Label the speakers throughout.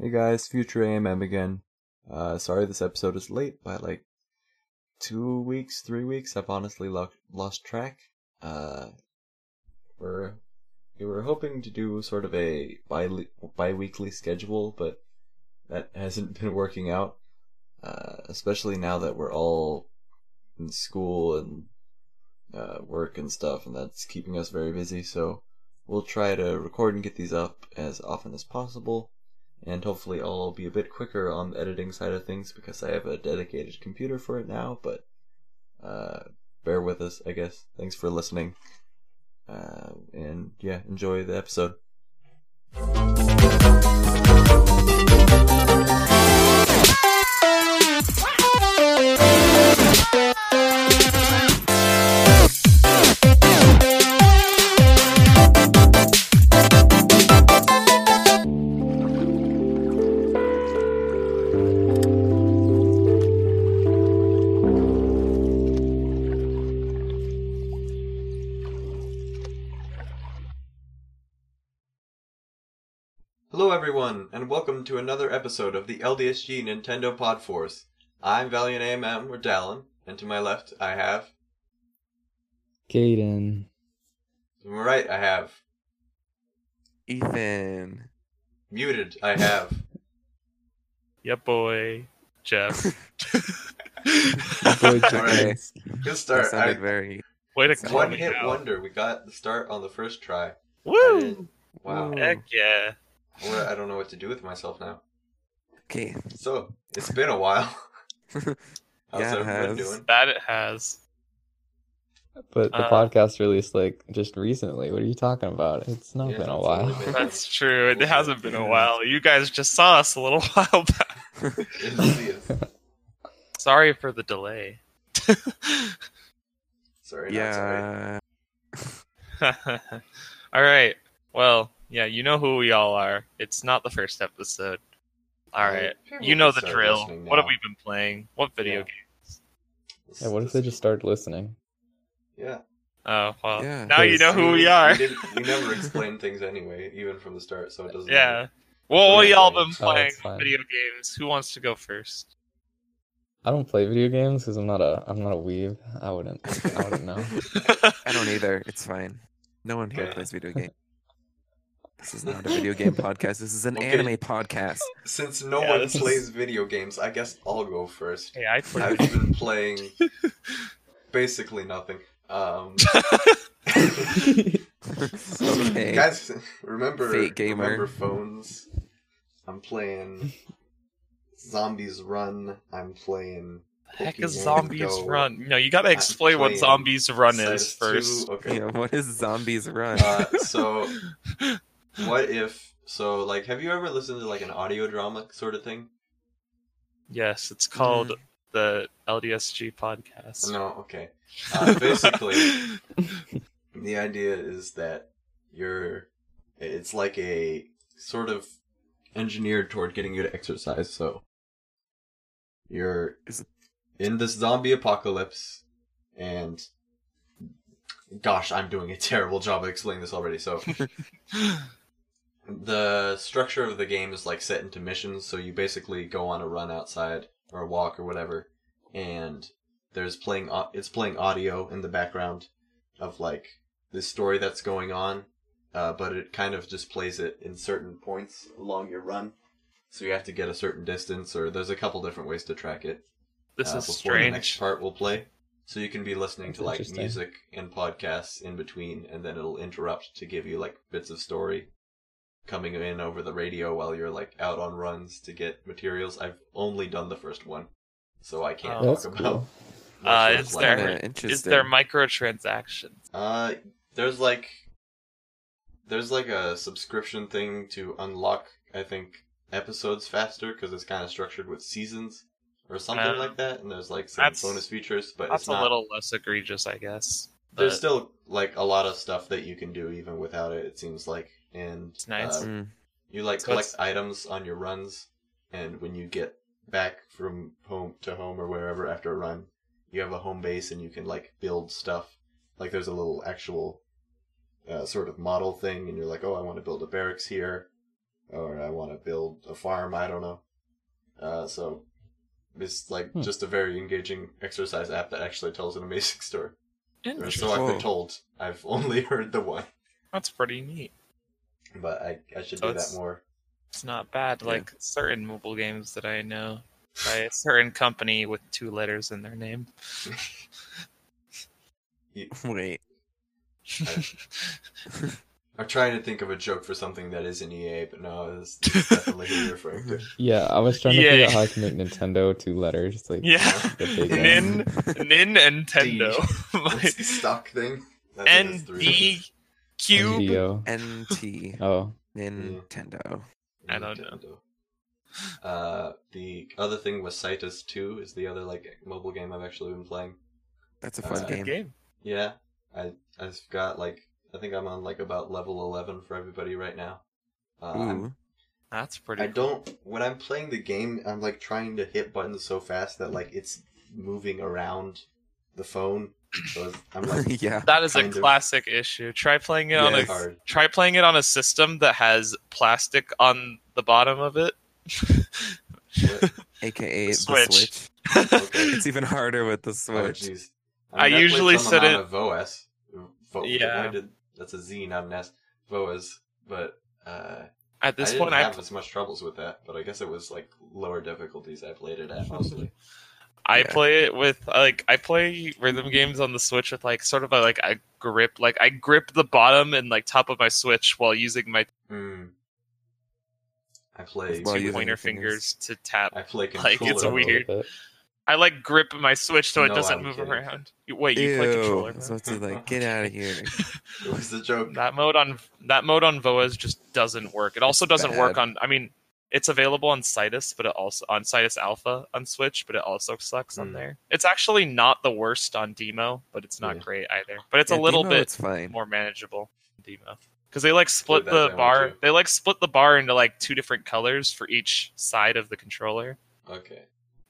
Speaker 1: Hey guys, future AMM again. Uh, sorry this episode is late by like two weeks, three weeks. I've honestly lo- lost track. Uh, we're we were hoping to do sort of a bi bi-weekly schedule, but that hasn't been working out. Uh, especially now that we're all in school and uh, work and stuff, and that's keeping us very busy. So we'll try to record and get these up as often as possible and hopefully I'll be a bit quicker on the editing side of things because I have a dedicated computer for it now, but uh, bear with us, I guess. Thanks for listening. Uh, and yeah, enjoy the episode. Hello, everyone, and welcome to another episode of the LDSG Nintendo Pod Force. I'm Valiant AMM, or Dallin, and to my left I have.
Speaker 2: Gaiden.
Speaker 1: To my right I have.
Speaker 3: Ethan.
Speaker 1: Muted I have.
Speaker 4: Yeah, boy, Jeff.
Speaker 2: Boy
Speaker 1: Alright.
Speaker 2: Jackowski.
Speaker 1: Good
Speaker 3: That
Speaker 1: start.
Speaker 3: sounded
Speaker 1: I-
Speaker 3: very.
Speaker 4: Way to
Speaker 3: Sounds
Speaker 4: call
Speaker 1: one
Speaker 4: me
Speaker 1: hit
Speaker 4: out.
Speaker 1: wonder. We got the start on the first try. I
Speaker 4: Woo!
Speaker 1: did. Wow.
Speaker 3: Woo.
Speaker 4: Heck yeah.
Speaker 1: Or I don't know what to do with myself now.
Speaker 3: Okay.
Speaker 1: So it's been a while. How's
Speaker 3: Yeah, it
Speaker 1: everyone
Speaker 3: has.
Speaker 1: doing?
Speaker 4: That it has.
Speaker 2: But the
Speaker 4: Uh,
Speaker 2: podcast released like just recently. What are you talking about? It's not
Speaker 1: Yeah,
Speaker 2: been a
Speaker 1: it's only
Speaker 2: while.
Speaker 1: been-
Speaker 4: That's true. It hasn't been a while. You guys just saw us a little while back.
Speaker 1: Didn't see us.
Speaker 4: Sorry for the delay.
Speaker 1: Sorry, not sorry.
Speaker 3: Yeah.
Speaker 4: all right. Well, yeah, you know who we all are. It's not the first episode. All right.
Speaker 1: People
Speaker 4: You know
Speaker 1: can
Speaker 4: the
Speaker 1: start
Speaker 4: drill.
Speaker 1: listening
Speaker 4: What have
Speaker 1: now.
Speaker 4: we been playing? What video
Speaker 1: Yeah.
Speaker 4: game?
Speaker 1: This-
Speaker 2: yeah, what if
Speaker 1: this-
Speaker 2: they just started listening?
Speaker 1: Yeah.
Speaker 4: Oh, well.
Speaker 3: Yeah.
Speaker 4: Now you
Speaker 2: Yes.
Speaker 4: know
Speaker 1: I mean,
Speaker 4: who we are.
Speaker 1: We, didn't- we never explain things anyway, even from the start, so it doesn't.
Speaker 4: Yeah.
Speaker 1: matter.
Speaker 4: Well, what
Speaker 1: Yeah,
Speaker 4: y'all
Speaker 1: yeah.
Speaker 4: been
Speaker 2: Oh,
Speaker 4: playing
Speaker 2: that's fine.
Speaker 4: video games? Who wants to go first?
Speaker 2: I don't play video games because I'm not a I'm not a weeb. I wouldn't I wouldn't know.
Speaker 3: I don't either. It's fine. No one here
Speaker 1: Okay.
Speaker 3: plays video games. This is not a video game podcast. This is an
Speaker 1: Okay.
Speaker 3: anime podcast.
Speaker 1: Since no
Speaker 4: Yeah,
Speaker 1: one
Speaker 4: this is-
Speaker 1: plays video games, I guess I'll go first.
Speaker 4: Hey, I played.
Speaker 1: I've been playing basically nothing. Um,
Speaker 3: Okay.
Speaker 1: Guys, remember,
Speaker 3: Fake gamer.
Speaker 1: remember phones. I'm playing Zombies Run. I'm playing.
Speaker 4: The heck is
Speaker 1: Pokemon
Speaker 4: zombies
Speaker 1: Go.
Speaker 4: run? No, you gotta
Speaker 1: I'm
Speaker 4: explain what
Speaker 1: playing
Speaker 4: zombies run
Speaker 1: Sims
Speaker 4: is
Speaker 1: 2.
Speaker 4: first.
Speaker 1: Okay.
Speaker 3: Yeah, what is zombies run?
Speaker 1: Uh, so, what if? So, like, have you ever listened to like an audio drama sort of thing?
Speaker 4: Yes,
Speaker 1: Mm-hmm.
Speaker 4: it's called the LDSG podcast.
Speaker 1: No. Okay. Uh, basically, the idea is that you're. It's like a sort of engineered toward getting you to exercise. So, you're
Speaker 3: Is it-
Speaker 1: in this zombie apocalypse, and gosh, I'm doing a terrible job of explaining this already. So. the structure of the game is like set into missions so you basically go on a run outside or a walk or whatever and there's playing au- it's playing audio in the background of like this story that's going on uh, but it kind of just plays it in certain points along your run so you have to get a certain distance or there's a couple different ways to track it
Speaker 4: this
Speaker 1: uh,
Speaker 4: is
Speaker 1: before the next
Speaker 4: strange.
Speaker 1: part will play. So you can be listening to
Speaker 2: That's
Speaker 1: like
Speaker 2: interesting.
Speaker 1: music and podcasts in between, and then it'll interrupt to give you like bits of story coming in over the radio while you're like out on runs to get materials. I've only done the first one, so I can't
Speaker 4: Oh.
Speaker 2: That's
Speaker 1: talk
Speaker 2: cool.
Speaker 1: about.
Speaker 4: Uh,
Speaker 1: much
Speaker 4: is
Speaker 1: of what's
Speaker 4: there-
Speaker 1: happening.
Speaker 3: Kinda interesting.
Speaker 4: Is there microtransactions?
Speaker 1: Uh, there's like, there's like a subscription thing to unlock. I think episodes faster because it's kind of structured with seasons or something
Speaker 4: Uh,
Speaker 1: like that. And there's like some
Speaker 4: that's-
Speaker 1: bonus features, but
Speaker 4: That's
Speaker 1: it's
Speaker 4: a
Speaker 1: not.
Speaker 4: little less egregious, I guess.
Speaker 1: there's
Speaker 4: but-
Speaker 1: still like a lot of stuff that you can do even without it. It seems like, and
Speaker 4: It's nice.
Speaker 1: uh,
Speaker 3: Mm.
Speaker 1: you like
Speaker 4: So
Speaker 1: collect
Speaker 4: it's-
Speaker 1: items on your runs, and when you get back from home to home or wherever after a run, you have a home base and you can like build stuff. Like there's a little actual uh, sort of model thing, and you're like, oh, I want to build a barracks here, or I want to build a farm. I don't know. Uh, so it's like
Speaker 2: Hmm.
Speaker 1: just a very engaging exercise app that actually tells an amazing story. Or so
Speaker 4: Interesting.
Speaker 1: I've been
Speaker 3: Whoa.
Speaker 1: told. I've only heard the one,
Speaker 4: That's pretty neat.
Speaker 1: but I I should
Speaker 4: So
Speaker 1: do that
Speaker 4: Oh, it's-
Speaker 1: more.
Speaker 4: It's not bad.
Speaker 3: Yeah.
Speaker 4: Like certain mobile games that I know by a certain company with two letters in their name.
Speaker 3: Wait.
Speaker 1: I'm trying to think of a joke for something that isn't EA, but no, it's definitely who you're referring to.
Speaker 2: Yeah, I was trying to figure
Speaker 4: Yeah.
Speaker 2: out how I can make Nintendo two letters. Like,
Speaker 4: yeah.
Speaker 2: The big
Speaker 4: Nin, Nin Nintendo.
Speaker 1: What's the stock thing? I think
Speaker 4: N
Speaker 1: it's three
Speaker 4: D Cube.
Speaker 2: NDO.
Speaker 3: NT.
Speaker 2: Oh,
Speaker 3: Nintendo.
Speaker 4: I don't know.
Speaker 1: Nintendo. Uh, the other thing was Citus 2 is the other like mobile game I've actually been playing.
Speaker 3: That's a
Speaker 1: Uh,
Speaker 3: fun
Speaker 1: Good
Speaker 3: game.
Speaker 4: Game.
Speaker 1: Yeah, I I've got like I think I'm on like about level 11 for everybody right now. Uh, I'm-
Speaker 3: Ooh.
Speaker 4: That's pretty.
Speaker 1: I
Speaker 4: cool.
Speaker 1: don't when I'm playing the game I'm like trying to hit buttons so fast that like it's moving around the phone. So it's- I'm
Speaker 4: Uh,
Speaker 1: like
Speaker 3: yeah.
Speaker 4: That is a
Speaker 1: kind of.
Speaker 4: classic issue. Try playing it on
Speaker 1: it's
Speaker 4: a
Speaker 1: hard.
Speaker 4: try playing it on a system that has plastic on the bottom of it.
Speaker 1: What?
Speaker 3: AKA
Speaker 4: The
Speaker 3: the
Speaker 4: Switch.
Speaker 3: Switch.
Speaker 1: Okay.
Speaker 3: It's even harder with the
Speaker 1: Oh,
Speaker 3: Switch.
Speaker 1: jeez.
Speaker 4: I
Speaker 1: played
Speaker 4: usually
Speaker 1: some
Speaker 4: said
Speaker 1: amount
Speaker 4: it-
Speaker 1: Of OS. Vo-
Speaker 4: Yeah.
Speaker 1: I did- that's a Z, not an S. Voas, but uh,
Speaker 4: At
Speaker 1: I
Speaker 4: this
Speaker 1: didn't
Speaker 4: point, I
Speaker 1: have as much troubles with that. But I guess it was like lower difficulties I played it at mostly.
Speaker 4: I
Speaker 3: Yeah.
Speaker 4: play it with like I play rhythm games on the Switch with like sort of a, like a grip, like I grip the bottom and like top of my Switch while using my
Speaker 1: mm. I play.
Speaker 3: While
Speaker 4: two
Speaker 3: using
Speaker 4: pointer
Speaker 3: your fingers.
Speaker 4: fingers to tap.
Speaker 1: I play
Speaker 4: Like,
Speaker 1: controller.
Speaker 4: it's It's
Speaker 2: I'm
Speaker 4: weird.
Speaker 2: okay with it.
Speaker 4: I like grip my Switch so it
Speaker 1: No,
Speaker 4: doesn't
Speaker 1: I'm
Speaker 4: move
Speaker 1: kidding.
Speaker 4: around. You- Wait, you play
Speaker 3: Ew.
Speaker 4: controller?
Speaker 3: I was
Speaker 4: mode?
Speaker 3: about to like get out of here.
Speaker 1: It was a joke.
Speaker 4: That mode on that mode on Voas just doesn't work. It also
Speaker 3: It's
Speaker 4: doesn't work
Speaker 3: bad.
Speaker 4: on. I mean, it's available on Citus, but it also on Citus Alpha on Switch, but it also sucks on
Speaker 1: Mm.
Speaker 4: there. It's actually not the worst on Demo, but it's not
Speaker 1: Yeah.
Speaker 4: great either. But it's
Speaker 3: Yeah,
Speaker 4: a little
Speaker 3: Demo,
Speaker 4: bit
Speaker 3: It's fine.
Speaker 4: more manageable than Demo because they like split
Speaker 1: that
Speaker 4: the
Speaker 1: down
Speaker 4: bar.
Speaker 1: too.
Speaker 4: They like split the bar into like two different colors for each side of the controller,
Speaker 1: Okay.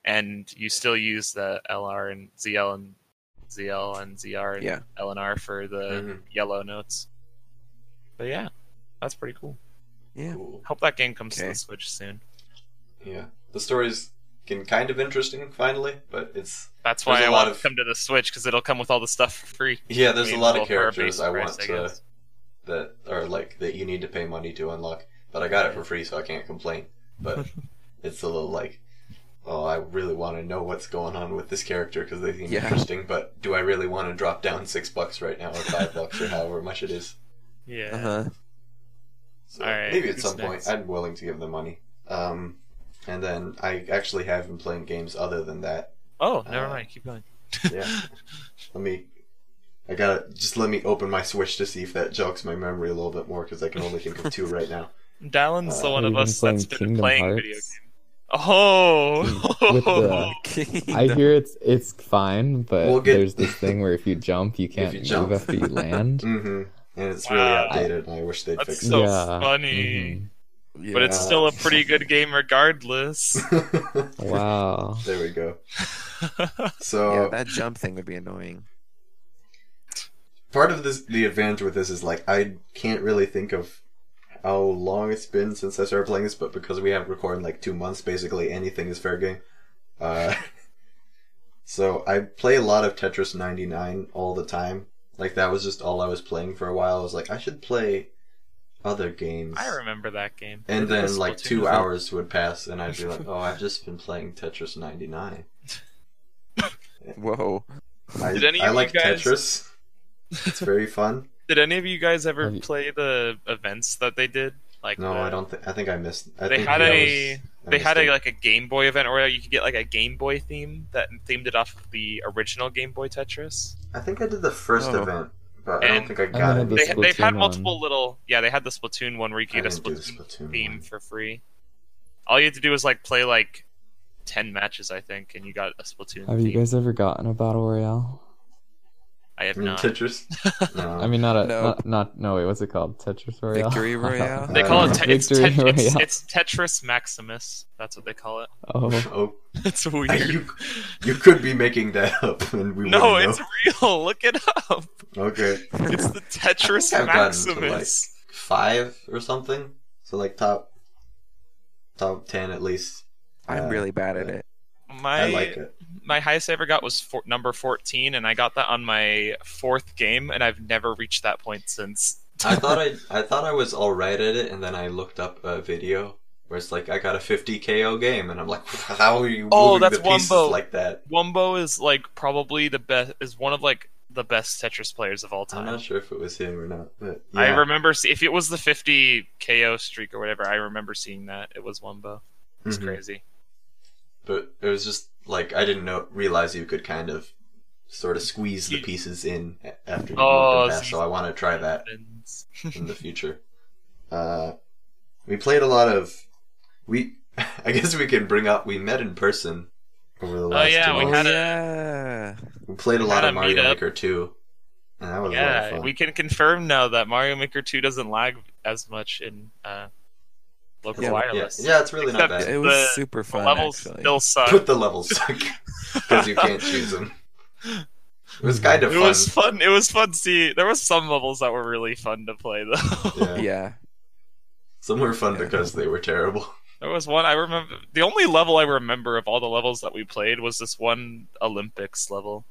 Speaker 4: and you still use the LR and ZL and ZL and ZR and
Speaker 3: Yeah.
Speaker 4: L and R for the
Speaker 1: Mhm.
Speaker 4: yellow notes. But yeah, that's pretty cool.
Speaker 3: Yeah.
Speaker 1: Cool.
Speaker 4: Hope that game comes to
Speaker 3: Okay.
Speaker 4: the Switch soon.
Speaker 1: Yeah. The story's getting kind of interesting finally, but it's
Speaker 4: That's
Speaker 1: There's
Speaker 4: why
Speaker 1: a
Speaker 4: I
Speaker 1: lot
Speaker 4: want it
Speaker 1: of-
Speaker 4: to come to the Switch because it'll come with all the stuff for free.
Speaker 1: yeah. There's
Speaker 4: I mean,
Speaker 1: a lot
Speaker 4: well,
Speaker 1: of
Speaker 4: for a
Speaker 1: characters
Speaker 4: base
Speaker 1: I
Speaker 4: price,
Speaker 1: want
Speaker 4: I
Speaker 1: to
Speaker 4: guess.
Speaker 1: that are like that you need to pay money to unlock. But I got it for free, so I can't complain. But it's a little like, oh, I really want to know what's going on with this character because they seem
Speaker 3: Yeah.
Speaker 1: interesting. But do I really want to drop down six bucks right now, or five bucks, or however much it is?
Speaker 4: Yeah.
Speaker 3: Uh
Speaker 2: Uh-huh.
Speaker 3: huh.
Speaker 1: So
Speaker 4: All right,
Speaker 1: maybe at
Speaker 4: who's
Speaker 1: some
Speaker 4: next?
Speaker 1: point, I'm willing to give them money. Um, and then I actually have been playing games other than that.
Speaker 4: Oh, never
Speaker 1: Uh,
Speaker 4: mind. Keep going.
Speaker 1: Yeah, let me. I gotta just let me open my Switch to see if that jogs my memory a little bit more because I can only think of two right now.
Speaker 4: Dallin's the
Speaker 1: uh,
Speaker 4: one
Speaker 2: Have you
Speaker 4: of
Speaker 2: been
Speaker 4: us
Speaker 2: playing
Speaker 4: that's been
Speaker 2: Kingdom
Speaker 4: playing
Speaker 2: Hearts?
Speaker 4: video games. Oh,
Speaker 2: With the- I hear it's it's fine, but
Speaker 1: We'll get-
Speaker 2: there's this thing where if you jump, you can't
Speaker 1: you
Speaker 2: move
Speaker 1: jump.
Speaker 2: after you land.
Speaker 1: Mm-hmm. And it's
Speaker 4: Wow.
Speaker 1: really outdated, and I wish they'd
Speaker 4: That's
Speaker 1: fix
Speaker 4: So
Speaker 2: yeah.
Speaker 4: funny.
Speaker 2: mhm.
Speaker 4: but it's
Speaker 1: Yeah.
Speaker 4: still a pretty good game regardless.
Speaker 1: it.
Speaker 2: Mm-hmm. Wow.
Speaker 1: there we go.
Speaker 3: Yeah,
Speaker 1: So
Speaker 3: that jump thing would be annoying.
Speaker 1: part of this, the advantage with this is like I can't really think of how long it's been since I started playing this, but because we have recorded like two months, basically anything is fair game. Uh, so I play a lot of Tetris 99 all the time. Like that was just all I was playing for a while. I was like, I should play other games.
Speaker 4: I remember that game.
Speaker 1: And then like
Speaker 4: Splatoon
Speaker 1: two
Speaker 4: was-
Speaker 1: hours would pass, and I'd be like, "Oh, I've just been playing Tetris 99."
Speaker 3: Whoa.
Speaker 1: I,
Speaker 4: Did any
Speaker 1: I
Speaker 4: of you
Speaker 1: like
Speaker 4: guys-
Speaker 1: Tetris. It's very fun.
Speaker 4: Did any of you guys ever
Speaker 2: Have you-
Speaker 4: play the events that they did? Like
Speaker 1: No,
Speaker 4: the-
Speaker 1: I don't. think I think I missed. I
Speaker 4: They
Speaker 1: think
Speaker 4: had
Speaker 1: that
Speaker 4: a-
Speaker 1: was- I
Speaker 4: they
Speaker 1: missed
Speaker 4: had a
Speaker 1: it.
Speaker 4: like a Game Boy event where you could get like a Game Boy theme that themed it off of the original Game Boy Tetris.
Speaker 1: I think I did the first
Speaker 3: Oh.
Speaker 1: event, but I don't
Speaker 4: And-
Speaker 1: think I
Speaker 2: then
Speaker 1: got
Speaker 2: I
Speaker 1: it.
Speaker 2: did The
Speaker 4: they, they've had
Speaker 2: Splatoon
Speaker 4: multiple
Speaker 2: one.
Speaker 4: little yeah they had the Splatoon one where you
Speaker 1: I
Speaker 4: could get a
Speaker 1: didn't do Mm, the
Speaker 4: Splatoon,
Speaker 1: Splatoon
Speaker 4: theme
Speaker 1: one.
Speaker 4: for free. All you had to do was like play like ten matches I think and you got a Splatoon.
Speaker 2: Have you
Speaker 4: theme.
Speaker 2: guys ever gotten a battle royale?
Speaker 4: I have
Speaker 1: I mean,
Speaker 4: not.
Speaker 1: Tetris. No.
Speaker 2: I mean, not a
Speaker 3: No.
Speaker 2: not, not no wait, what's it called? Tetris Royale.
Speaker 3: Victory Royale?
Speaker 4: They call it te- it's,
Speaker 2: uh, Victory
Speaker 4: te- it's,
Speaker 2: Royale.
Speaker 4: it's Tetris Maximus. That's what they call it.
Speaker 2: oh,
Speaker 1: oh,
Speaker 4: It's
Speaker 1: I-
Speaker 4: weird.
Speaker 1: you you could be making that up, and we
Speaker 4: no,
Speaker 1: wouldn't
Speaker 4: it's real. Look it up.
Speaker 1: know. okay.
Speaker 4: It's the Tetris
Speaker 1: I think I've gotten to,
Speaker 4: Maximus.
Speaker 1: Five or something. So like top top ten at least.
Speaker 3: I'm
Speaker 1: Uh,
Speaker 3: really bad at
Speaker 1: uh,
Speaker 3: it.
Speaker 4: My
Speaker 1: I, like it.
Speaker 4: my highest I ever got was four, number fourteen, and I got that on my fourth game, and I've never reached that point since.
Speaker 1: I thought I I thought I was all right at it, and then I looked up a video where it's like I got a 50 KO game, and I'm like, how are you
Speaker 4: Oh,
Speaker 1: moving
Speaker 4: that's
Speaker 1: the pieces
Speaker 4: Wumbo.
Speaker 1: like that?
Speaker 4: Wumbo is like probably the best is one of like the best Tetris players of all
Speaker 1: I'm
Speaker 4: time.
Speaker 1: not sure if it was him or not, but
Speaker 4: I
Speaker 1: yeah.
Speaker 4: remember see- if it was the 50 KO streak or whatever. I remember seeing that it was Wumbo. It's
Speaker 1: Mhm.
Speaker 4: crazy.
Speaker 1: But it was just like I didn't know realize you could kind of sort of squeeze the
Speaker 4: You-
Speaker 1: pieces in a- after you
Speaker 4: Oh,
Speaker 1: moved them
Speaker 4: so
Speaker 1: past.
Speaker 4: you-
Speaker 1: So I want to try that
Speaker 4: Happens.
Speaker 1: in the future. Uh, we played a lot of we. I guess we can bring up we met in person over the last.
Speaker 4: Oh, yeah,
Speaker 1: two
Speaker 4: we
Speaker 1: months.
Speaker 4: had a-
Speaker 3: Oh, yeah.
Speaker 1: We played a
Speaker 4: We
Speaker 1: lot
Speaker 4: had
Speaker 1: of
Speaker 4: a
Speaker 1: Mario
Speaker 4: meetup.
Speaker 1: Maker 2. And that was a lot of
Speaker 4: yeah,
Speaker 1: fun.
Speaker 4: we can confirm now that Mario Maker 2 doesn't lag as much in uh, local
Speaker 3: Yeah,
Speaker 1: yeah,
Speaker 4: wireless.
Speaker 1: yeah, it's really not
Speaker 4: Except
Speaker 1: bad.
Speaker 3: It was
Speaker 4: The-
Speaker 3: super
Speaker 4: The
Speaker 3: fun.
Speaker 4: levels
Speaker 3: actually.
Speaker 4: still suck.
Speaker 1: Put the levels because you can't choose them. It was kind of
Speaker 4: It
Speaker 1: fun.
Speaker 4: was fun. It was fun. to See, there was some levels that were really fun to play though.
Speaker 1: Yeah.
Speaker 3: Yeah.
Speaker 1: Some were fun
Speaker 3: Yeah.
Speaker 1: because they were terrible.
Speaker 4: There was one I remember. The only level I remember of all the levels that we played was this one Olympics level.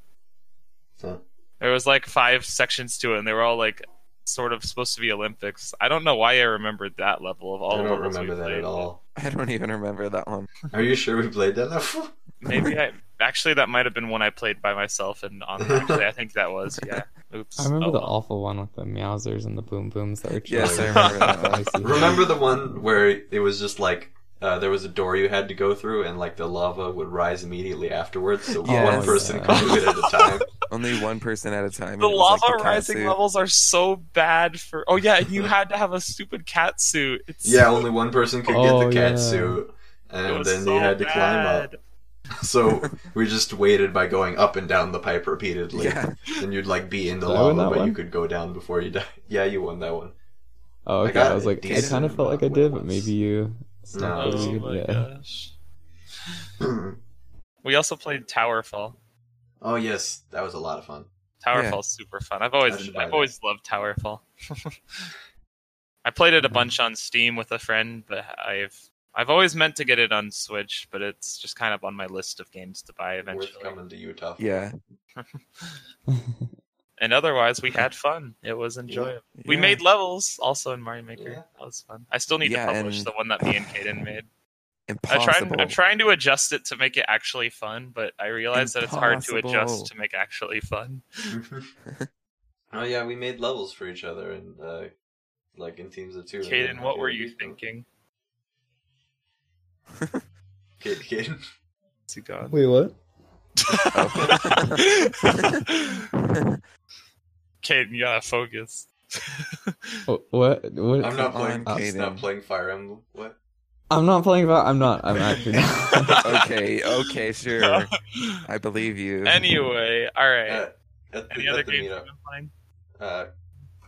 Speaker 1: Huh.
Speaker 4: There was like five sections to it, and they were all like sort of supposed to be Olympics. I don't know why I remembered that level of all.
Speaker 1: I
Speaker 4: the
Speaker 1: don't
Speaker 4: levels we
Speaker 1: remember that
Speaker 4: played,
Speaker 1: at
Speaker 4: but
Speaker 1: all.
Speaker 3: I don't even remember that one.
Speaker 1: Are you sure we played that level?
Speaker 4: Maybe I actually that might have been one I played by myself and on. Actually, I think that was yeah. Oops.
Speaker 2: I remember
Speaker 4: Oh,
Speaker 2: the
Speaker 4: well.
Speaker 2: awful one with the meowsers and the boom booms that were Oh,
Speaker 3: Yes,
Speaker 1: I
Speaker 3: remember that one.
Speaker 2: Spicy.
Speaker 1: Remember the one where it was just like uh, there was a door you had to go through, and like the lava would rise immediately afterwards, so one
Speaker 3: Yes.
Speaker 1: person
Speaker 2: Yeah.
Speaker 1: could do it at a time.
Speaker 3: Only one person at a time. and
Speaker 4: The
Speaker 3: it was,
Speaker 4: lava
Speaker 3: like, the cat
Speaker 4: rising
Speaker 3: suit.
Speaker 4: levels are so bad for. Oh yeah, and you had to have a stupid cat suit. It's
Speaker 1: Yeah, only one person could get
Speaker 2: Oh,
Speaker 1: the cat
Speaker 2: yeah.
Speaker 1: suit, and
Speaker 4: it was
Speaker 1: then
Speaker 4: so
Speaker 1: you had to climb
Speaker 4: bad.
Speaker 1: up. So we just waited by going up and down the pipe repeatedly.
Speaker 3: Yeah.
Speaker 1: And you'd like be in the
Speaker 2: Did I
Speaker 1: lava,
Speaker 2: win that
Speaker 1: but you
Speaker 2: one?
Speaker 1: could go down before you die. Yeah, you won that one.
Speaker 2: Oh,
Speaker 1: I
Speaker 2: okay.
Speaker 1: got
Speaker 2: I, was
Speaker 1: a
Speaker 2: like, I
Speaker 1: decent
Speaker 2: kind of felt like I
Speaker 1: amount
Speaker 2: did, but
Speaker 1: once.
Speaker 2: maybe you.
Speaker 1: No.
Speaker 4: Oh
Speaker 2: you-
Speaker 4: my
Speaker 2: yeah.
Speaker 4: gosh. We also played Towerfall.
Speaker 1: oh yes, that was a lot of fun.
Speaker 4: Towerfall's super fun. I've
Speaker 1: I
Speaker 4: always
Speaker 1: didn't buy
Speaker 4: I've
Speaker 1: that.
Speaker 4: always loved Towerfall. I played
Speaker 1: Mm-hmm.
Speaker 4: it a bunch on Steam with a friend, but I've I've always meant to get it on Switch, but it's just kind of on my list of games to buy
Speaker 1: Worth
Speaker 4: eventually.
Speaker 1: coming to Utah. for.
Speaker 3: Yeah.
Speaker 4: And otherwise, we had fun. It was enjoyable. We
Speaker 3: Yeah.
Speaker 4: made levels also in Mario Maker.
Speaker 1: Yeah.
Speaker 4: That was fun. I still need
Speaker 3: Yeah,
Speaker 4: to publish
Speaker 3: and-
Speaker 4: the one that me and Kaden made. I
Speaker 3: impossible.
Speaker 4: tried, I'm trying to adjust it to make it actually fun, but I realize that it's hard to
Speaker 3: Impossible.
Speaker 4: adjust to make actually fun.
Speaker 1: oh yeah, we made levels for each other and uh, like in teams of two.
Speaker 4: Kaden, what were you thinking?
Speaker 1: Kid, kid.
Speaker 4: Is he gone?
Speaker 2: Wait, what?
Speaker 4: Caden, you gotta focus.
Speaker 2: What? Oh, What?
Speaker 1: I'm not
Speaker 3: Come
Speaker 1: playing.
Speaker 3: on,
Speaker 1: I'm not
Speaker 3: Kaden.
Speaker 1: playing Fire Emblem. What?
Speaker 2: I'm not playing. About, I'm not. I'm actually. Not.
Speaker 3: okay. Okay. Sure. I believe you.
Speaker 4: anyway, all right.
Speaker 1: Uh, at the,
Speaker 4: Any
Speaker 1: at
Speaker 4: other
Speaker 1: the
Speaker 4: games
Speaker 1: meetup.
Speaker 4: you've been playing?
Speaker 1: Uh,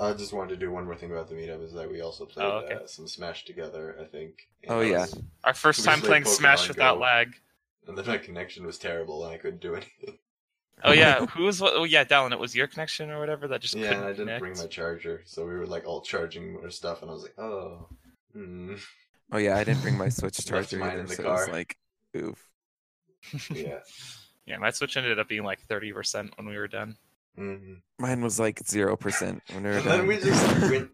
Speaker 1: I just wanted to do one more thing about the meetup is that we also played
Speaker 4: Oh, okay.
Speaker 1: uh, some Smash together, I think.
Speaker 3: Oh,
Speaker 1: that
Speaker 3: yeah.
Speaker 1: was-
Speaker 4: Our first
Speaker 1: We
Speaker 4: time
Speaker 1: played
Speaker 4: playing
Speaker 1: Pokemon
Speaker 4: Smash without
Speaker 1: Go.
Speaker 4: lag.
Speaker 1: and then my connection was terrible and I couldn't do anything.
Speaker 4: Oh yeah, who was? what- Oh yeah, Dallin. It was your connection or whatever that just
Speaker 1: yeah,
Speaker 4: couldn't
Speaker 1: and I didn't
Speaker 4: connect.
Speaker 1: bring my charger, so we were like all charging our stuff, and I was like, oh, hmm,
Speaker 3: Oh yeah, I didn't bring my Switch
Speaker 1: Left
Speaker 3: charger
Speaker 1: mine
Speaker 3: either,
Speaker 1: in the
Speaker 3: so it was
Speaker 1: car.
Speaker 3: like, oof.
Speaker 1: yeah,
Speaker 4: yeah, my Switch ended up being like thirty percent when we were done.
Speaker 1: hmm
Speaker 3: Mine was like zero percent when we were
Speaker 1: And then
Speaker 3: done.
Speaker 1: we just went.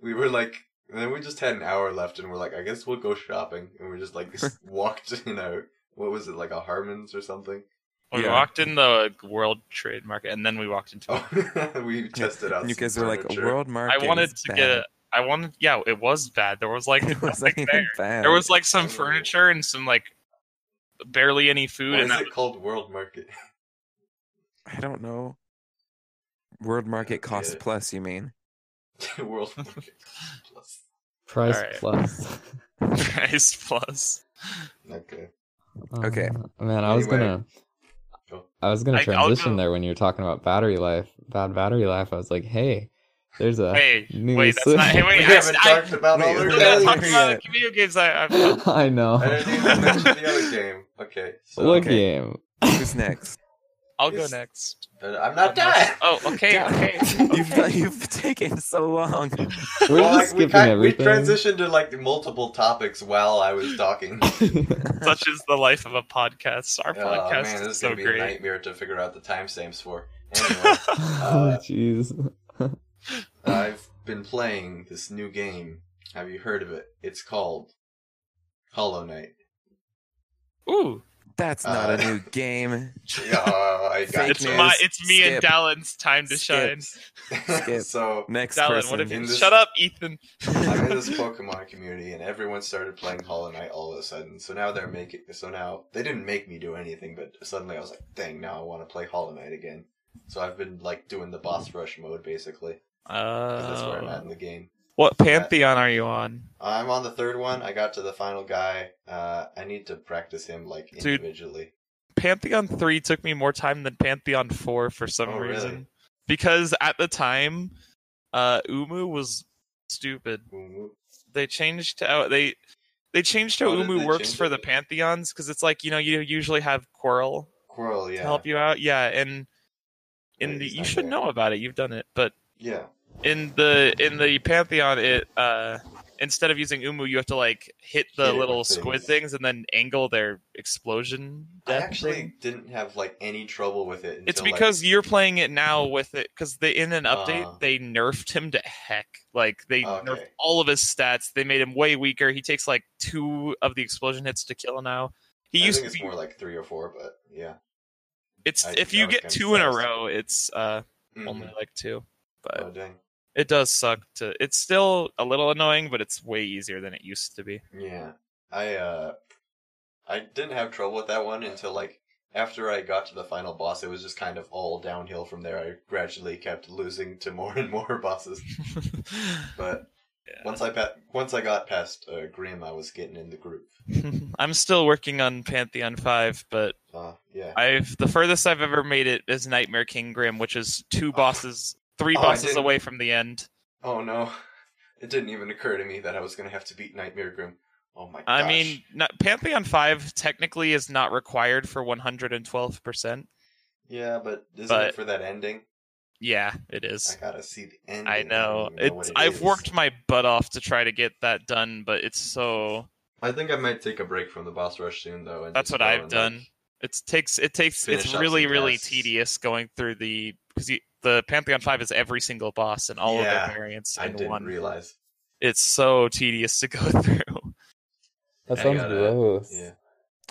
Speaker 1: We were like, and then we just had an hour left, and we're like, I guess we'll go shopping, and we just like s- walked in a what was it like a Harmons or something?
Speaker 4: We
Speaker 3: Yeah.
Speaker 4: walked in the World Trade Market, and then we walked into.
Speaker 1: Oh, we tested out.
Speaker 3: And you
Speaker 1: some
Speaker 3: guys were like,
Speaker 1: furniture.
Speaker 3: world market.
Speaker 4: I wanted to
Speaker 3: bad.
Speaker 4: get. A, I wanted. Yeah, it was bad. There was like
Speaker 3: It
Speaker 4: nothing
Speaker 3: wasn't
Speaker 4: there.
Speaker 3: even bad.
Speaker 4: There was like some
Speaker 1: Oh.
Speaker 4: furniture and some like barely any food,
Speaker 1: Why is
Speaker 4: and that
Speaker 1: it called World Market?
Speaker 3: I don't know. World market cost
Speaker 1: Yeah.
Speaker 3: plus. You mean?
Speaker 1: World Market Plus.
Speaker 2: Price
Speaker 4: Alright.
Speaker 2: plus.
Speaker 4: price plus.
Speaker 1: Okay.
Speaker 3: Okay.
Speaker 2: Uh, man, I was
Speaker 1: Anyway.
Speaker 2: gonna.
Speaker 1: Go.
Speaker 2: I was gonna
Speaker 4: I- I'll
Speaker 2: transition
Speaker 4: go-
Speaker 2: there when you were talking about battery life, bad battery life. I was like, hey, there's
Speaker 3: Uh,
Speaker 2: a
Speaker 4: Hey,
Speaker 2: new
Speaker 4: wait, that's
Speaker 2: Switch.
Speaker 4: not. Hey,
Speaker 1: We
Speaker 4: wait, I,
Speaker 1: haven't
Speaker 4: I,
Speaker 1: talked about all
Speaker 3: wait,
Speaker 1: our
Speaker 4: we're
Speaker 3: we're
Speaker 4: not
Speaker 3: not
Speaker 1: games.
Speaker 4: talking
Speaker 3: there
Speaker 4: about
Speaker 3: yet.
Speaker 4: the video games. I, I
Speaker 2: I know.
Speaker 1: I didn't even mention the other game. Okay. So
Speaker 2: What
Speaker 3: Okay.
Speaker 2: game?
Speaker 3: Who's next?
Speaker 4: I'll
Speaker 1: Yes.
Speaker 4: go next.
Speaker 1: But I'm not
Speaker 4: Unless-
Speaker 1: done.
Speaker 4: Oh, okay,
Speaker 3: God.
Speaker 4: okay.
Speaker 3: You've, done- you've taken so long.
Speaker 2: We're
Speaker 1: Well,
Speaker 2: just
Speaker 1: like, we,
Speaker 2: skipping
Speaker 1: kind- we
Speaker 2: everything.
Speaker 1: transitioned to like multiple topics while I was talking.
Speaker 2: Uh,
Speaker 4: Such is the life of a podcast. Our
Speaker 1: oh man,
Speaker 4: podcast
Speaker 1: this
Speaker 4: is
Speaker 1: is
Speaker 4: so
Speaker 1: gonna be a
Speaker 4: great.
Speaker 1: nightmare to figure out the timestamps for. Anyway,
Speaker 2: oh jeez.
Speaker 1: I've been playing this new game. Have you heard of it? It's called Hollow Knight.
Speaker 4: Ooh,
Speaker 3: That's not
Speaker 1: Uh,
Speaker 3: a new game.
Speaker 1: Oh, I got
Speaker 3: Fake
Speaker 4: it's
Speaker 1: you.
Speaker 3: news.
Speaker 4: my, it's me and
Speaker 3: Skip.
Speaker 4: Dallin's time to
Speaker 3: Skip. Skip.
Speaker 1: so
Speaker 3: Next
Speaker 4: shine. Dallin,
Speaker 3: person.
Speaker 4: what have
Speaker 1: In
Speaker 4: you?
Speaker 1: this-
Speaker 4: Shut up, Ethan.
Speaker 1: I'm in this Pokemon community, and everyone started playing Hollow Knight all of a sudden. So now they're making. So now they didn't make me do anything, but suddenly I was like, "Dang, now I want to play Hollow Knight again." So I've been like doing the boss rush mode basically. 'cause That's where I'm at
Speaker 4: Uh,
Speaker 1: in the game.
Speaker 4: what pantheon are you on?
Speaker 1: I'm on the third one. I got to the final guy. Uh, I need to practice him like
Speaker 4: Dude.
Speaker 1: individually.
Speaker 4: Pantheon 3 took me more time than Pantheon 4 for some
Speaker 1: Oh, really?
Speaker 4: reason. Because at the time, uh, Umu was stupid.
Speaker 1: Ooh,
Speaker 4: They changed out they they changed how
Speaker 1: Oh, did
Speaker 4: Umu
Speaker 1: they
Speaker 4: works
Speaker 1: change
Speaker 4: for
Speaker 1: it?
Speaker 4: the Pantheons because it's like you know you usually have Quirrell
Speaker 1: Quirrell, yeah.
Speaker 4: to help you out. Yeah, and in
Speaker 1: Right,
Speaker 4: the
Speaker 1: he's
Speaker 4: you
Speaker 1: not
Speaker 4: should
Speaker 1: there.
Speaker 4: know about it. You've done it, but
Speaker 1: Yeah.
Speaker 4: in the in the Pantheon, it uh instead of using Umu, you have to like hit the
Speaker 1: Hit it
Speaker 4: little
Speaker 1: with things.
Speaker 4: squid things and then angle their explosion.
Speaker 1: I
Speaker 4: death
Speaker 1: actually
Speaker 4: thing.
Speaker 1: didn't have like any trouble with it. Until,
Speaker 4: It's
Speaker 1: like-
Speaker 4: because you're playing it now with it because they in an update
Speaker 1: Uh.
Speaker 4: they nerfed him to heck. Like they nerfed
Speaker 1: Okay.
Speaker 4: all of his stats. They made him way weaker. He takes like two of the explosion hits to kill now. He
Speaker 1: I
Speaker 4: used
Speaker 1: think
Speaker 4: to
Speaker 1: it's
Speaker 4: be,
Speaker 1: more like three or four, but yeah.
Speaker 4: it's
Speaker 1: I-
Speaker 4: if
Speaker 1: that
Speaker 4: you
Speaker 1: was
Speaker 4: get
Speaker 1: kinda
Speaker 4: two in a
Speaker 1: fast.
Speaker 4: row, it's uh
Speaker 1: Mhm.
Speaker 4: only like two. But
Speaker 1: Oh dang.
Speaker 4: it does suck to it's still a little annoying, but it's way easier than it used to be.
Speaker 1: Yeah. I uh I didn't have trouble with that one until like after I got to the final boss, it was just kind of all downhill from there. I gradually kept losing to more and more bosses. But once I pa- once I got past uh, Grim, I was getting in the group.
Speaker 4: I'm still working on Pantheon five, but
Speaker 1: Uh, yeah.
Speaker 4: I've the furthest I've ever made it is Nightmare King Grim, which is two bosses, three
Speaker 1: Oh, I
Speaker 4: bosses
Speaker 1: didn't-
Speaker 4: away from the end.
Speaker 1: Oh no, it didn't even occur to me that I was gonna have to beat Nightmare Grim. Oh my gosh.
Speaker 4: I mean, not, Pantheon Five technically is not required for 112. percent
Speaker 1: yeah, but isn't
Speaker 4: but-
Speaker 1: it for that ending?
Speaker 4: Yeah, it
Speaker 1: I
Speaker 4: is.
Speaker 1: gotta see the ending.
Speaker 4: I
Speaker 1: don't
Speaker 4: know.
Speaker 1: even
Speaker 4: It's
Speaker 1: what it
Speaker 4: I've
Speaker 1: is.
Speaker 4: worked my butt off to try to get that done, but it's so
Speaker 1: I think I might take a break from the boss rush soon, though. And
Speaker 4: That's
Speaker 1: just
Speaker 4: what
Speaker 1: go
Speaker 4: I've
Speaker 1: and,
Speaker 4: done.
Speaker 1: like,
Speaker 4: it takes it takes
Speaker 1: Finish
Speaker 4: it's
Speaker 1: up
Speaker 4: really
Speaker 1: some
Speaker 4: really
Speaker 1: tasks.
Speaker 4: tedious going through the because the Pantheon Five is every single boss and all of
Speaker 1: Yeah,
Speaker 4: their variants
Speaker 1: I
Speaker 4: in
Speaker 1: didn't
Speaker 4: one.
Speaker 1: realize.
Speaker 4: It's so tedious to go through.
Speaker 2: That
Speaker 1: I
Speaker 2: sounds
Speaker 1: gotta-
Speaker 2: gross.
Speaker 1: Yeah,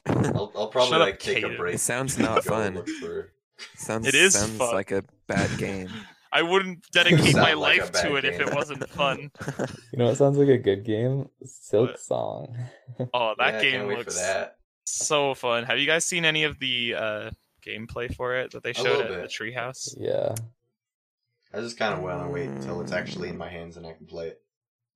Speaker 1: I'll, I'll probably
Speaker 4: Shut up,
Speaker 1: like take
Speaker 4: Kaden.
Speaker 1: a break.
Speaker 3: It sounds
Speaker 1: and
Speaker 3: not
Speaker 1: go
Speaker 3: fun.
Speaker 1: look for-
Speaker 3: Sounds,
Speaker 4: It is
Speaker 3: sounds
Speaker 4: fun.
Speaker 3: like a bad game.
Speaker 4: I wouldn't dedicate my
Speaker 1: Sound like a
Speaker 4: life
Speaker 1: bad
Speaker 4: to it if
Speaker 1: game.
Speaker 4: it wasn't fun.
Speaker 2: You know what sounds like a good game? Silk Song.
Speaker 4: Oh,
Speaker 1: Yeah,
Speaker 4: that
Speaker 1: I
Speaker 4: game
Speaker 1: can't wait
Speaker 4: looks
Speaker 1: for that.
Speaker 4: so fun. Have you guys seen any of the uh, gameplay for it that they showed
Speaker 1: little
Speaker 4: at the
Speaker 1: bit.
Speaker 4: treehouse?
Speaker 2: yeah.
Speaker 1: I just kind of want to wait till it's actually in my hands and I can play it.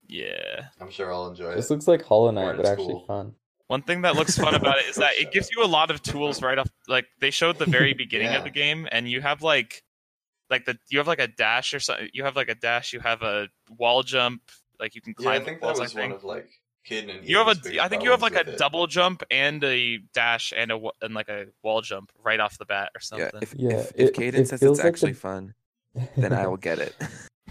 Speaker 4: Yeah.
Speaker 1: I'm sure I'll enjoy
Speaker 2: This
Speaker 1: it.
Speaker 2: looks like Hollow
Speaker 1: Or
Speaker 2: Knight, but
Speaker 1: it's
Speaker 2: actually
Speaker 1: cool.
Speaker 2: fun.
Speaker 4: One thing that looks fun about it is that it gives you a lot of tools right off. Like they showed the very beginning of
Speaker 1: Yeah.
Speaker 4: the game, and you have like, like the you have like a dash or something. You have like a dash. You have a wall jump. Like you can
Speaker 1: Yeah,
Speaker 4: climb
Speaker 1: I think
Speaker 4: the walls.
Speaker 1: that was
Speaker 4: I think
Speaker 1: one of like Kid and
Speaker 4: you have
Speaker 1: Ian's
Speaker 4: a.
Speaker 1: big
Speaker 4: I think you have like
Speaker 1: problems
Speaker 4: a
Speaker 1: with it.
Speaker 4: double jump and a dash and a wa- and like a wall jump right off the bat or something.
Speaker 3: yeah, if,
Speaker 2: Yeah,
Speaker 3: if,
Speaker 2: it-
Speaker 3: if Caden
Speaker 2: it
Speaker 3: says
Speaker 2: feels
Speaker 3: it's
Speaker 2: like the-
Speaker 3: actually fun, then I will get it.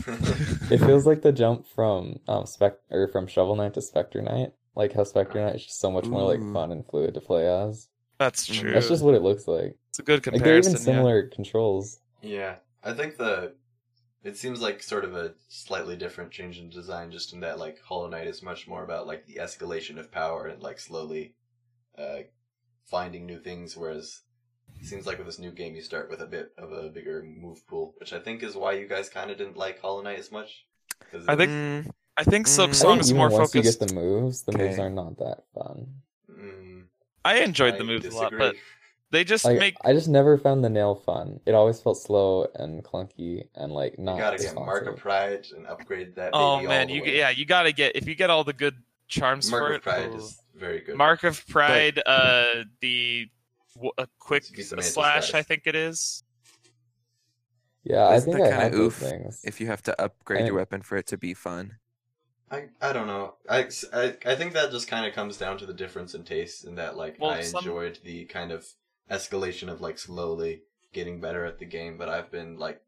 Speaker 2: It feels like the jump from um spec or from Shovel Knight to Spectre Knight. Like how Spectre Knight is just so much more like
Speaker 3: Ooh.
Speaker 2: fun and fluid to play as.
Speaker 4: That's
Speaker 3: That's
Speaker 4: true.
Speaker 2: Mm, That's just what it looks like.
Speaker 4: it's a good
Speaker 2: Like they're
Speaker 4: comparison.
Speaker 2: even
Speaker 4: yeah.
Speaker 2: similar controls.
Speaker 1: yeah, I think the. It seems like sort of a slightly different change in design, just in that like Hollow Knight is much more about like the escalation of power and like slowly, uh, finding new things. Whereas, it seems like with this new game, you start with a bit of a bigger move pool, which I think is why you guys kind of didn't like Hollow Knight as much. 'Cause
Speaker 4: I
Speaker 1: it-
Speaker 4: think-
Speaker 3: Mm,
Speaker 4: I think Silk
Speaker 3: Mm.
Speaker 2: I think
Speaker 4: Song's
Speaker 2: even
Speaker 4: more
Speaker 2: once you
Speaker 4: focused.
Speaker 2: get the moves, the moves
Speaker 3: Okay.
Speaker 2: are not that fun.
Speaker 1: Mm,
Speaker 4: I enjoyed
Speaker 1: I
Speaker 4: the moves a lot,
Speaker 1: disagree.
Speaker 4: but they just
Speaker 2: Like
Speaker 4: make
Speaker 2: I just never found the nail fun. It always felt slow and clunky and like not
Speaker 1: you gotta get Mark
Speaker 2: responsive.
Speaker 1: of Pride and upgrade that.
Speaker 4: oh
Speaker 1: baby all
Speaker 4: man,
Speaker 1: the
Speaker 4: you
Speaker 1: way.
Speaker 4: yeah, you gotta get if you get all the good charms
Speaker 1: Mark
Speaker 4: for
Speaker 1: of
Speaker 4: it.
Speaker 1: Pride
Speaker 4: ooh.
Speaker 1: is very good.
Speaker 4: Oh. Mark of Pride, uh, the w- a quick
Speaker 1: It's a piece of
Speaker 4: slash,
Speaker 1: mantis
Speaker 4: I
Speaker 1: dice.
Speaker 4: think it is.
Speaker 2: Yeah, I
Speaker 3: Isn't
Speaker 2: think I
Speaker 3: that kinda
Speaker 2: have those
Speaker 3: oof
Speaker 2: things.
Speaker 3: if you have to upgrade your
Speaker 2: And-
Speaker 3: weapon for it to be fun.
Speaker 1: I, I don't know. I, I, I think that just kind of comes down to the difference in taste in that like
Speaker 4: Well,
Speaker 1: I
Speaker 4: some-
Speaker 1: enjoyed the kind of escalation of like slowly getting better at the game, but I've been like,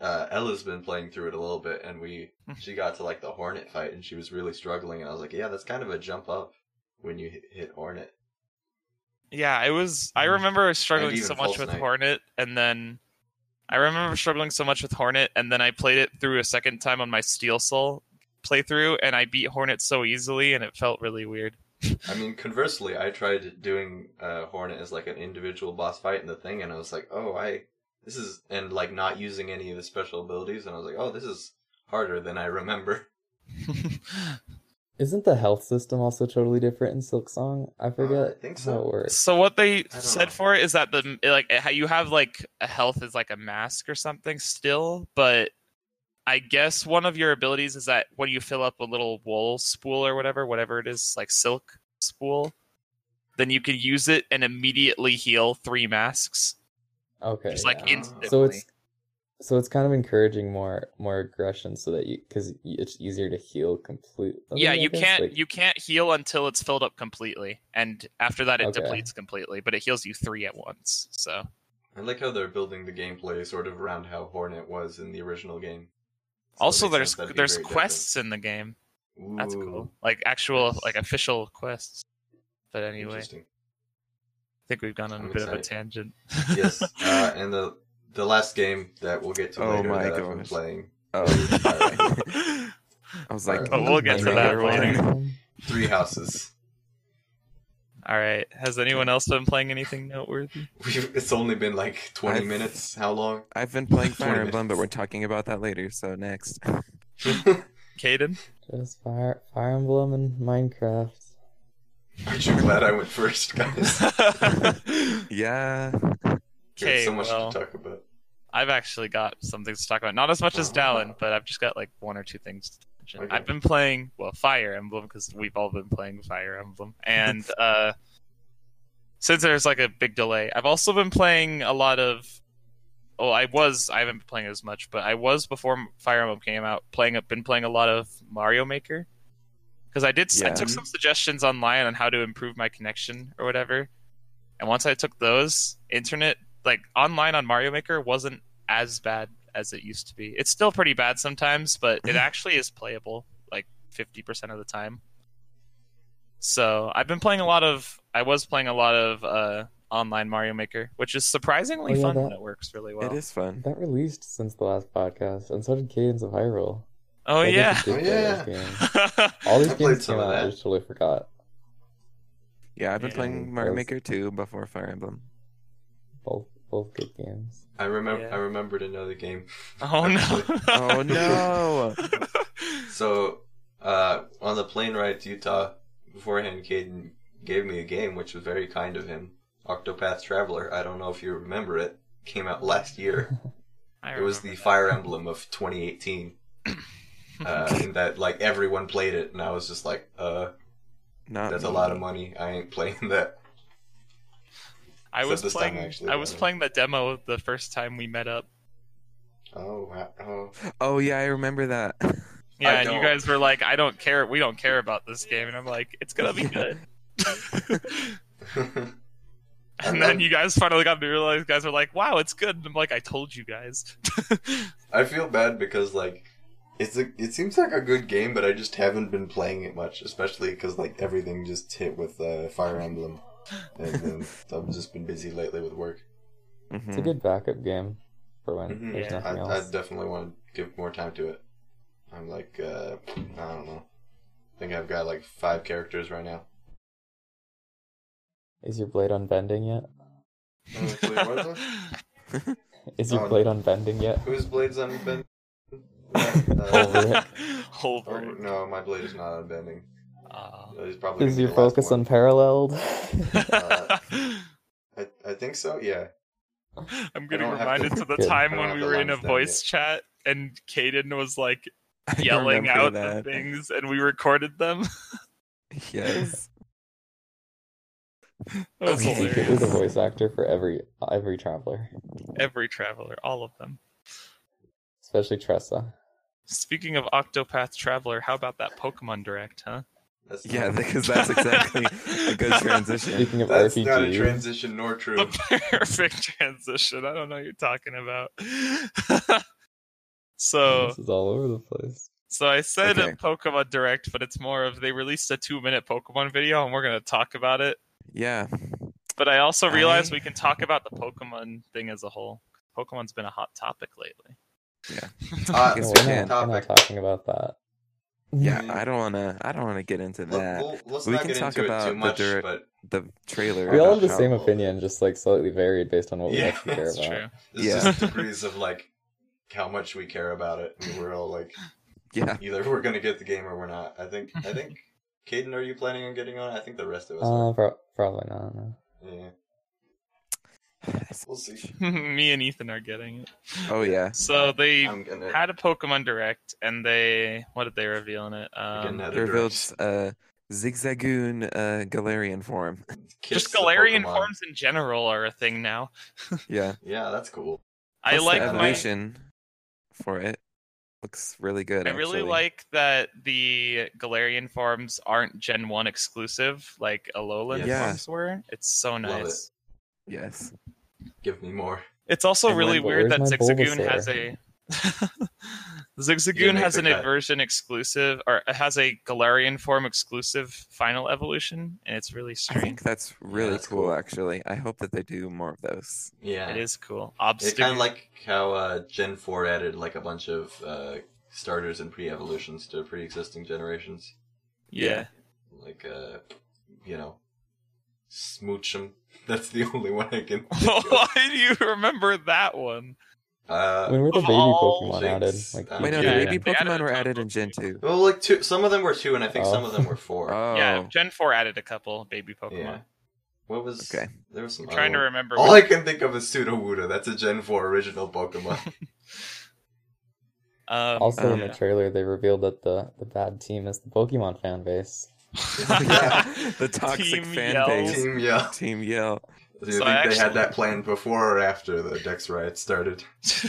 Speaker 1: uh, Ella's been playing through it a little bit, and we
Speaker 4: Hmm.
Speaker 1: she got to like the Hornet fight, and she was really struggling, and I was like, yeah, that's kind of a jump up when you hit, hit Hornet.
Speaker 4: Yeah, it was. I remember struggling
Speaker 1: Mm. even
Speaker 4: so much
Speaker 1: Pulse
Speaker 4: with
Speaker 1: Knight.
Speaker 4: Hornet, and then I remember struggling so much with Hornet, and then I played it through a second time on my Steel Soul playthrough, and I beat Hornet so easily, and it felt really weird.
Speaker 1: I mean, conversely, I tried doing uh, Hornet as like an individual boss fight in the thing, and I was like, oh, I this is and like not using any of the special abilities, and I was like, oh, this is harder than I remember.
Speaker 2: Isn't the health system also totally different in Silk Song? I forget
Speaker 1: think
Speaker 2: how
Speaker 1: so.
Speaker 2: it works.
Speaker 4: so what they
Speaker 1: don't
Speaker 4: said
Speaker 1: know.
Speaker 4: for it is that the like it- how you have like a health is like a mask or something still, but I guess one of your abilities is that when you fill up a little wool spool or whatever, whatever it is, like silk spool, then you can use it and immediately heal three masks.
Speaker 2: Okay.
Speaker 4: Just like
Speaker 1: yeah.
Speaker 4: instantly.
Speaker 2: so it's so it's kind of encouraging more more aggression so that you because it's easier to heal completely.
Speaker 4: yeah,
Speaker 2: I
Speaker 4: you
Speaker 2: guess,
Speaker 4: can't
Speaker 2: like-
Speaker 4: you can't heal until it's filled up completely, and after that it
Speaker 2: Okay.
Speaker 4: depletes completely. But it heals you three at once. So
Speaker 1: I like how they're building the gameplay sort of around how Hornet was in the original game. So it
Speaker 4: also
Speaker 1: makes
Speaker 4: there's
Speaker 1: sense that'd be
Speaker 4: there's
Speaker 1: very
Speaker 4: quests in the game.
Speaker 1: different.
Speaker 4: That's
Speaker 1: Ooh,
Speaker 4: cool. Like actual
Speaker 1: Nice.
Speaker 4: like official quests. But anyway, I
Speaker 1: Interesting.
Speaker 4: think we've gone on a
Speaker 1: I'm
Speaker 4: bit of a
Speaker 1: excited.
Speaker 4: tangent.
Speaker 1: yes, uh, and the the last game that we'll get to
Speaker 3: Oh
Speaker 1: later
Speaker 3: my
Speaker 1: that I've been
Speaker 3: gosh.
Speaker 1: playing uh,
Speaker 3: Oh, alright. I was like,
Speaker 1: Alright. Oh,
Speaker 4: we'll get
Speaker 2: to
Speaker 3: wait,
Speaker 2: that
Speaker 3: where was
Speaker 4: later.
Speaker 3: I?
Speaker 1: Three Houses.
Speaker 4: All right. Has anyone else been playing anything noteworthy?
Speaker 1: We've, it's only been like 20
Speaker 3: I've-
Speaker 1: minutes. How long?
Speaker 3: I've been
Speaker 1: 20
Speaker 3: playing Fire Emblem, but
Speaker 1: minutes.
Speaker 3: we're talking about that later. So next,
Speaker 1: Aren't
Speaker 4: Caden?
Speaker 2: Just Fire Fire Emblem and Minecraft.
Speaker 1: you glad I went first, guys?
Speaker 3: yeah,
Speaker 1: We have
Speaker 4: Okay,
Speaker 1: so much
Speaker 4: well.
Speaker 1: to talk about.
Speaker 4: I've actually got some things to talk about. Not as much as Dallin, but I've just got like one or two things to mention.
Speaker 1: Okay.
Speaker 4: I've been playing well Fire Emblem because we've all been playing Fire Emblem, and uh, since there's like a big delay, I've also been playing a lot of. Oh, I was I haven't been playing as much, but I was before Fire Emblem came out playing. I've been playing a lot of Mario Maker because I did. s I I
Speaker 3: Yeah.
Speaker 4: took some suggestions online on how to improve my connection or whatever, and once I took those, internet like online on Mario Maker wasn't as bad as it used to be. It's still pretty bad sometimes, but it actually is playable like 50% of the time. So, I've been playing a lot of I was playing a lot of uh online Mario Maker, which is surprisingly
Speaker 2: Oh, yeah,
Speaker 4: fun
Speaker 2: that-
Speaker 4: and it works really well.
Speaker 3: it is fun.
Speaker 2: That released since the last podcast, and so did Cadence of Hyrule.
Speaker 4: Oh
Speaker 2: I guess
Speaker 4: yeah.
Speaker 2: it did
Speaker 1: Oh,
Speaker 2: play those games. All
Speaker 1: I
Speaker 2: these
Speaker 1: played
Speaker 2: games
Speaker 1: some
Speaker 2: came
Speaker 1: of
Speaker 2: out. I
Speaker 1: that.
Speaker 2: just totally forgot.
Speaker 3: Yeah, I've been
Speaker 4: Yeah.
Speaker 3: playing Mario
Speaker 2: Those-
Speaker 3: Maker 2 before Fire Emblem.
Speaker 2: Both both good games.
Speaker 1: I remember.
Speaker 4: Yeah.
Speaker 1: I remembered another game.
Speaker 4: oh no.
Speaker 3: Oh no!
Speaker 1: So, uh, on the plane ride to Utah, beforehand, Caden gave me a game, which was very kind of him. Octopath Traveler. I don't know if you remember it. Came out last year.
Speaker 4: I
Speaker 1: It was the
Speaker 4: remember that.
Speaker 1: Fire Emblem of 2018. Uh, and that like everyone played it, and I was just like, "Uh,
Speaker 3: Not
Speaker 1: that's a
Speaker 3: me.
Speaker 1: lot of money. I ain't playing that."
Speaker 4: I
Speaker 1: So
Speaker 4: was
Speaker 1: this time
Speaker 4: playing
Speaker 1: actually
Speaker 4: I was
Speaker 1: won.
Speaker 4: playing the demo the first time we met up.
Speaker 1: Oh, wow. oh,
Speaker 3: Oh yeah, I remember that.
Speaker 4: Yeah,
Speaker 1: I
Speaker 4: and you
Speaker 1: don't.
Speaker 4: guys were like, "I don't care. We don't care about this game," and I'm like, "It's gonna be good."
Speaker 1: Oh.
Speaker 4: and then you guys finally got me to realize, you guys were like, "Wow, it's good." And I'm like, "I told you guys."
Speaker 1: I feel bad because like it's a, it seems like a good game, but I just haven't been playing it much, especially because like everything just hit with uh, Fire Emblem, and then I've just been busy lately with work.
Speaker 2: It's a
Speaker 4: Hmm.
Speaker 3: Mhm.
Speaker 2: good backup game for when
Speaker 1: Mhm.
Speaker 2: there's
Speaker 4: Yeah.
Speaker 1: I,
Speaker 2: nothing
Speaker 1: I
Speaker 2: else.
Speaker 1: definitely want to give more time to it. I'm like uh, I don't know. I think I've got like five characters right now.
Speaker 2: Is your blade unbending yet?
Speaker 4: I
Speaker 2: Is your
Speaker 1: Oh, no.
Speaker 2: blade unbending yet?
Speaker 1: Whose blade's unbending?
Speaker 2: Over
Speaker 1: Uh,
Speaker 2: it.
Speaker 1: oh,
Speaker 4: Holbrook.
Speaker 1: no, my blade is not unbending. Uh,
Speaker 4: Aw.
Speaker 1: He's probably
Speaker 2: Is
Speaker 1: gonna be
Speaker 2: your
Speaker 1: the last
Speaker 2: focus
Speaker 1: one.
Speaker 2: unparalleled?
Speaker 1: Uh, I, I think so. Yeah.
Speaker 4: I'm getting
Speaker 1: don't have
Speaker 4: reminded
Speaker 1: to-
Speaker 4: to the
Speaker 2: Good.
Speaker 4: time
Speaker 1: I don't
Speaker 4: when
Speaker 1: have
Speaker 4: we
Speaker 1: the
Speaker 4: were in a
Speaker 1: lines down
Speaker 4: voice chat and Caden was like
Speaker 3: I
Speaker 4: yelling
Speaker 3: remember
Speaker 4: out the things, and we recorded them.
Speaker 3: Yes.
Speaker 4: That was
Speaker 3: Okay.
Speaker 4: hilarious.
Speaker 2: Secretly the voice actor for every every traveler,
Speaker 4: Every traveler, all of them.
Speaker 2: especially Tressa.
Speaker 4: Speaking of Octopath Traveler, how about that Pokemon Direct, huh?
Speaker 1: That's
Speaker 3: Yeah,
Speaker 1: not-
Speaker 3: because that's exactly a good transition.
Speaker 2: Speaking of
Speaker 1: that's
Speaker 2: RPG,
Speaker 1: not a transition nor true.
Speaker 4: The perfect transition. I don't know what you're talking about. so,
Speaker 3: Oh.
Speaker 2: this is all over the place.
Speaker 4: so I said
Speaker 3: Mm-hmm. Okay.
Speaker 4: a Pokemon Direct, but it's more of they released a two-minute Pokemon video, and we're gonna talk about it.
Speaker 3: Yeah.
Speaker 4: But I also realized
Speaker 3: I-
Speaker 4: we can talk about the Pokemon thing as a whole. Pokemon's been a hot topic lately.
Speaker 1: Uh,
Speaker 3: Yes,
Speaker 2: No,
Speaker 3: we
Speaker 2: we're,
Speaker 3: can.
Speaker 2: not, we're not
Speaker 1: Topic.
Speaker 2: talking about that.
Speaker 3: Yeah,
Speaker 1: Mhm.
Speaker 3: I don't wanna I don't wanna get into that.
Speaker 1: Let, us
Speaker 3: We
Speaker 1: not
Speaker 3: can
Speaker 1: get
Speaker 3: talk
Speaker 1: into it
Speaker 3: about
Speaker 1: too
Speaker 3: the
Speaker 1: much,
Speaker 3: dir-
Speaker 1: but
Speaker 3: The trailer.
Speaker 2: We all have the
Speaker 1: Yeah.
Speaker 3: about
Speaker 2: same opinion, just like slightly varied based on what we
Speaker 1: Yeah,
Speaker 2: actually care
Speaker 4: That's
Speaker 2: about.
Speaker 4: true.
Speaker 1: it's
Speaker 3: Yeah.
Speaker 1: just degrees of like how much we care about it. And we're all like,
Speaker 3: how- Yeah.
Speaker 1: either we're gonna get the game or we're not. I think. I think. Caden, are you planning on getting on? it? I think the rest of us.
Speaker 2: Uh,
Speaker 1: are.
Speaker 2: pro- probably not. No.
Speaker 1: Yeah. We'll see.
Speaker 4: Me and Ethan are getting it.
Speaker 3: Oh yeah.
Speaker 4: So they
Speaker 1: I'm gonna.
Speaker 4: had a Pokemon Direct, and they what did they reveal in it?
Speaker 1: Again,
Speaker 4: Um,
Speaker 1: that-
Speaker 3: It reveals uh Zigzagoon uh Galarian form.
Speaker 1: kiss
Speaker 4: just
Speaker 1: the
Speaker 4: Galarian
Speaker 1: Pokemon.
Speaker 4: forms in general are a thing now.
Speaker 3: Yeah.
Speaker 1: Yeah, that's cool.
Speaker 4: I
Speaker 3: Plus the
Speaker 4: like my
Speaker 3: evolution for it. Looks really good.
Speaker 4: I really
Speaker 3: actually.
Speaker 4: like that the Galarian forms aren't Gen 1 exclusive like Alolan
Speaker 1: Yes.
Speaker 4: forms were. It's so
Speaker 1: Love it.
Speaker 4: nice.
Speaker 3: Yes.
Speaker 1: Give me more.
Speaker 4: It's also
Speaker 3: And
Speaker 4: really
Speaker 2: when-
Speaker 4: weird that
Speaker 2: where's my
Speaker 4: Zigzagoon
Speaker 2: Bulbasaur?
Speaker 4: has a
Speaker 1: You
Speaker 4: Zigzagoon
Speaker 1: make
Speaker 4: has
Speaker 1: the
Speaker 4: an
Speaker 1: cut.
Speaker 4: aversion exclusive or it has a Galarian form exclusive final evolution and it's really
Speaker 3: I
Speaker 4: strange.
Speaker 3: think that's really
Speaker 1: that's
Speaker 3: cool,
Speaker 1: cool.
Speaker 3: actually. I hope that they do more of those.
Speaker 1: Yeah.
Speaker 4: It is cool.
Speaker 1: It's
Speaker 4: Obstagoon.
Speaker 1: kind of like how uh, Gen 4 added like a bunch of uh, starters and pre-evolutions to pre-existing generations.
Speaker 4: yeah.
Speaker 1: Like, uh, you know, Smoochum. That's the only one I can think
Speaker 4: Why
Speaker 1: of.
Speaker 4: do you remember that one?
Speaker 1: Uh,
Speaker 2: when were the
Speaker 4: of
Speaker 2: baby
Speaker 4: all
Speaker 2: Pokemon added?
Speaker 1: things,
Speaker 2: Like
Speaker 1: uh,
Speaker 3: Wait, no,
Speaker 4: Yeah,
Speaker 3: the
Speaker 4: yeah.
Speaker 3: baby
Speaker 4: They added
Speaker 3: Pokemon
Speaker 4: a
Speaker 3: were
Speaker 4: ton
Speaker 3: added
Speaker 4: of
Speaker 3: in Gen 2.
Speaker 1: well, like two. Some of them were two, and I think some
Speaker 2: Oh.
Speaker 1: of them were four.
Speaker 3: Oh.
Speaker 4: Yeah, Gen 4 added a couple baby Pokemon.
Speaker 1: yeah. What was?
Speaker 3: Okay.
Speaker 1: There was some.
Speaker 4: I'm trying to
Speaker 1: other-
Speaker 4: remember
Speaker 1: All
Speaker 4: which-
Speaker 1: I can think of is Sudowoodo. That's a Gen 4 original Pokemon.
Speaker 4: um,
Speaker 2: also in
Speaker 3: yeah.
Speaker 2: the trailer, they revealed that the the bad team is the Pokemon fan base.
Speaker 3: Yeah, the toxic
Speaker 4: Team
Speaker 3: fan
Speaker 4: Yell.
Speaker 3: base.
Speaker 1: Team Yell.
Speaker 3: Team Yell.
Speaker 1: Do you
Speaker 4: So
Speaker 1: think
Speaker 4: I
Speaker 1: they had
Speaker 4: actually-
Speaker 1: that planned before or after the Dex riot started?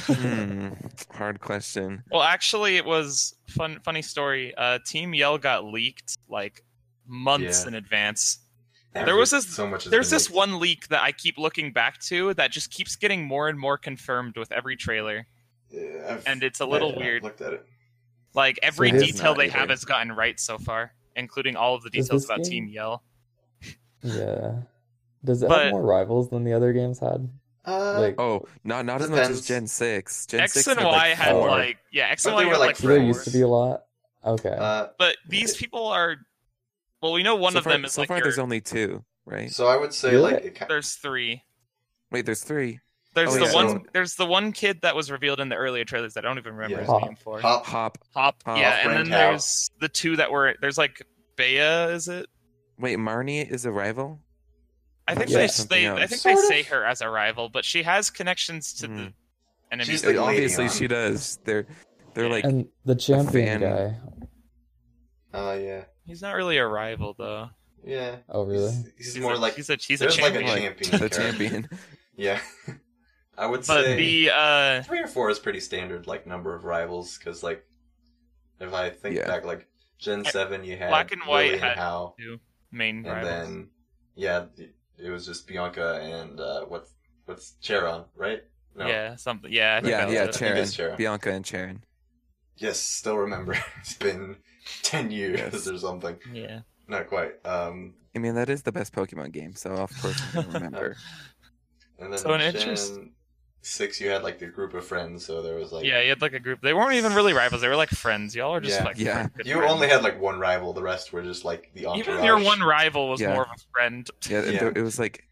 Speaker 3: Hmm. Hard question.
Speaker 4: Well, actually, it was fun. Funny story. Uh, Team Yell got leaked like months
Speaker 1: Yeah.
Speaker 4: in advance. There was this-
Speaker 1: So much has
Speaker 4: There's
Speaker 1: been
Speaker 4: this
Speaker 1: leaked.
Speaker 4: one leak that I keep looking back to that just keeps getting more and more confirmed with every trailer,
Speaker 1: Yeah, I've-
Speaker 4: and it's a little
Speaker 1: I've
Speaker 4: weird.
Speaker 1: Looked at it.
Speaker 4: Like every
Speaker 3: it is
Speaker 4: detail
Speaker 3: not
Speaker 4: they
Speaker 3: either.
Speaker 4: have has gotten right so far, including all of the
Speaker 2: Is
Speaker 4: details
Speaker 2: this
Speaker 4: about
Speaker 2: game-
Speaker 4: Team Yell.
Speaker 2: Yeah. Does it
Speaker 4: But-
Speaker 2: have more rivals than the other games had?
Speaker 1: Uh,
Speaker 2: Like,
Speaker 3: Oh, not not as much as
Speaker 1: Depends.
Speaker 3: Gen 6. Gen
Speaker 4: X
Speaker 3: 6
Speaker 4: and
Speaker 3: had,
Speaker 4: Y
Speaker 3: like,
Speaker 4: had
Speaker 2: four.
Speaker 4: like yeah, X and
Speaker 1: But
Speaker 4: Y
Speaker 1: they were,
Speaker 4: had
Speaker 1: like,
Speaker 4: like
Speaker 2: do there
Speaker 1: four.
Speaker 2: used to be a lot? Okay.
Speaker 1: uh,
Speaker 4: But these people are. Well, we know one
Speaker 3: so
Speaker 4: of
Speaker 3: far,
Speaker 4: them is
Speaker 3: so
Speaker 4: like
Speaker 3: far
Speaker 4: your,
Speaker 3: there's only two, right?
Speaker 1: so I would say
Speaker 2: Really?
Speaker 1: like it ki-
Speaker 4: there's three.
Speaker 3: Wait, there's three.
Speaker 4: There's
Speaker 1: Oh,
Speaker 4: the
Speaker 1: yeah.
Speaker 4: one.
Speaker 1: So-
Speaker 4: There's the one kid that was revealed in the earlier trailers that I don't even remember
Speaker 1: Yeah.
Speaker 4: his
Speaker 2: Hop.
Speaker 4: name for.
Speaker 1: Hop,
Speaker 3: Hop.
Speaker 4: Hop,
Speaker 1: Oh,
Speaker 3: Hop.
Speaker 4: yeah, and then
Speaker 1: Ren Tao.
Speaker 4: there's the two that were. There's like Bea, is it?
Speaker 3: Wait, Marnie is a rival?
Speaker 4: I think
Speaker 2: Yeah.
Speaker 4: they
Speaker 3: Something
Speaker 4: they. I
Speaker 3: else.
Speaker 4: think they
Speaker 1: Sort of.
Speaker 4: say her as a rival, but she has connections to
Speaker 3: Mhm.
Speaker 4: the enemy.
Speaker 1: She's
Speaker 4: group.
Speaker 1: the lady
Speaker 3: Obviously
Speaker 1: on.
Speaker 3: she does. They're they're
Speaker 4: Yeah.
Speaker 3: like
Speaker 2: and the champion
Speaker 3: fan-
Speaker 2: guy.
Speaker 1: Oh yeah,
Speaker 4: He's not really a rival though.
Speaker 1: yeah.
Speaker 2: Oh,
Speaker 1: He's-
Speaker 2: really?
Speaker 1: He's, more
Speaker 4: a,
Speaker 1: like
Speaker 4: he's a he's a
Speaker 1: there's like a
Speaker 4: champion.
Speaker 1: champ- champion
Speaker 3: like the
Speaker 1: character.
Speaker 3: champion.
Speaker 1: yeah. I would
Speaker 4: but
Speaker 1: say
Speaker 4: the uh,
Speaker 1: three or four is pretty standard like number of rivals because like if I think
Speaker 3: Yeah.
Speaker 1: back like Gen Seven you had
Speaker 4: Black and White
Speaker 1: Lily
Speaker 4: had-
Speaker 1: and How
Speaker 4: main
Speaker 1: and
Speaker 4: rival.
Speaker 1: then yeah it- it was just Bianca and uh, what's what's Charon right?
Speaker 4: Yeah, something. Yeah, I think
Speaker 3: yeah,
Speaker 4: that was
Speaker 3: yeah,
Speaker 4: it.
Speaker 1: Charon.
Speaker 3: Charon.
Speaker 1: it's Charon.
Speaker 3: Bianca and Charon.
Speaker 1: Yes, still remember. It's been ten years
Speaker 3: Yes.
Speaker 1: or something.
Speaker 4: Yeah.
Speaker 1: Not quite. Um,
Speaker 3: I mean, that is the best Pokemon game, so of course I remember.
Speaker 1: and then
Speaker 4: So an
Speaker 1: Gen
Speaker 4: interest-
Speaker 1: six, you had like the group of friends, so there was like
Speaker 4: yeah, you had like a group. They weren't even really rivals. They were like friends. Y'all are just
Speaker 1: Yeah.
Speaker 4: like
Speaker 3: Yeah.
Speaker 4: friend- good
Speaker 1: You
Speaker 4: friends.
Speaker 1: only had like one rival. The rest were just like the entourage.
Speaker 4: even your one rival was
Speaker 3: Yeah.
Speaker 4: more of a friend.
Speaker 3: Yeah,
Speaker 1: Yeah.
Speaker 3: there- it was like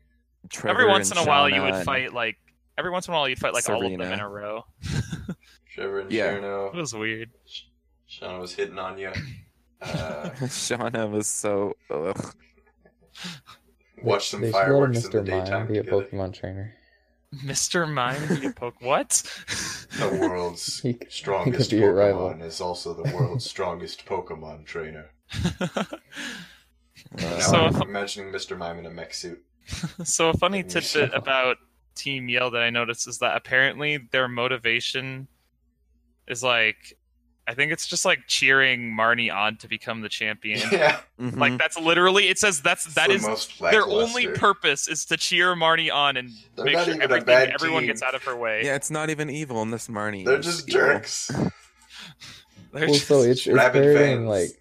Speaker 3: Trevor
Speaker 4: every once in
Speaker 3: and
Speaker 4: a while you
Speaker 3: Shauna
Speaker 4: would
Speaker 3: and-
Speaker 4: fight like every once in a while you'd fight like all of them
Speaker 3: Serena.
Speaker 4: in a row.
Speaker 1: Trevor and
Speaker 3: Yeah.
Speaker 4: It
Speaker 1: Cherno.
Speaker 4: was weird.
Speaker 1: Shauna was hitting on you. Uh,
Speaker 3: Shauna was so ugh.
Speaker 1: watch some
Speaker 2: they should let a
Speaker 1: fireworks in the
Speaker 2: Mr. Mime
Speaker 1: daytime
Speaker 2: be a
Speaker 1: together.
Speaker 2: Pokemon trainer.
Speaker 4: Mr. Mime you poke what?
Speaker 1: The world's
Speaker 2: He, he could
Speaker 1: strongest
Speaker 2: be your rival.
Speaker 1: Pokemon is also the world's strongest Pokemon trainer.
Speaker 3: Uh,
Speaker 1: Now
Speaker 4: So-
Speaker 1: I'm imagining Mr. Mime in a mech suit.
Speaker 4: so a funny
Speaker 1: Give me a
Speaker 4: tidbit
Speaker 1: shot.
Speaker 4: about Team Yell that I noticed is that apparently their motivation is like I think it's just like cheering Marnie on to become the champion.
Speaker 1: Yeah.
Speaker 3: Mm-hmm.
Speaker 4: Like that's literally it says that's
Speaker 1: It's
Speaker 4: that
Speaker 1: the
Speaker 4: is
Speaker 1: most
Speaker 4: their only
Speaker 1: lackluster.
Speaker 4: purpose is to cheer Marnie on and
Speaker 1: They're
Speaker 4: make
Speaker 1: not
Speaker 4: sure
Speaker 1: even a
Speaker 4: everything,
Speaker 1: bad
Speaker 4: everyone
Speaker 1: team.
Speaker 4: gets out of her way.
Speaker 3: Yeah, it's not even evil unless Marnie.
Speaker 1: They're
Speaker 3: is
Speaker 1: just
Speaker 3: evil.
Speaker 1: jerks.
Speaker 4: They're
Speaker 2: Well, so
Speaker 4: just-
Speaker 2: it's it's
Speaker 1: rabid
Speaker 2: varying
Speaker 1: fans.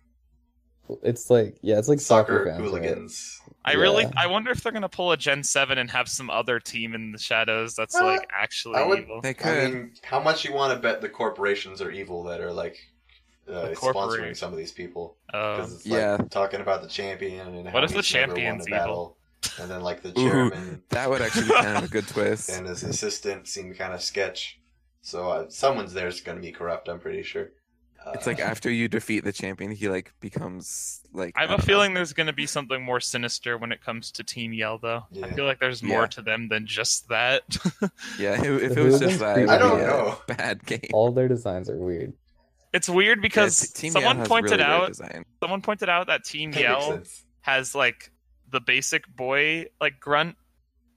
Speaker 2: like it's like yeah, it's like soccer,
Speaker 1: Soccer
Speaker 2: fans. right?
Speaker 1: hooligans.
Speaker 4: I really
Speaker 2: yeah.
Speaker 4: I wonder if they're gonna pull a Gen Seven and have some other team in the shadows that's
Speaker 1: Uh,
Speaker 4: like actually
Speaker 1: I would-
Speaker 4: evil.
Speaker 3: They could.
Speaker 1: I mean, how much you want to bet the corporations are evil that are like uh,
Speaker 4: The
Speaker 1: sponsoring
Speaker 4: corporate-
Speaker 1: some of these people? Because
Speaker 4: Um,
Speaker 1: it's like
Speaker 3: yeah.
Speaker 1: talking about the champion and
Speaker 4: What
Speaker 1: how
Speaker 4: if the
Speaker 1: he's never won
Speaker 4: champion's
Speaker 1: a
Speaker 4: evil?
Speaker 1: battle, and then like the
Speaker 3: Ooh.
Speaker 1: chairman
Speaker 3: That would actually be kind of a good twist.
Speaker 1: and his assistant seem kind of sketch. So uh, someone's there's going to be corrupt. I'm pretty sure. Uh,
Speaker 3: It's like after you defeat the champion, he like becomes like.
Speaker 4: I
Speaker 3: uh,
Speaker 4: have
Speaker 3: I
Speaker 4: a
Speaker 3: don't know.
Speaker 4: feeling there's gonna be something more sinister when it comes to Team Yell though. I
Speaker 1: Yeah.
Speaker 4: feel like there's more
Speaker 3: Yeah.
Speaker 4: to them than just that.
Speaker 3: Yeah, if, if
Speaker 2: The
Speaker 3: it was
Speaker 2: hooligans
Speaker 3: just that, it
Speaker 2: beat
Speaker 3: would
Speaker 1: I don't
Speaker 3: be a
Speaker 1: know.
Speaker 3: Bad game.
Speaker 2: All their designs are weird.
Speaker 4: it's weird
Speaker 3: Yeah,
Speaker 4: because
Speaker 3: T- Team Yell
Speaker 4: someone
Speaker 3: has
Speaker 4: pointed
Speaker 3: really weird
Speaker 4: out
Speaker 3: Design.
Speaker 4: someone pointed out that Team
Speaker 1: That makes
Speaker 4: Yell
Speaker 1: sense.
Speaker 4: has like the basic boy like grunt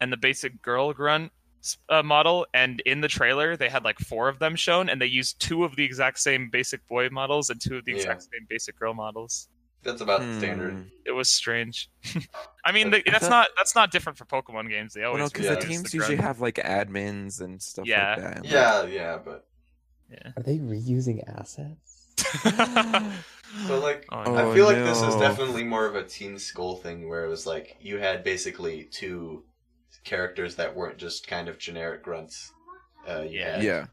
Speaker 4: and the basic girl grunt uh, model and in the trailer they had like four of them shown and they used two of the exact same basic boy models and two of the
Speaker 1: Yeah.
Speaker 4: exact same basic girl models
Speaker 1: That's about the
Speaker 3: Hmm.
Speaker 1: standard.
Speaker 4: it was strange i mean
Speaker 1: But
Speaker 4: the, that's
Speaker 3: thought-
Speaker 4: not that's not different for pokemon games they
Speaker 3: Well,
Speaker 4: always
Speaker 3: no, because
Speaker 1: Yeah.
Speaker 3: the
Speaker 4: reuse
Speaker 3: teams
Speaker 4: the
Speaker 3: usually
Speaker 4: grunt.
Speaker 3: have like admins and stuff
Speaker 4: Yeah.
Speaker 3: like that.
Speaker 1: Yeah, yeah, but
Speaker 2: Are they reusing assets?
Speaker 1: but like
Speaker 4: Oh,
Speaker 3: Oh,
Speaker 4: no.
Speaker 1: I feel like this is
Speaker 3: no.
Speaker 1: definitely more of a team skull thing where it was like you had basically two characters that weren't just kind of generic grunts. Uh, you
Speaker 4: Yeah.
Speaker 1: had
Speaker 3: Yeah.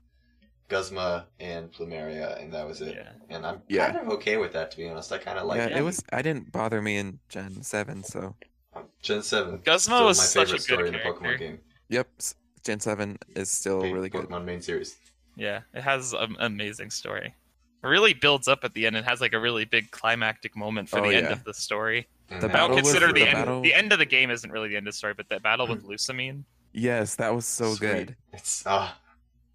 Speaker 1: Guzma and Plumeria, and that was it.
Speaker 4: Yeah.
Speaker 1: And I'm
Speaker 3: Yeah.
Speaker 1: kind of okay with that, to be honest. I kind of like
Speaker 3: yeah,
Speaker 1: it.
Speaker 3: it was. I didn't bother me in Gen Seven, so
Speaker 1: Um, Gen Seven.
Speaker 4: guzma
Speaker 1: still
Speaker 4: was
Speaker 1: my
Speaker 4: such
Speaker 1: favorite
Speaker 4: a good
Speaker 1: story in
Speaker 4: character
Speaker 1: the Pokemon game.
Speaker 3: yep, s- Gen Seven is still
Speaker 1: Main-
Speaker 3: Oh, really good.
Speaker 1: Pokemon main series.
Speaker 4: yeah it has an amazing story it really builds up at the end it has like a really big climactic moment for
Speaker 3: Oh,
Speaker 4: the end
Speaker 3: yeah.
Speaker 4: of the story
Speaker 1: And
Speaker 3: The
Speaker 1: that
Speaker 4: I
Speaker 3: battle
Speaker 4: don't
Speaker 1: was
Speaker 4: consider
Speaker 1: for
Speaker 3: with-
Speaker 4: the,
Speaker 3: the
Speaker 4: end.
Speaker 3: battle-
Speaker 4: The end of the game isn't really the end of the story, but that battle with Lusamine.
Speaker 3: Yes, that was so
Speaker 1: Sweet.
Speaker 3: good.
Speaker 1: It's ah,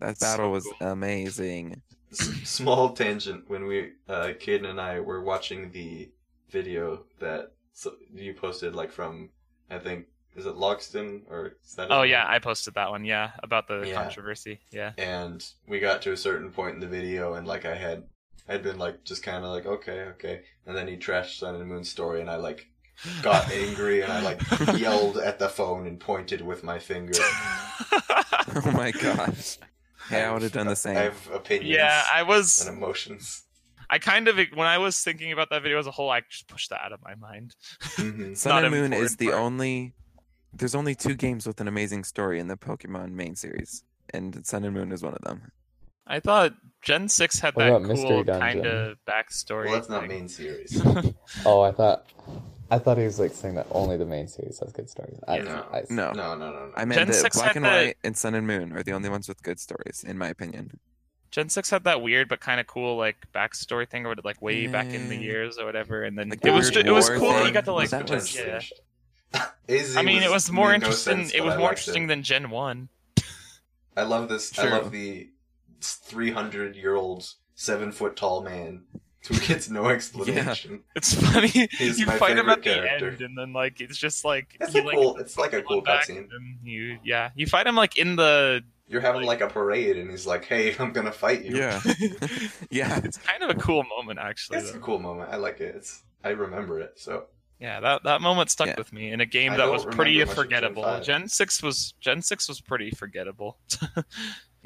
Speaker 3: That
Speaker 4: So
Speaker 3: battle was
Speaker 4: cool.
Speaker 3: amazing.
Speaker 1: S- small tangent when we uh Caden and I were watching the video that so, you posted like from I think is it Logston or is that his
Speaker 4: Oh
Speaker 1: name?
Speaker 4: yeah, I posted that one. Yeah, about the
Speaker 1: Yeah.
Speaker 4: controversy. Yeah,
Speaker 1: and we got to a certain point in the video and like I had I'd been like just kind of like okay okay and then he trashed Sun and Moon's story and I like got angry and I like yelled at the phone and pointed with my finger
Speaker 3: oh my gosh. Yeah, I would have done the same.
Speaker 1: I have opinions
Speaker 4: yeah. I was.
Speaker 1: and emotions
Speaker 4: I kind of when I was thinking about that video as a whole, I just pushed that out of my mind.
Speaker 1: Mhm.
Speaker 3: Sun
Speaker 4: not
Speaker 3: and Moon
Speaker 4: important
Speaker 3: is the
Speaker 4: part.
Speaker 3: only. There's only two games with an amazing story in the Pokemon main series, and Sun and Moon is one of them.
Speaker 4: I thought Gen Six had
Speaker 2: What
Speaker 4: that
Speaker 2: about Mystery
Speaker 4: cool
Speaker 2: Dungeon?
Speaker 4: kind of backstory.
Speaker 1: well that's not
Speaker 4: thing.
Speaker 1: main series
Speaker 2: Oh, I thought, I thought he was like saying that only the main series has good stories. I,
Speaker 1: No.
Speaker 2: I,
Speaker 3: No,
Speaker 1: no no no no
Speaker 3: I meant
Speaker 4: Gen
Speaker 3: that
Speaker 4: 6
Speaker 3: Black
Speaker 4: had
Speaker 3: and
Speaker 4: the-
Speaker 3: White and Sun and Moon are the only ones with good stories, in my opinion.
Speaker 4: Gen Six had that weird but kind of cool like backstory thing, or like way back in the
Speaker 3: Yeah.
Speaker 4: years or whatever. And then
Speaker 3: Like
Speaker 4: it
Speaker 3: the
Speaker 4: was
Speaker 3: weird
Speaker 4: ju- it was
Speaker 3: war
Speaker 4: cool that you
Speaker 3: thing.
Speaker 4: got to like.
Speaker 3: Was that
Speaker 1: pretend
Speaker 3: was-
Speaker 4: yeah.
Speaker 1: finished. AZ
Speaker 4: I mean, it was
Speaker 1: made
Speaker 4: more
Speaker 1: no
Speaker 4: interesting.
Speaker 1: sense,
Speaker 4: it
Speaker 1: but
Speaker 4: was
Speaker 1: I
Speaker 4: more
Speaker 1: liked
Speaker 4: interesting
Speaker 1: it.
Speaker 4: than Gen One.
Speaker 1: I love this.
Speaker 3: Sure.
Speaker 1: I love the 300 year old, seven foot tall man who gets no explanation.
Speaker 4: It's funny.
Speaker 1: He's
Speaker 4: you
Speaker 1: my
Speaker 4: fight him
Speaker 1: favorite
Speaker 4: at
Speaker 1: character.
Speaker 4: the end, and then like it's just like
Speaker 1: It's
Speaker 4: he,
Speaker 1: a cool. It's like a cool
Speaker 4: on back,
Speaker 1: cutscene.
Speaker 4: and then You yeah, you fight him like in the.
Speaker 1: You're having like a parade, and he's like, "Hey, I'm gonna fight you."
Speaker 3: Yeah, yeah.
Speaker 4: it's kind of a cool moment actually.
Speaker 1: it's a
Speaker 4: though.
Speaker 1: cool moment. I like it. It's I remember it. So
Speaker 4: Yeah, that that moment stuck
Speaker 3: Yeah.
Speaker 4: with me in a game
Speaker 1: I
Speaker 4: that
Speaker 1: don't
Speaker 4: was
Speaker 1: remember
Speaker 4: pretty
Speaker 1: much of Gen
Speaker 4: forgettable.
Speaker 1: five.
Speaker 4: Gen six was Gen six was pretty forgettable.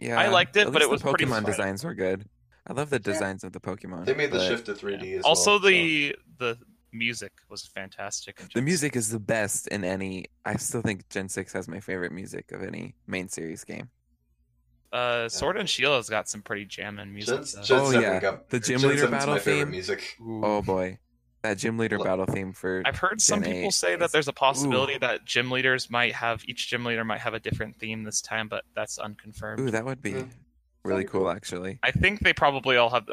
Speaker 3: Yeah,
Speaker 4: liked it,
Speaker 3: At
Speaker 4: but it
Speaker 3: least the
Speaker 4: was pretty
Speaker 3: Pokemon
Speaker 4: fun.
Speaker 3: designs were good. I love the designs of the Pokemon.
Speaker 1: they made the
Speaker 3: but
Speaker 1: shift to 3D as
Speaker 4: also,
Speaker 1: well, so-
Speaker 4: the the music was fantastic. in
Speaker 3: The
Speaker 4: Gen
Speaker 3: music is the best in any. I still think Gen Six has my favorite music of any main series game.
Speaker 4: six. uh, Sword and Shield has got some pretty jammin' music.
Speaker 1: Gen,
Speaker 4: though.
Speaker 1: Gen
Speaker 3: Oh,
Speaker 1: 7
Speaker 3: yeah.
Speaker 1: got-
Speaker 3: The gym
Speaker 1: Gen
Speaker 3: leader
Speaker 1: 7's
Speaker 3: battle
Speaker 1: my favorite
Speaker 3: theme.
Speaker 1: music.
Speaker 3: Oh boy, that gym leader
Speaker 1: Lo-
Speaker 3: battle theme for
Speaker 4: I've heard some
Speaker 3: Gen
Speaker 4: people
Speaker 3: eight
Speaker 4: say that
Speaker 3: is-
Speaker 4: there's a possibility
Speaker 3: Ooh.
Speaker 4: that gym leaders might have each gym leader might have a different theme this time, but that's unconfirmed.
Speaker 3: Ooh, that would be
Speaker 1: Yeah.
Speaker 3: really
Speaker 1: That'd be
Speaker 3: cool,
Speaker 1: cool.
Speaker 3: actually.
Speaker 4: I think they probably all have.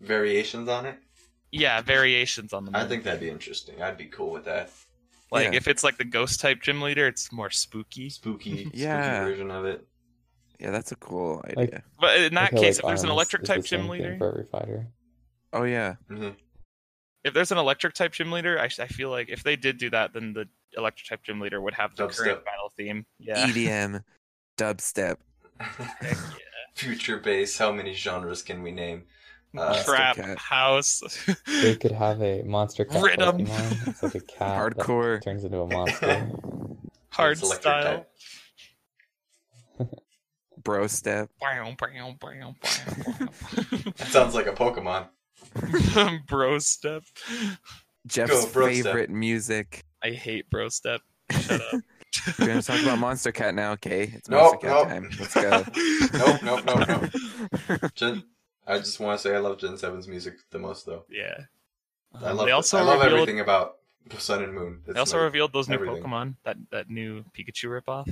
Speaker 1: Variations on it.
Speaker 4: Yeah, variations on them.
Speaker 1: I think that'd be interesting. I'd be cool with that.
Speaker 4: like
Speaker 3: yeah.
Speaker 4: if it's like the ghost type gym leader, it's more spooky.
Speaker 1: Spooky,
Speaker 3: Yeah.
Speaker 1: spooky version of it.
Speaker 3: Yeah, that's a cool idea.
Speaker 2: Like-
Speaker 4: But in
Speaker 2: I
Speaker 4: that
Speaker 2: feel
Speaker 4: case,
Speaker 2: like
Speaker 4: if there's an
Speaker 2: Arms
Speaker 4: electric
Speaker 2: is the
Speaker 4: type
Speaker 2: same
Speaker 4: gym
Speaker 2: thing
Speaker 4: leader,
Speaker 2: for every fighter.
Speaker 3: oh yeah,
Speaker 1: Mhm.
Speaker 4: if there's an electric type gym leader, I, I feel like if they did do that, then the electric type gym leader would have the
Speaker 1: Dubstep.
Speaker 4: current battle theme. Yeah.
Speaker 3: EDM, E dubstep.
Speaker 4: Heck yeah.
Speaker 1: future base, how many genres can we name? Uh,
Speaker 3: Monster
Speaker 4: Trap
Speaker 3: cat.
Speaker 4: house.
Speaker 2: They could have a monster cat
Speaker 4: Rhythm.
Speaker 2: Pokemon. It's like a cat that
Speaker 3: Hardcore.
Speaker 2: turns into a monster.
Speaker 4: Hard
Speaker 1: It's electric
Speaker 4: style.
Speaker 1: type.
Speaker 3: Bro step.
Speaker 4: Bow, bow, bow, bow,
Speaker 1: It sounds like a Pokemon.
Speaker 4: bow. bro step.
Speaker 3: Jeff's
Speaker 1: bro step.
Speaker 3: favorite music.
Speaker 4: I hate bro step. Shut up.
Speaker 3: We're gonna talk about Monster Cat now, okay? It's
Speaker 1: Nope,
Speaker 3: Monster
Speaker 1: nope.
Speaker 3: Cat time. Let's
Speaker 1: Nope,
Speaker 3: go.
Speaker 1: nope, nope, nope. Gen- I just want to say I love Gen 7's music the most, though.
Speaker 4: Yeah.
Speaker 1: I
Speaker 4: Um,
Speaker 1: love,
Speaker 4: they
Speaker 1: it.
Speaker 4: also
Speaker 1: I love
Speaker 4: revealed-
Speaker 1: everything about Sun and Moon. It's
Speaker 4: They also
Speaker 1: like-
Speaker 4: revealed those new
Speaker 1: everything.
Speaker 4: Pokemon, that that new Pikachu ripoff.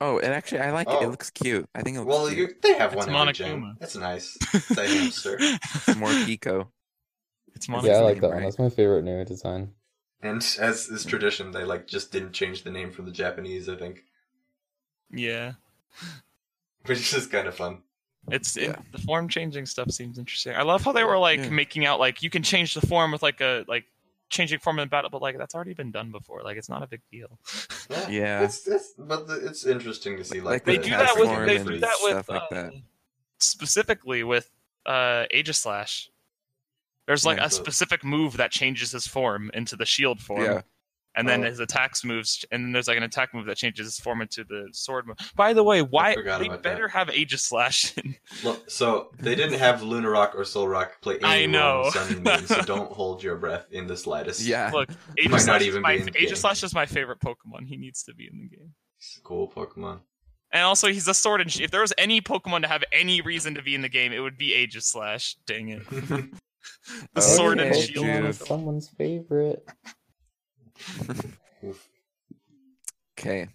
Speaker 3: Oh, and actually, I like it.
Speaker 1: Oh.
Speaker 3: It looks cute. I think it looks
Speaker 1: Well,
Speaker 3: cute.
Speaker 1: you, they have
Speaker 4: It's
Speaker 1: one every gen.
Speaker 4: Monokuma.
Speaker 1: That's nice. It's a hamster.
Speaker 3: It's more Pico.
Speaker 4: It's Monica.
Speaker 2: yeah, I
Speaker 3: Monster's
Speaker 2: like
Speaker 3: name,
Speaker 2: that one.
Speaker 3: right?
Speaker 2: That's my favorite new design.
Speaker 1: And as is tradition, they like just didn't change the name from the Japanese. I think,
Speaker 4: Yeah.
Speaker 1: which is kind of fun.
Speaker 4: It's
Speaker 3: Yeah.
Speaker 4: it, the form changing stuff seems interesting. I love how they were like
Speaker 3: Yeah.
Speaker 4: making out like you can change the form with like a like changing form in battle, but like that's already been done before. Like it's not a big deal.
Speaker 3: Yeah.
Speaker 1: It's, it's but the, it's interesting to see like,
Speaker 3: Like,
Speaker 4: They
Speaker 3: the
Speaker 4: do that with
Speaker 3: transform
Speaker 4: they
Speaker 3: and
Speaker 4: do that with
Speaker 3: stuff like
Speaker 4: uh,
Speaker 3: that.
Speaker 4: specifically with uh Aegislash. There's like
Speaker 1: Yeah,
Speaker 4: a
Speaker 1: but-
Speaker 4: specific move that changes his form into the shield form.
Speaker 3: Yeah.
Speaker 4: And then
Speaker 1: Oh.
Speaker 4: his attacks moves, and then there's like an attack move that changes his form into the sword move. By the way, why
Speaker 1: forgot
Speaker 4: they
Speaker 1: about that.
Speaker 4: better have Aegislash in
Speaker 1: Look, so they didn't have Lunar Rock or Soul Rock play any
Speaker 4: I
Speaker 1: role in
Speaker 4: know.
Speaker 1: Sun and Moon, so don't hold your breath in the slightest.
Speaker 3: Yeah.
Speaker 4: Look,
Speaker 1: not
Speaker 4: Aegislash, is
Speaker 1: even
Speaker 4: my,
Speaker 1: be in the game.
Speaker 4: Aegislash is my favorite Pokemon. He needs to be in the game.
Speaker 1: He's a cool Pokemon.
Speaker 4: And also, he's a sword and shield. If there was any Pokemon to have any reason to be in the game, it would be Aegislash. Dang it. The
Speaker 3: Okay,
Speaker 4: sword and
Speaker 2: Pokemon
Speaker 4: shield.
Speaker 2: is someone's favorite.
Speaker 1: Oof.
Speaker 3: Okay.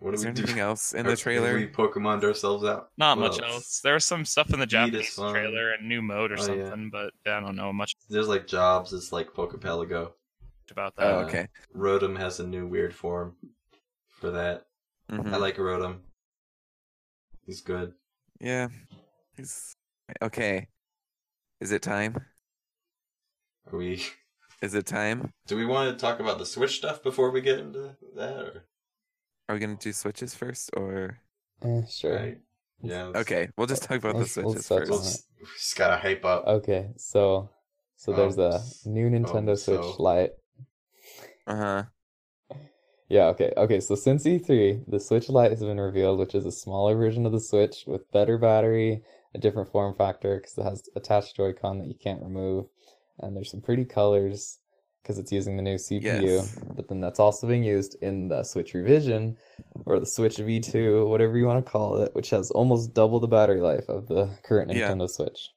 Speaker 1: What do
Speaker 3: Is there
Speaker 1: we do?
Speaker 3: anything else in
Speaker 1: Are-
Speaker 3: the trailer?
Speaker 1: We Pokemoned ourselves out.
Speaker 4: Not
Speaker 1: What
Speaker 4: much else. There was some stuff in the
Speaker 1: Meat is
Speaker 4: Japanese
Speaker 1: fun.
Speaker 4: trailer and new mode or
Speaker 1: Oh, yeah.
Speaker 4: something, but I don't know much
Speaker 1: There's like jobs. It's like Pokepelago.
Speaker 4: about that.
Speaker 3: Oh,
Speaker 1: Uh,
Speaker 3: okay.
Speaker 1: Rotom has a new weird form for that.
Speaker 3: Mhm.
Speaker 1: I like Rotom. He's good.
Speaker 3: Yeah. He's- Okay. Is it time?
Speaker 1: Are we?
Speaker 3: Is it time?
Speaker 1: Do we want to talk about the Switch stuff before we get into that? Or
Speaker 3: Are we gonna do switches first, or
Speaker 2: Eh, sure.
Speaker 1: Right. yeah, let's-
Speaker 3: okay? We'll just talk about the
Speaker 2: Let's- let's
Speaker 3: switches
Speaker 2: touch
Speaker 3: first.
Speaker 1: We'll just,
Speaker 3: Uh-huh.
Speaker 1: we just gotta hype up.
Speaker 3: Uh,
Speaker 2: Okay, so so there's
Speaker 1: Um,
Speaker 2: a new Nintendo
Speaker 1: um,
Speaker 2: Switch
Speaker 1: so-
Speaker 2: Lite.
Speaker 3: Uh huh.
Speaker 2: Yeah, okay. Okay, so since E3, the Switch Lite has been revealed, which is a smaller version of the Switch with better battery, a different form factor because it has attached Joy-Con that you can't remove, and there's some pretty colors because it's using the new CPU.
Speaker 3: Yes.
Speaker 2: But then that's also being used in the Switch Revision or the Switch V2, whatever you want to call it, which has almost double the battery life of the current
Speaker 3: Yeah.
Speaker 2: Nintendo Switch.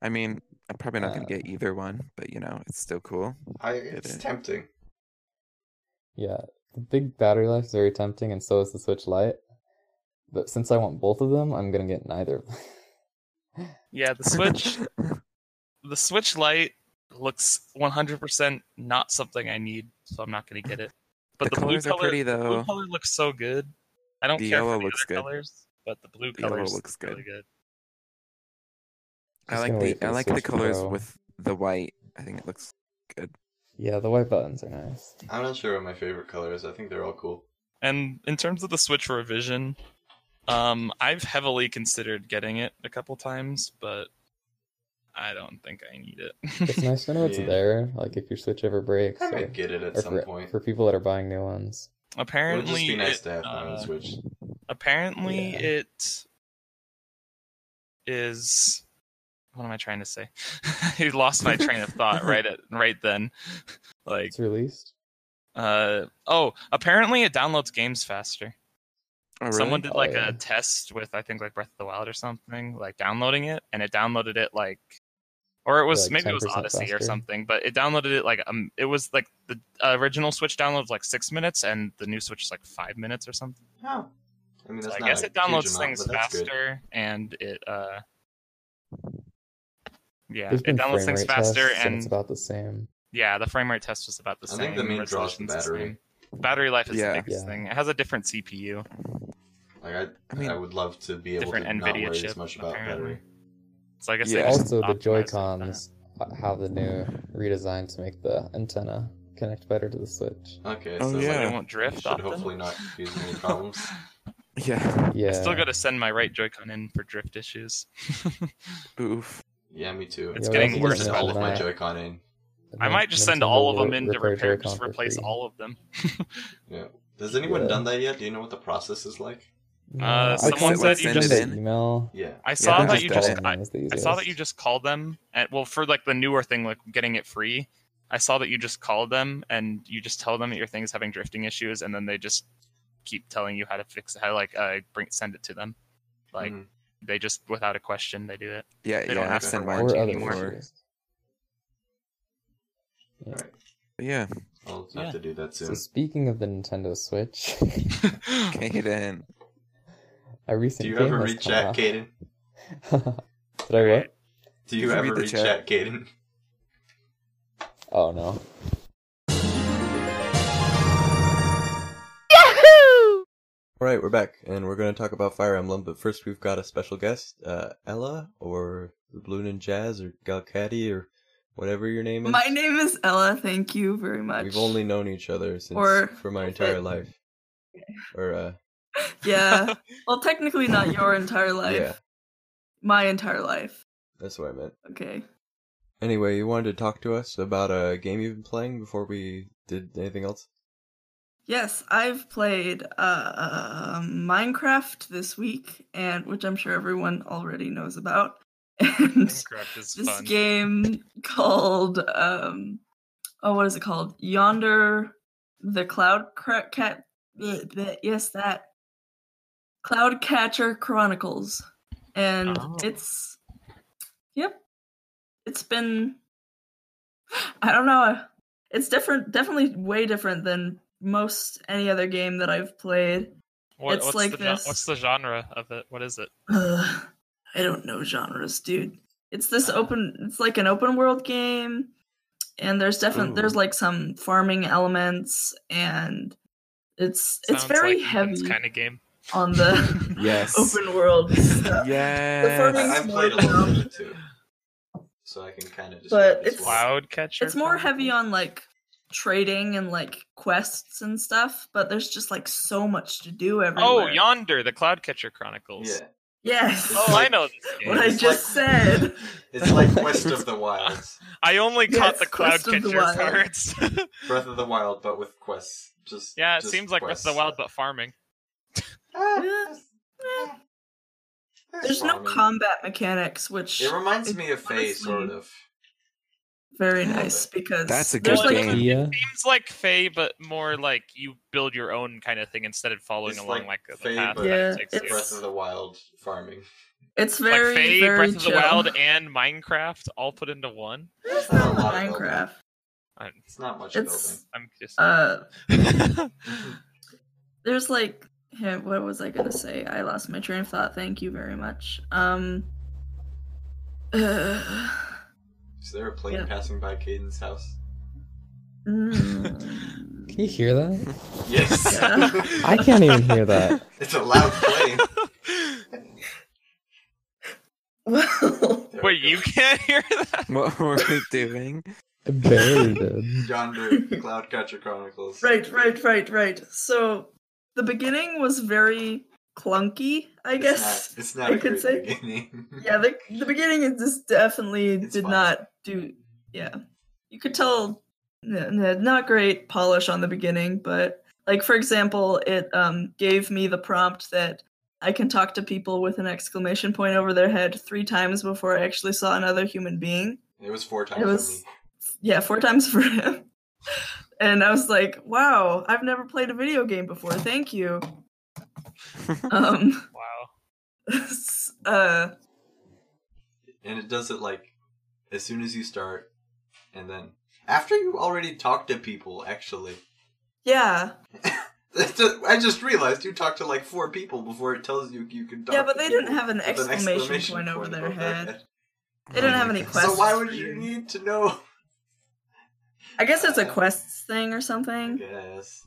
Speaker 3: I mean, I'm probably not
Speaker 2: Uh,
Speaker 3: gonna get either one, but you know, it's still cool.
Speaker 1: I, it's
Speaker 3: it.
Speaker 1: tempting.
Speaker 2: Yeah, the big battery life is very tempting, and so is the Switch Lite. But since I want both of them, I'm gonna get neither. of them.
Speaker 4: Yeah, the Switch. the Switch Lite looks 100% not something I need, so I'm not going to get it. But the,
Speaker 3: the, colors
Speaker 4: blue
Speaker 3: are
Speaker 4: color,
Speaker 3: pretty
Speaker 4: The blue
Speaker 3: though.
Speaker 4: color looks so good. I don't
Speaker 3: The
Speaker 4: care
Speaker 3: yellow
Speaker 4: for the
Speaker 3: looks
Speaker 4: other
Speaker 3: good.
Speaker 4: colors, but the blue
Speaker 3: The yellow
Speaker 4: color
Speaker 3: looks good.
Speaker 4: really good.
Speaker 3: I
Speaker 2: Just
Speaker 3: like
Speaker 2: gonna wait
Speaker 3: the
Speaker 2: for
Speaker 3: I
Speaker 2: the
Speaker 3: like the
Speaker 2: Switch
Speaker 3: colors
Speaker 2: Pro.
Speaker 3: with the white. I think it looks.
Speaker 2: Yeah, the white buttons are nice.
Speaker 1: I'm not sure what my favorite color is. I think they're all cool.
Speaker 4: And in terms of the Switch revision, um, I've heavily considered getting it a couple times, but I don't think I need
Speaker 2: It's
Speaker 4: it.
Speaker 2: nice to know it's
Speaker 1: Yeah.
Speaker 2: there, like if your Switch ever breaks,
Speaker 1: I
Speaker 2: or,
Speaker 1: might get it at
Speaker 2: or
Speaker 1: some
Speaker 2: for,
Speaker 1: point.
Speaker 2: for people that are buying new ones.
Speaker 1: It would just
Speaker 4: apparently,
Speaker 1: be nice
Speaker 4: it,
Speaker 1: to have on the
Speaker 4: uh,
Speaker 1: Switch.
Speaker 4: apparently
Speaker 2: Yeah.
Speaker 4: it is. What am I trying to say? I lost my train of thought right at right then. Like,
Speaker 2: It's released.
Speaker 4: uh, oh, apparently it downloads games faster.
Speaker 3: Oh, really?
Speaker 4: Someone did
Speaker 2: Oh,
Speaker 4: like
Speaker 2: yeah.
Speaker 4: a test with I think like Breath of the Wild or something, like downloading it, and it downloaded it like, or it was
Speaker 2: Like,
Speaker 4: maybe it was
Speaker 2: 10%
Speaker 4: Odyssey or
Speaker 2: faster.
Speaker 4: something, but it downloaded it like um, it was like the original Switch download was like six minutes, and the new Switch is like five minutes or something.
Speaker 1: Oh. I mean,
Speaker 4: So
Speaker 1: that's
Speaker 4: I
Speaker 1: not
Speaker 4: guess
Speaker 1: a
Speaker 4: it downloads
Speaker 1: huge amount,
Speaker 4: things
Speaker 1: but that's good.
Speaker 4: faster, and it uh, yeah,
Speaker 2: There's
Speaker 4: it
Speaker 2: been
Speaker 4: downloads
Speaker 2: frame
Speaker 4: things
Speaker 2: rate
Speaker 4: faster,
Speaker 2: tests,
Speaker 4: and
Speaker 2: it's about the same.
Speaker 4: yeah, the frame rate test was about the
Speaker 1: I
Speaker 4: same.
Speaker 1: think the main draw is the
Speaker 4: resolution's the
Speaker 1: battery.
Speaker 4: same. Battery life is
Speaker 3: Yeah.
Speaker 4: the biggest
Speaker 2: Yeah.
Speaker 4: thing. It has a different CPU.
Speaker 1: Like I, I,
Speaker 3: I mean,
Speaker 1: would love to be able to
Speaker 4: different
Speaker 1: not
Speaker 4: NVIDIA
Speaker 1: worry as
Speaker 4: chip,
Speaker 1: much about
Speaker 4: apparently.
Speaker 1: battery.
Speaker 4: So I guess
Speaker 3: Yeah.
Speaker 4: they just
Speaker 2: Also, the
Speaker 4: optimized it for
Speaker 2: Joy
Speaker 4: that.
Speaker 2: Cons have the new redesign to make the antenna connect better to the Switch.
Speaker 1: Okay, so
Speaker 3: Oh,
Speaker 4: So
Speaker 1: like,
Speaker 3: yeah.
Speaker 4: they won't drift
Speaker 1: should
Speaker 4: often.
Speaker 1: hopefully not use any problems.
Speaker 3: Yeah.
Speaker 2: Yeah.
Speaker 4: I still gotta send my right Joy-Con in for drift issues.
Speaker 3: Oof.
Speaker 1: Yeah, me too.
Speaker 4: It's
Speaker 2: Yeah,
Speaker 4: getting
Speaker 2: that's
Speaker 4: worse
Speaker 1: Just
Speaker 4: by
Speaker 1: all
Speaker 4: the
Speaker 1: of my
Speaker 2: night.
Speaker 1: Joy-Con in.
Speaker 4: I might just send
Speaker 2: Nintendo
Speaker 4: all of
Speaker 2: will
Speaker 4: them in to repair,
Speaker 2: Joy-Con
Speaker 4: just
Speaker 2: for
Speaker 4: replace
Speaker 2: free.
Speaker 4: all of them.
Speaker 1: Has anyone
Speaker 2: Yeah.
Speaker 1: done that yet? Do you know what the process is like?
Speaker 2: No,
Speaker 4: Uh,
Speaker 2: I
Speaker 4: someone
Speaker 2: sent-
Speaker 4: said
Speaker 2: like,
Speaker 4: you
Speaker 2: send
Speaker 4: just-
Speaker 2: an email.
Speaker 1: Yeah.
Speaker 4: I saw
Speaker 3: Yeah,
Speaker 4: that
Speaker 3: just
Speaker 4: you
Speaker 3: all
Speaker 4: just
Speaker 3: of
Speaker 4: I, I saw that you just called them and well for like the newer thing like getting it free. I saw that you just called them and you just tell them that your thing is having drifting issues and then they just keep telling you how to fix it, how to, like uh bring send it to them. Like
Speaker 1: Mhm.
Speaker 5: Mm-hmm.
Speaker 4: they just without a question they do it.
Speaker 3: Yeah,
Speaker 4: They don't
Speaker 3: yeah.
Speaker 4: have
Speaker 3: Extend
Speaker 4: to
Speaker 2: or
Speaker 3: warranty
Speaker 2: other
Speaker 3: anymore.
Speaker 2: issues. Yeah.
Speaker 1: Alright.
Speaker 3: But yeah.
Speaker 1: I'll
Speaker 4: Yeah.
Speaker 1: have to do that
Speaker 2: So
Speaker 1: soon.
Speaker 2: speaking of the Nintendo Switch,
Speaker 3: Kaden.
Speaker 2: a recent
Speaker 1: Do you
Speaker 2: game
Speaker 1: ever
Speaker 2: has
Speaker 1: read
Speaker 2: come
Speaker 1: chat,
Speaker 2: out.
Speaker 1: Caden?
Speaker 2: Did I what?
Speaker 1: Do you
Speaker 3: Read
Speaker 1: ever
Speaker 3: the
Speaker 1: read chat,
Speaker 3: chat.
Speaker 1: Caden?
Speaker 2: Oh no.
Speaker 5: All right, we're back, and we're going to talk about Fire Emblem. But first, we've got a special guest, uh, Ella, or the Blue Ninja Jazz, or Galcati, or whatever your name is.
Speaker 6: My name is Ella. Thank you very much.
Speaker 5: We've only known each other since
Speaker 6: Or-
Speaker 5: for my entire life. Or uh,
Speaker 6: yeah. Well, technically not your entire life.
Speaker 5: Yeah.
Speaker 6: My entire life.
Speaker 5: that's what I meant.
Speaker 6: Okay.
Speaker 5: Anyway, you wanted to talk to us about a game you've been playing before we did anything else.
Speaker 6: Yes, I've played uh, Minecraft this week, and which I'm sure everyone already knows about. And
Speaker 4: Minecraft is
Speaker 6: this
Speaker 4: fun.
Speaker 6: game called um, oh, what is it called? Yonder, the Cloud Cra- Cat. bleh, bleh, Yes, that Cloud Catcher Chronicles, and
Speaker 4: Oh.
Speaker 6: it's yep, it's been I don't know. uh, It's different, definitely way different than most any other game that I've played.
Speaker 4: What,
Speaker 6: It's
Speaker 4: what's
Speaker 6: like
Speaker 4: the, gen-
Speaker 6: this.
Speaker 4: What's the genre of it? What is it?
Speaker 6: Ugh, I don't know genres, dude. It's
Speaker 3: Ah.
Speaker 6: this open. It's like an open world game, and there's definitely
Speaker 3: Ooh.
Speaker 6: there's like some farming elements, and it's it's very heavy
Speaker 4: kind of game.
Speaker 6: on the
Speaker 4: Oh,
Speaker 3: Yes.
Speaker 6: open world stuff.
Speaker 3: Yes.
Speaker 6: farming-
Speaker 1: I, I've played a little bit of it too. So I can kind of just.
Speaker 6: But it's-
Speaker 4: Cloud catcher.
Speaker 6: It's more heavy
Speaker 4: Chronicles?
Speaker 6: on like trading and like quests and stuff, but there's just like so much to do
Speaker 4: Oh,
Speaker 6: everywhere.
Speaker 4: yonder, the Cloud Catcher Chronicles.
Speaker 1: Yeah.
Speaker 6: yes.
Speaker 4: Oh, I know this game.
Speaker 6: What I
Speaker 1: It's
Speaker 6: just
Speaker 1: like-
Speaker 6: said.
Speaker 1: It's like West of the Wilds.
Speaker 4: I only
Speaker 6: Yes,
Speaker 4: caught the Cloud
Speaker 6: Quest of the
Speaker 4: Catcher
Speaker 6: Wild.
Speaker 4: parts.
Speaker 1: Breath of the Wild, but with quests. Just
Speaker 4: yeah, it
Speaker 1: just
Speaker 4: seems like Breath of the
Speaker 1: quests.
Speaker 4: Wild, but farming.
Speaker 1: Ah,
Speaker 6: Yeah.
Speaker 1: ah,
Speaker 6: There's no
Speaker 1: farming.
Speaker 6: combat mechanics, which
Speaker 1: It reminds
Speaker 6: It's
Speaker 1: me of Faye,
Speaker 6: honestly-
Speaker 1: sort of.
Speaker 6: very
Speaker 1: Yeah,
Speaker 6: nice because
Speaker 3: That's a
Speaker 6: there's
Speaker 3: good
Speaker 6: like
Speaker 3: game.
Speaker 2: Kia?
Speaker 4: Seems like Faye, but more like you build your own kind of thing instead of following
Speaker 1: It's
Speaker 4: along like,
Speaker 1: like
Speaker 4: the
Speaker 1: Faye,
Speaker 4: path
Speaker 1: but
Speaker 6: Yeah,
Speaker 4: that it takes
Speaker 6: it's-
Speaker 4: you.
Speaker 1: Breath of the Wild farming.
Speaker 6: It's
Speaker 4: Like
Speaker 6: very,
Speaker 4: Faye,
Speaker 6: very
Speaker 4: Breath of the
Speaker 6: chill.
Speaker 4: Wild, and Minecraft all put into one.
Speaker 6: It's
Speaker 1: not a
Speaker 6: not
Speaker 1: lot of
Speaker 6: Minecraft.
Speaker 4: I'm,
Speaker 1: It's not much
Speaker 6: It's
Speaker 4: I'm just.
Speaker 6: uh,
Speaker 1: building.
Speaker 6: there's like, yeah, what was I gonna say? I lost my train of thought. Thank you very much. Um, uh,
Speaker 1: Is there a plane
Speaker 6: Yeah.
Speaker 1: passing by Caden's house?
Speaker 6: mm,
Speaker 2: Can you hear that?
Speaker 1: Yes.
Speaker 6: Yeah.
Speaker 2: I can't even hear that.
Speaker 1: it's a loud plane.
Speaker 6: well,
Speaker 1: There
Speaker 4: Wait,
Speaker 1: we
Speaker 4: you
Speaker 1: go.
Speaker 4: can't hear that?
Speaker 3: what were we doing?
Speaker 2: I barely did.
Speaker 1: Yonder Cloud Catcher Chronicles.
Speaker 6: right, right, right, right. So the beginning was very clunky, I
Speaker 1: It's
Speaker 6: guess.
Speaker 1: not, it's not
Speaker 6: I
Speaker 1: a
Speaker 6: could
Speaker 1: great
Speaker 6: say.
Speaker 1: beginning.
Speaker 6: yeah, the the beginning is just definitely
Speaker 1: It's
Speaker 6: did
Speaker 1: fine.
Speaker 6: not do. Yeah, you could tell n- n- not great polish on the beginning, but like for example, it um gave me the prompt that I can talk to people with an exclamation point over their head three times before I actually saw another human being.
Speaker 1: It was four times
Speaker 6: It
Speaker 1: for
Speaker 6: was-
Speaker 1: me.
Speaker 6: Yeah, four times for him. And I was like, "Wow, I've never played a video game before. Thank you." um,
Speaker 4: Wow.
Speaker 6: s- uh,
Speaker 1: And it does it like as soon as you start, and then after you already talk to people. Actually,
Speaker 6: yeah,
Speaker 1: It's just- I just realized you talked to like four people before it tells you you can talk.
Speaker 6: Yeah, but
Speaker 1: to
Speaker 6: they didn't
Speaker 1: people
Speaker 6: have an
Speaker 1: with
Speaker 6: exclamation point over their head. they
Speaker 3: Oh
Speaker 6: didn't
Speaker 3: my
Speaker 6: have any
Speaker 3: God.
Speaker 6: questions.
Speaker 1: So why
Speaker 6: for
Speaker 1: would you need to know?
Speaker 6: I guess it's a
Speaker 1: Uh,
Speaker 6: quests thing or something.
Speaker 1: Yes.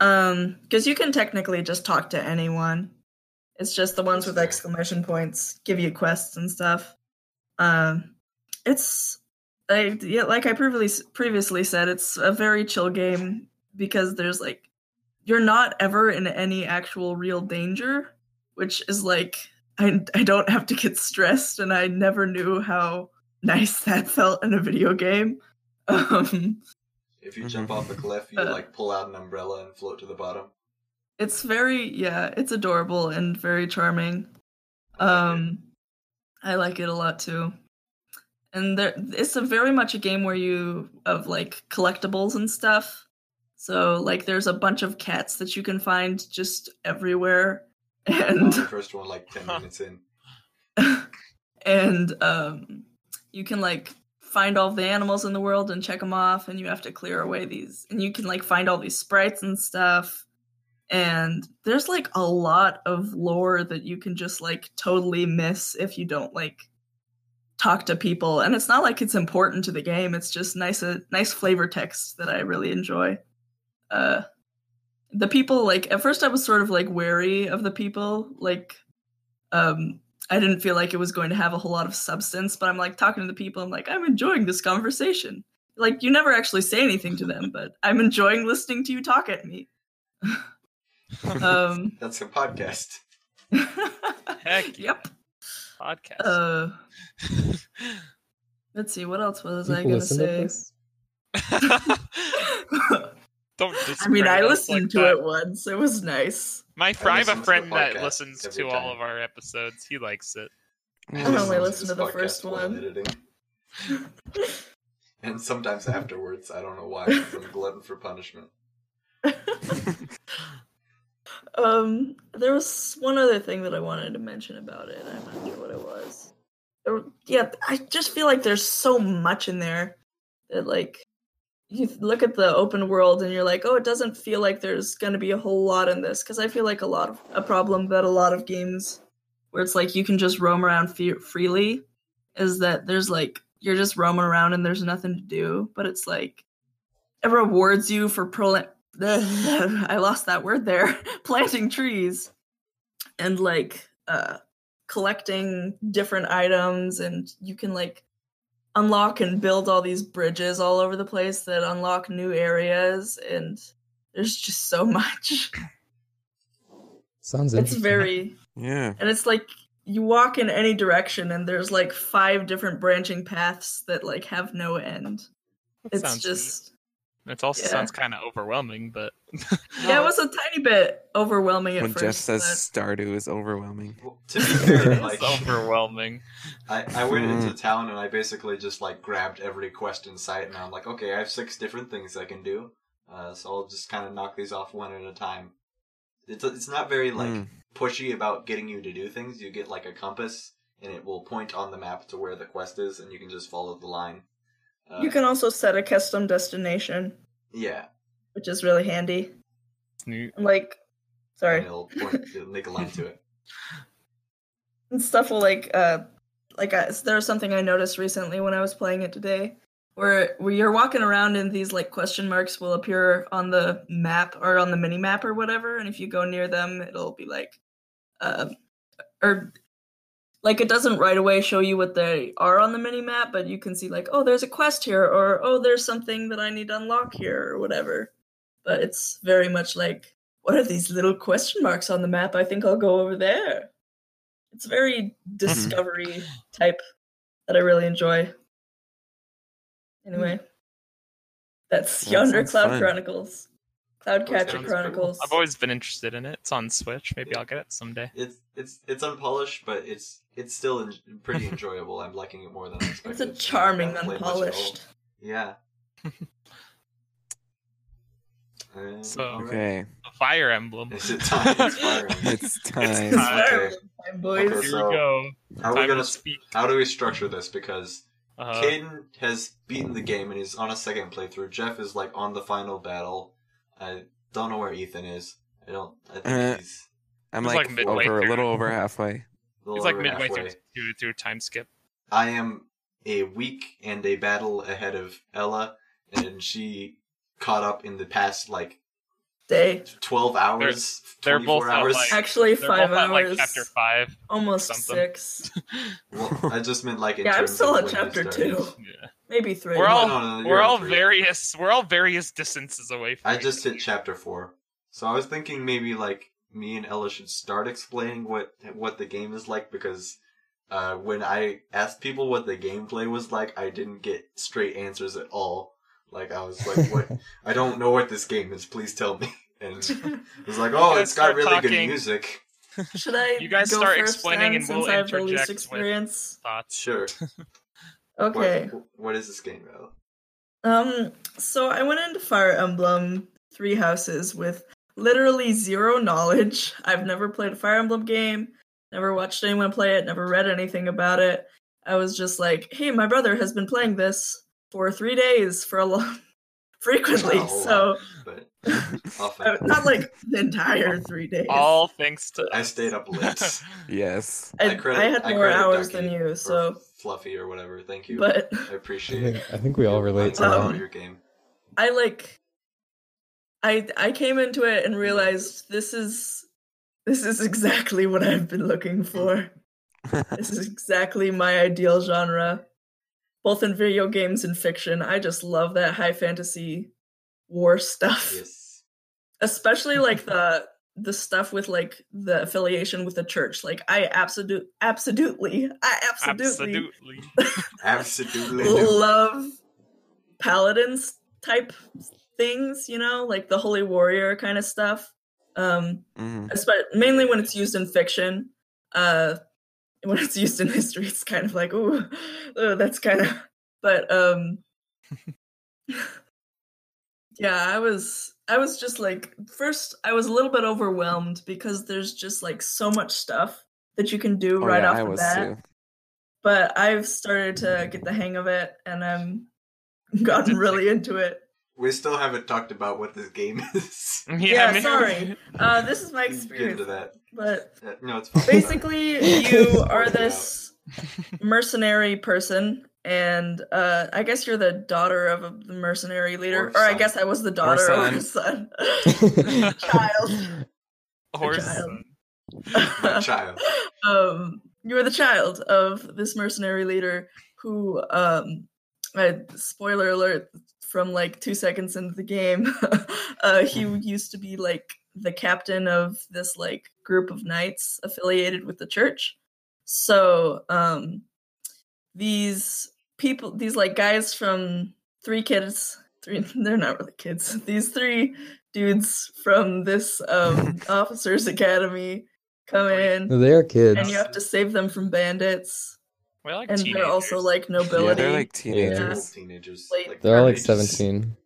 Speaker 6: Um, because you can technically just talk to anyone. It's just the ones with
Speaker 1: That's fair.
Speaker 6: exclamation points give you quests and stuff. Um, it's I yeah, like I previously previously said, it's a very chill game because there's like you're not ever in any actual real danger, which is like I I don't have to get stressed, and I never knew how nice that felt in a video game. Um,
Speaker 1: If you
Speaker 3: Mhm.
Speaker 1: jump off a cliff, you
Speaker 6: Uh.
Speaker 1: like pull out an umbrella and float to the bottom.
Speaker 6: it's very yeah, it's adorable and very charming. Um, I like it a lot too. And there, it's a very much a game where you of like collectibles and stuff. So like, there's a bunch of cats that you can find just everywhere,
Speaker 1: Found
Speaker 6: and
Speaker 1: the first one like ten minutes in.
Speaker 6: and um, you can like find all the animals in the world and check them off and you have to clear away these and you can like find all these sprites and stuff and there's like a lot of lore that you can just like totally miss if you don't like talk to people and it's not like it's important to the game it's just nice a nice flavor text that i really enjoy uh the people like at first i was sort of like wary of the people like um I didn't feel like it was going to have a whole lot of substance, but I'm like talking to the people. I'm like, I'm enjoying this conversation. Like, you never actually say anything to them, but I'm enjoying listening to you talk at me. Um,
Speaker 1: That's a podcast.
Speaker 4: Heck yeah.
Speaker 6: yep.
Speaker 4: podcast.
Speaker 6: Uh, let's see. What else was I
Speaker 2: People
Speaker 6: going to
Speaker 2: listen to
Speaker 6: say?
Speaker 2: this?
Speaker 4: Don't.
Speaker 6: I mean,
Speaker 4: discredit
Speaker 6: I
Speaker 4: us
Speaker 6: listened
Speaker 4: like
Speaker 6: to
Speaker 4: that.
Speaker 6: it once. It was nice.
Speaker 4: My fr- I have
Speaker 1: listen to
Speaker 4: a
Speaker 1: the
Speaker 4: friend that
Speaker 1: podcast
Speaker 4: listens
Speaker 1: every
Speaker 4: to all
Speaker 1: time.
Speaker 4: of our episodes. He likes it.
Speaker 6: I don't only
Speaker 1: Listen
Speaker 6: listened to
Speaker 1: this
Speaker 6: the first
Speaker 1: podcast while
Speaker 6: one.
Speaker 1: editing. and sometimes afterwards, I don't know why. 'cause I'm a glutton for punishment.
Speaker 6: Um, there was one other thing that I wanted to mention about it. I'm not sure what it was. There, yeah, I just feel like there's so much in there that like you look at the open world and you're like, oh, it doesn't feel like there's going to be a whole lot in this because I feel like a lot of a problem that a lot of games where it's like you can just roam around fe- freely is that there's like you're just roaming around and there's nothing to do, but it's like it rewards you for prol- I lost that word there. Planting trees and like uh collecting different items and you can like unlock and build all these bridges all over the place that unlock new areas and there's just so much.
Speaker 2: Sounds
Speaker 6: It's
Speaker 2: interesting.
Speaker 6: very
Speaker 3: Mm. Yeah.
Speaker 6: and it's like you walk in any direction and there's like five different branching paths that like have no end.
Speaker 4: That
Speaker 6: It's
Speaker 4: sounds
Speaker 6: just
Speaker 4: neat. It also
Speaker 6: yeah.
Speaker 4: sounds kind of overwhelming, but
Speaker 6: yeah, it was a tiny bit overwhelming at
Speaker 3: When
Speaker 6: first.
Speaker 3: Jeff says
Speaker 6: but-
Speaker 3: Stardew is overwhelming.
Speaker 1: Well, to be fair, like
Speaker 4: it's overwhelming.
Speaker 1: I, I went into town and I basically just like grabbed every quest in sight, and I'm like, okay, I have six different things I can do, uh, so I'll just kind of knock these off one at a time. It's it's not very like
Speaker 3: Mm.
Speaker 1: pushy about getting you to do things. You get like a compass, and it will point on the map to where the quest is, and you can just follow the line. Uh,
Speaker 6: You can also set a custom destination,
Speaker 1: yeah,
Speaker 6: which is really handy.
Speaker 4: It's new-
Speaker 6: And like,
Speaker 1: and
Speaker 6: sorry,
Speaker 1: it'll point, it'll make a line to it.
Speaker 6: and stuff will like, uh, like I, there was something I noticed recently when I was playing it today, where where you're walking around and these like question marks will appear on the map or on the mini map or whatever, and if you go near them, it'll be like, um, or like it doesn't right away show you what they are on the mini map, but you can see like, oh, there's a quest here, or oh, there's something that I need to unlock here, or whatever. But it's very much like, what are these little question marks on the map? I think I'll go over there. It's very
Speaker 3: Mm-hmm.
Speaker 6: discovery type that I really enjoy. Anyway, that's
Speaker 3: That
Speaker 6: Yonder
Speaker 3: sounds
Speaker 6: Cloud
Speaker 3: fun.
Speaker 6: Chronicles,
Speaker 1: Sounds
Speaker 6: Cloudcatcher
Speaker 1: pretty cool.
Speaker 6: Chronicles.
Speaker 4: I've always been interested in it. It's on Switch. Maybe I'll get it someday.
Speaker 1: It's it's it's unpolished, but it's it's still en- pretty enjoyable. I'm liking it more than I expected.
Speaker 6: It's a
Speaker 1: I
Speaker 6: charming,
Speaker 1: haven't played much at all.
Speaker 6: unpolished.
Speaker 1: Yeah. Uh,
Speaker 4: So-
Speaker 1: alright.
Speaker 3: Mm, Okay.
Speaker 4: A Fire Emblem.
Speaker 1: Is it time? It's fire.
Speaker 3: It's
Speaker 4: time.
Speaker 6: It's
Speaker 3: time.
Speaker 4: time.
Speaker 6: very
Speaker 1: Okay.
Speaker 6: time, boys.
Speaker 1: Okay,
Speaker 4: Here
Speaker 1: so-
Speaker 4: we go.
Speaker 1: How are
Speaker 4: Time
Speaker 1: we gonna?
Speaker 4: to speak.
Speaker 1: How do we structure this? Because
Speaker 4: Uh,
Speaker 1: Caden has beaten the game and he's on a second playthrough. Jeff is like on the final battle. I don't know where Ethan is. I don't. I think
Speaker 3: Uh,
Speaker 1: he's
Speaker 3: I'm
Speaker 4: It's
Speaker 3: like,
Speaker 4: like midway
Speaker 3: over a
Speaker 4: through.
Speaker 3: little over halfway.
Speaker 1: a little
Speaker 4: he's like
Speaker 1: over
Speaker 4: midway
Speaker 1: halfway.
Speaker 4: through, through through time skip.
Speaker 1: I am a week and a battle ahead of Ella, and she caught up in the past like
Speaker 6: Day.
Speaker 1: twelve hours,
Speaker 4: they're
Speaker 1: twenty four
Speaker 4: both at,
Speaker 1: hours.
Speaker 4: like-
Speaker 6: Actually,
Speaker 4: They're
Speaker 6: five
Speaker 4: both at,
Speaker 6: hours.
Speaker 4: like chapter five.
Speaker 6: almost
Speaker 4: something.
Speaker 6: six.
Speaker 1: Well, I just meant like in
Speaker 6: yeah, I'm
Speaker 1: terms
Speaker 6: still
Speaker 1: of
Speaker 6: at
Speaker 1: when you
Speaker 6: chapter
Speaker 1: started.
Speaker 6: two,
Speaker 4: Yeah.
Speaker 6: maybe three.
Speaker 4: We're all
Speaker 1: No, no, no, you're
Speaker 4: We're
Speaker 1: at
Speaker 4: all
Speaker 1: three.
Speaker 4: various. We're all various distances away from.
Speaker 1: I
Speaker 4: each
Speaker 1: just hit
Speaker 4: other.
Speaker 1: chapter four, So I was thinking maybe like me and Ella should start explaining what what the game is like because uh, when I asked people what the gameplay was like, I didn't get straight answers at all. Like I was like, "What? I don't know what this game is. Please tell me." And it was like, "Oh,
Speaker 4: Gotta
Speaker 1: it's got
Speaker 4: start
Speaker 1: really good
Speaker 4: talking.
Speaker 1: music."
Speaker 6: Should I?
Speaker 4: You guys
Speaker 6: go
Speaker 4: start
Speaker 6: first
Speaker 4: explaining
Speaker 6: then,
Speaker 4: and
Speaker 6: since
Speaker 4: we'll
Speaker 6: I have the least
Speaker 4: interject with-
Speaker 6: experience.
Speaker 4: Thoughts.
Speaker 1: Sure. What-
Speaker 6: Okay.
Speaker 1: what is this game, Ella?
Speaker 6: Um. So I went into Fire Emblem Three Houses with literally zero knowledge. I've never played a Fire Emblem game. Never watched anyone play it. Never read anything about it. I was just like, "Hey, my brother has been playing this for three days for a long, frequently."
Speaker 1: Not a whole
Speaker 6: so
Speaker 1: lot, but
Speaker 6: uh,
Speaker 1: often
Speaker 6: not like the entire three days.
Speaker 4: All thanks to
Speaker 1: I stayed up late.
Speaker 3: Yes.
Speaker 6: I,
Speaker 1: I credit-
Speaker 6: I had
Speaker 1: I
Speaker 6: more
Speaker 1: credit
Speaker 6: hours
Speaker 1: Ducky
Speaker 6: than you,
Speaker 1: or
Speaker 6: so
Speaker 1: fluffy or whatever. Thank you.
Speaker 6: but
Speaker 1: I appreciate
Speaker 2: I
Speaker 1: it.
Speaker 2: think, I think we all relate to
Speaker 6: Um,
Speaker 1: Wow,
Speaker 2: that.
Speaker 1: your game.
Speaker 6: I like I I came into it and realized this is this is exactly what I've been looking for.
Speaker 3: Mm.
Speaker 6: this is exactly my ideal genre. Both in video games and fiction. I just love that high fantasy war stuff.
Speaker 1: Yes.
Speaker 6: Especially like the the stuff with like the affiliation with the church. Like I absolutely absolutely I absolutely
Speaker 4: absolutely.
Speaker 1: Absolutely. do.
Speaker 6: love paladins type things, you know, like the holy warrior kind of stuff. Um,
Speaker 3: Mhm.
Speaker 6: espe- mainly when it's used in fiction. Uh, when it's used in history, it's kind of like, ooh, oh, that's kind of. But um, yeah, I was, I was just like, first, I was a little bit overwhelmed because there's just like so much stuff that you can do
Speaker 3: Oh,
Speaker 6: right
Speaker 3: yeah,
Speaker 6: off
Speaker 3: I
Speaker 6: the
Speaker 3: was
Speaker 6: bat
Speaker 3: too.
Speaker 6: but I've started to get the hang of it, and I'm gotten really into it.
Speaker 1: We still haven't talked about what this game is.
Speaker 4: Yeah,
Speaker 6: Yeah,
Speaker 4: man.
Speaker 6: sorry. Uh, this is
Speaker 1: We can
Speaker 6: my
Speaker 1: Get
Speaker 6: experience,
Speaker 1: into that.
Speaker 6: but
Speaker 1: Uh, No, it's fine.
Speaker 6: basically, you are this mercenary person, and uh, I guess you're the daughter of a mercenary leader,
Speaker 1: Or
Speaker 6: or, I
Speaker 1: son.
Speaker 6: guess I was the daughter of
Speaker 3: son.
Speaker 6: his son, child.
Speaker 2: Child.
Speaker 4: Horse.
Speaker 6: child.
Speaker 1: My child.
Speaker 6: um, you're the child of this mercenary leader who, um, uh, spoiler alert, from like two seconds into the game, uh, he used to be like the captain of this like group of knights affiliated with the church. So um, these people, these like guys from three kids, three they're not really kids. These three dudes from this um, officers academy come in
Speaker 2: they are kids.
Speaker 6: and you have to save them from bandits
Speaker 4: We're like
Speaker 6: and they're also
Speaker 4: teenagers.
Speaker 6: like
Speaker 3: Yeah,
Speaker 6: nobility
Speaker 3: they're like
Speaker 1: They're
Speaker 3: teenagers.
Speaker 1: old teenagers.
Speaker 6: Wait.
Speaker 2: They're all like
Speaker 1: ages.
Speaker 2: 17.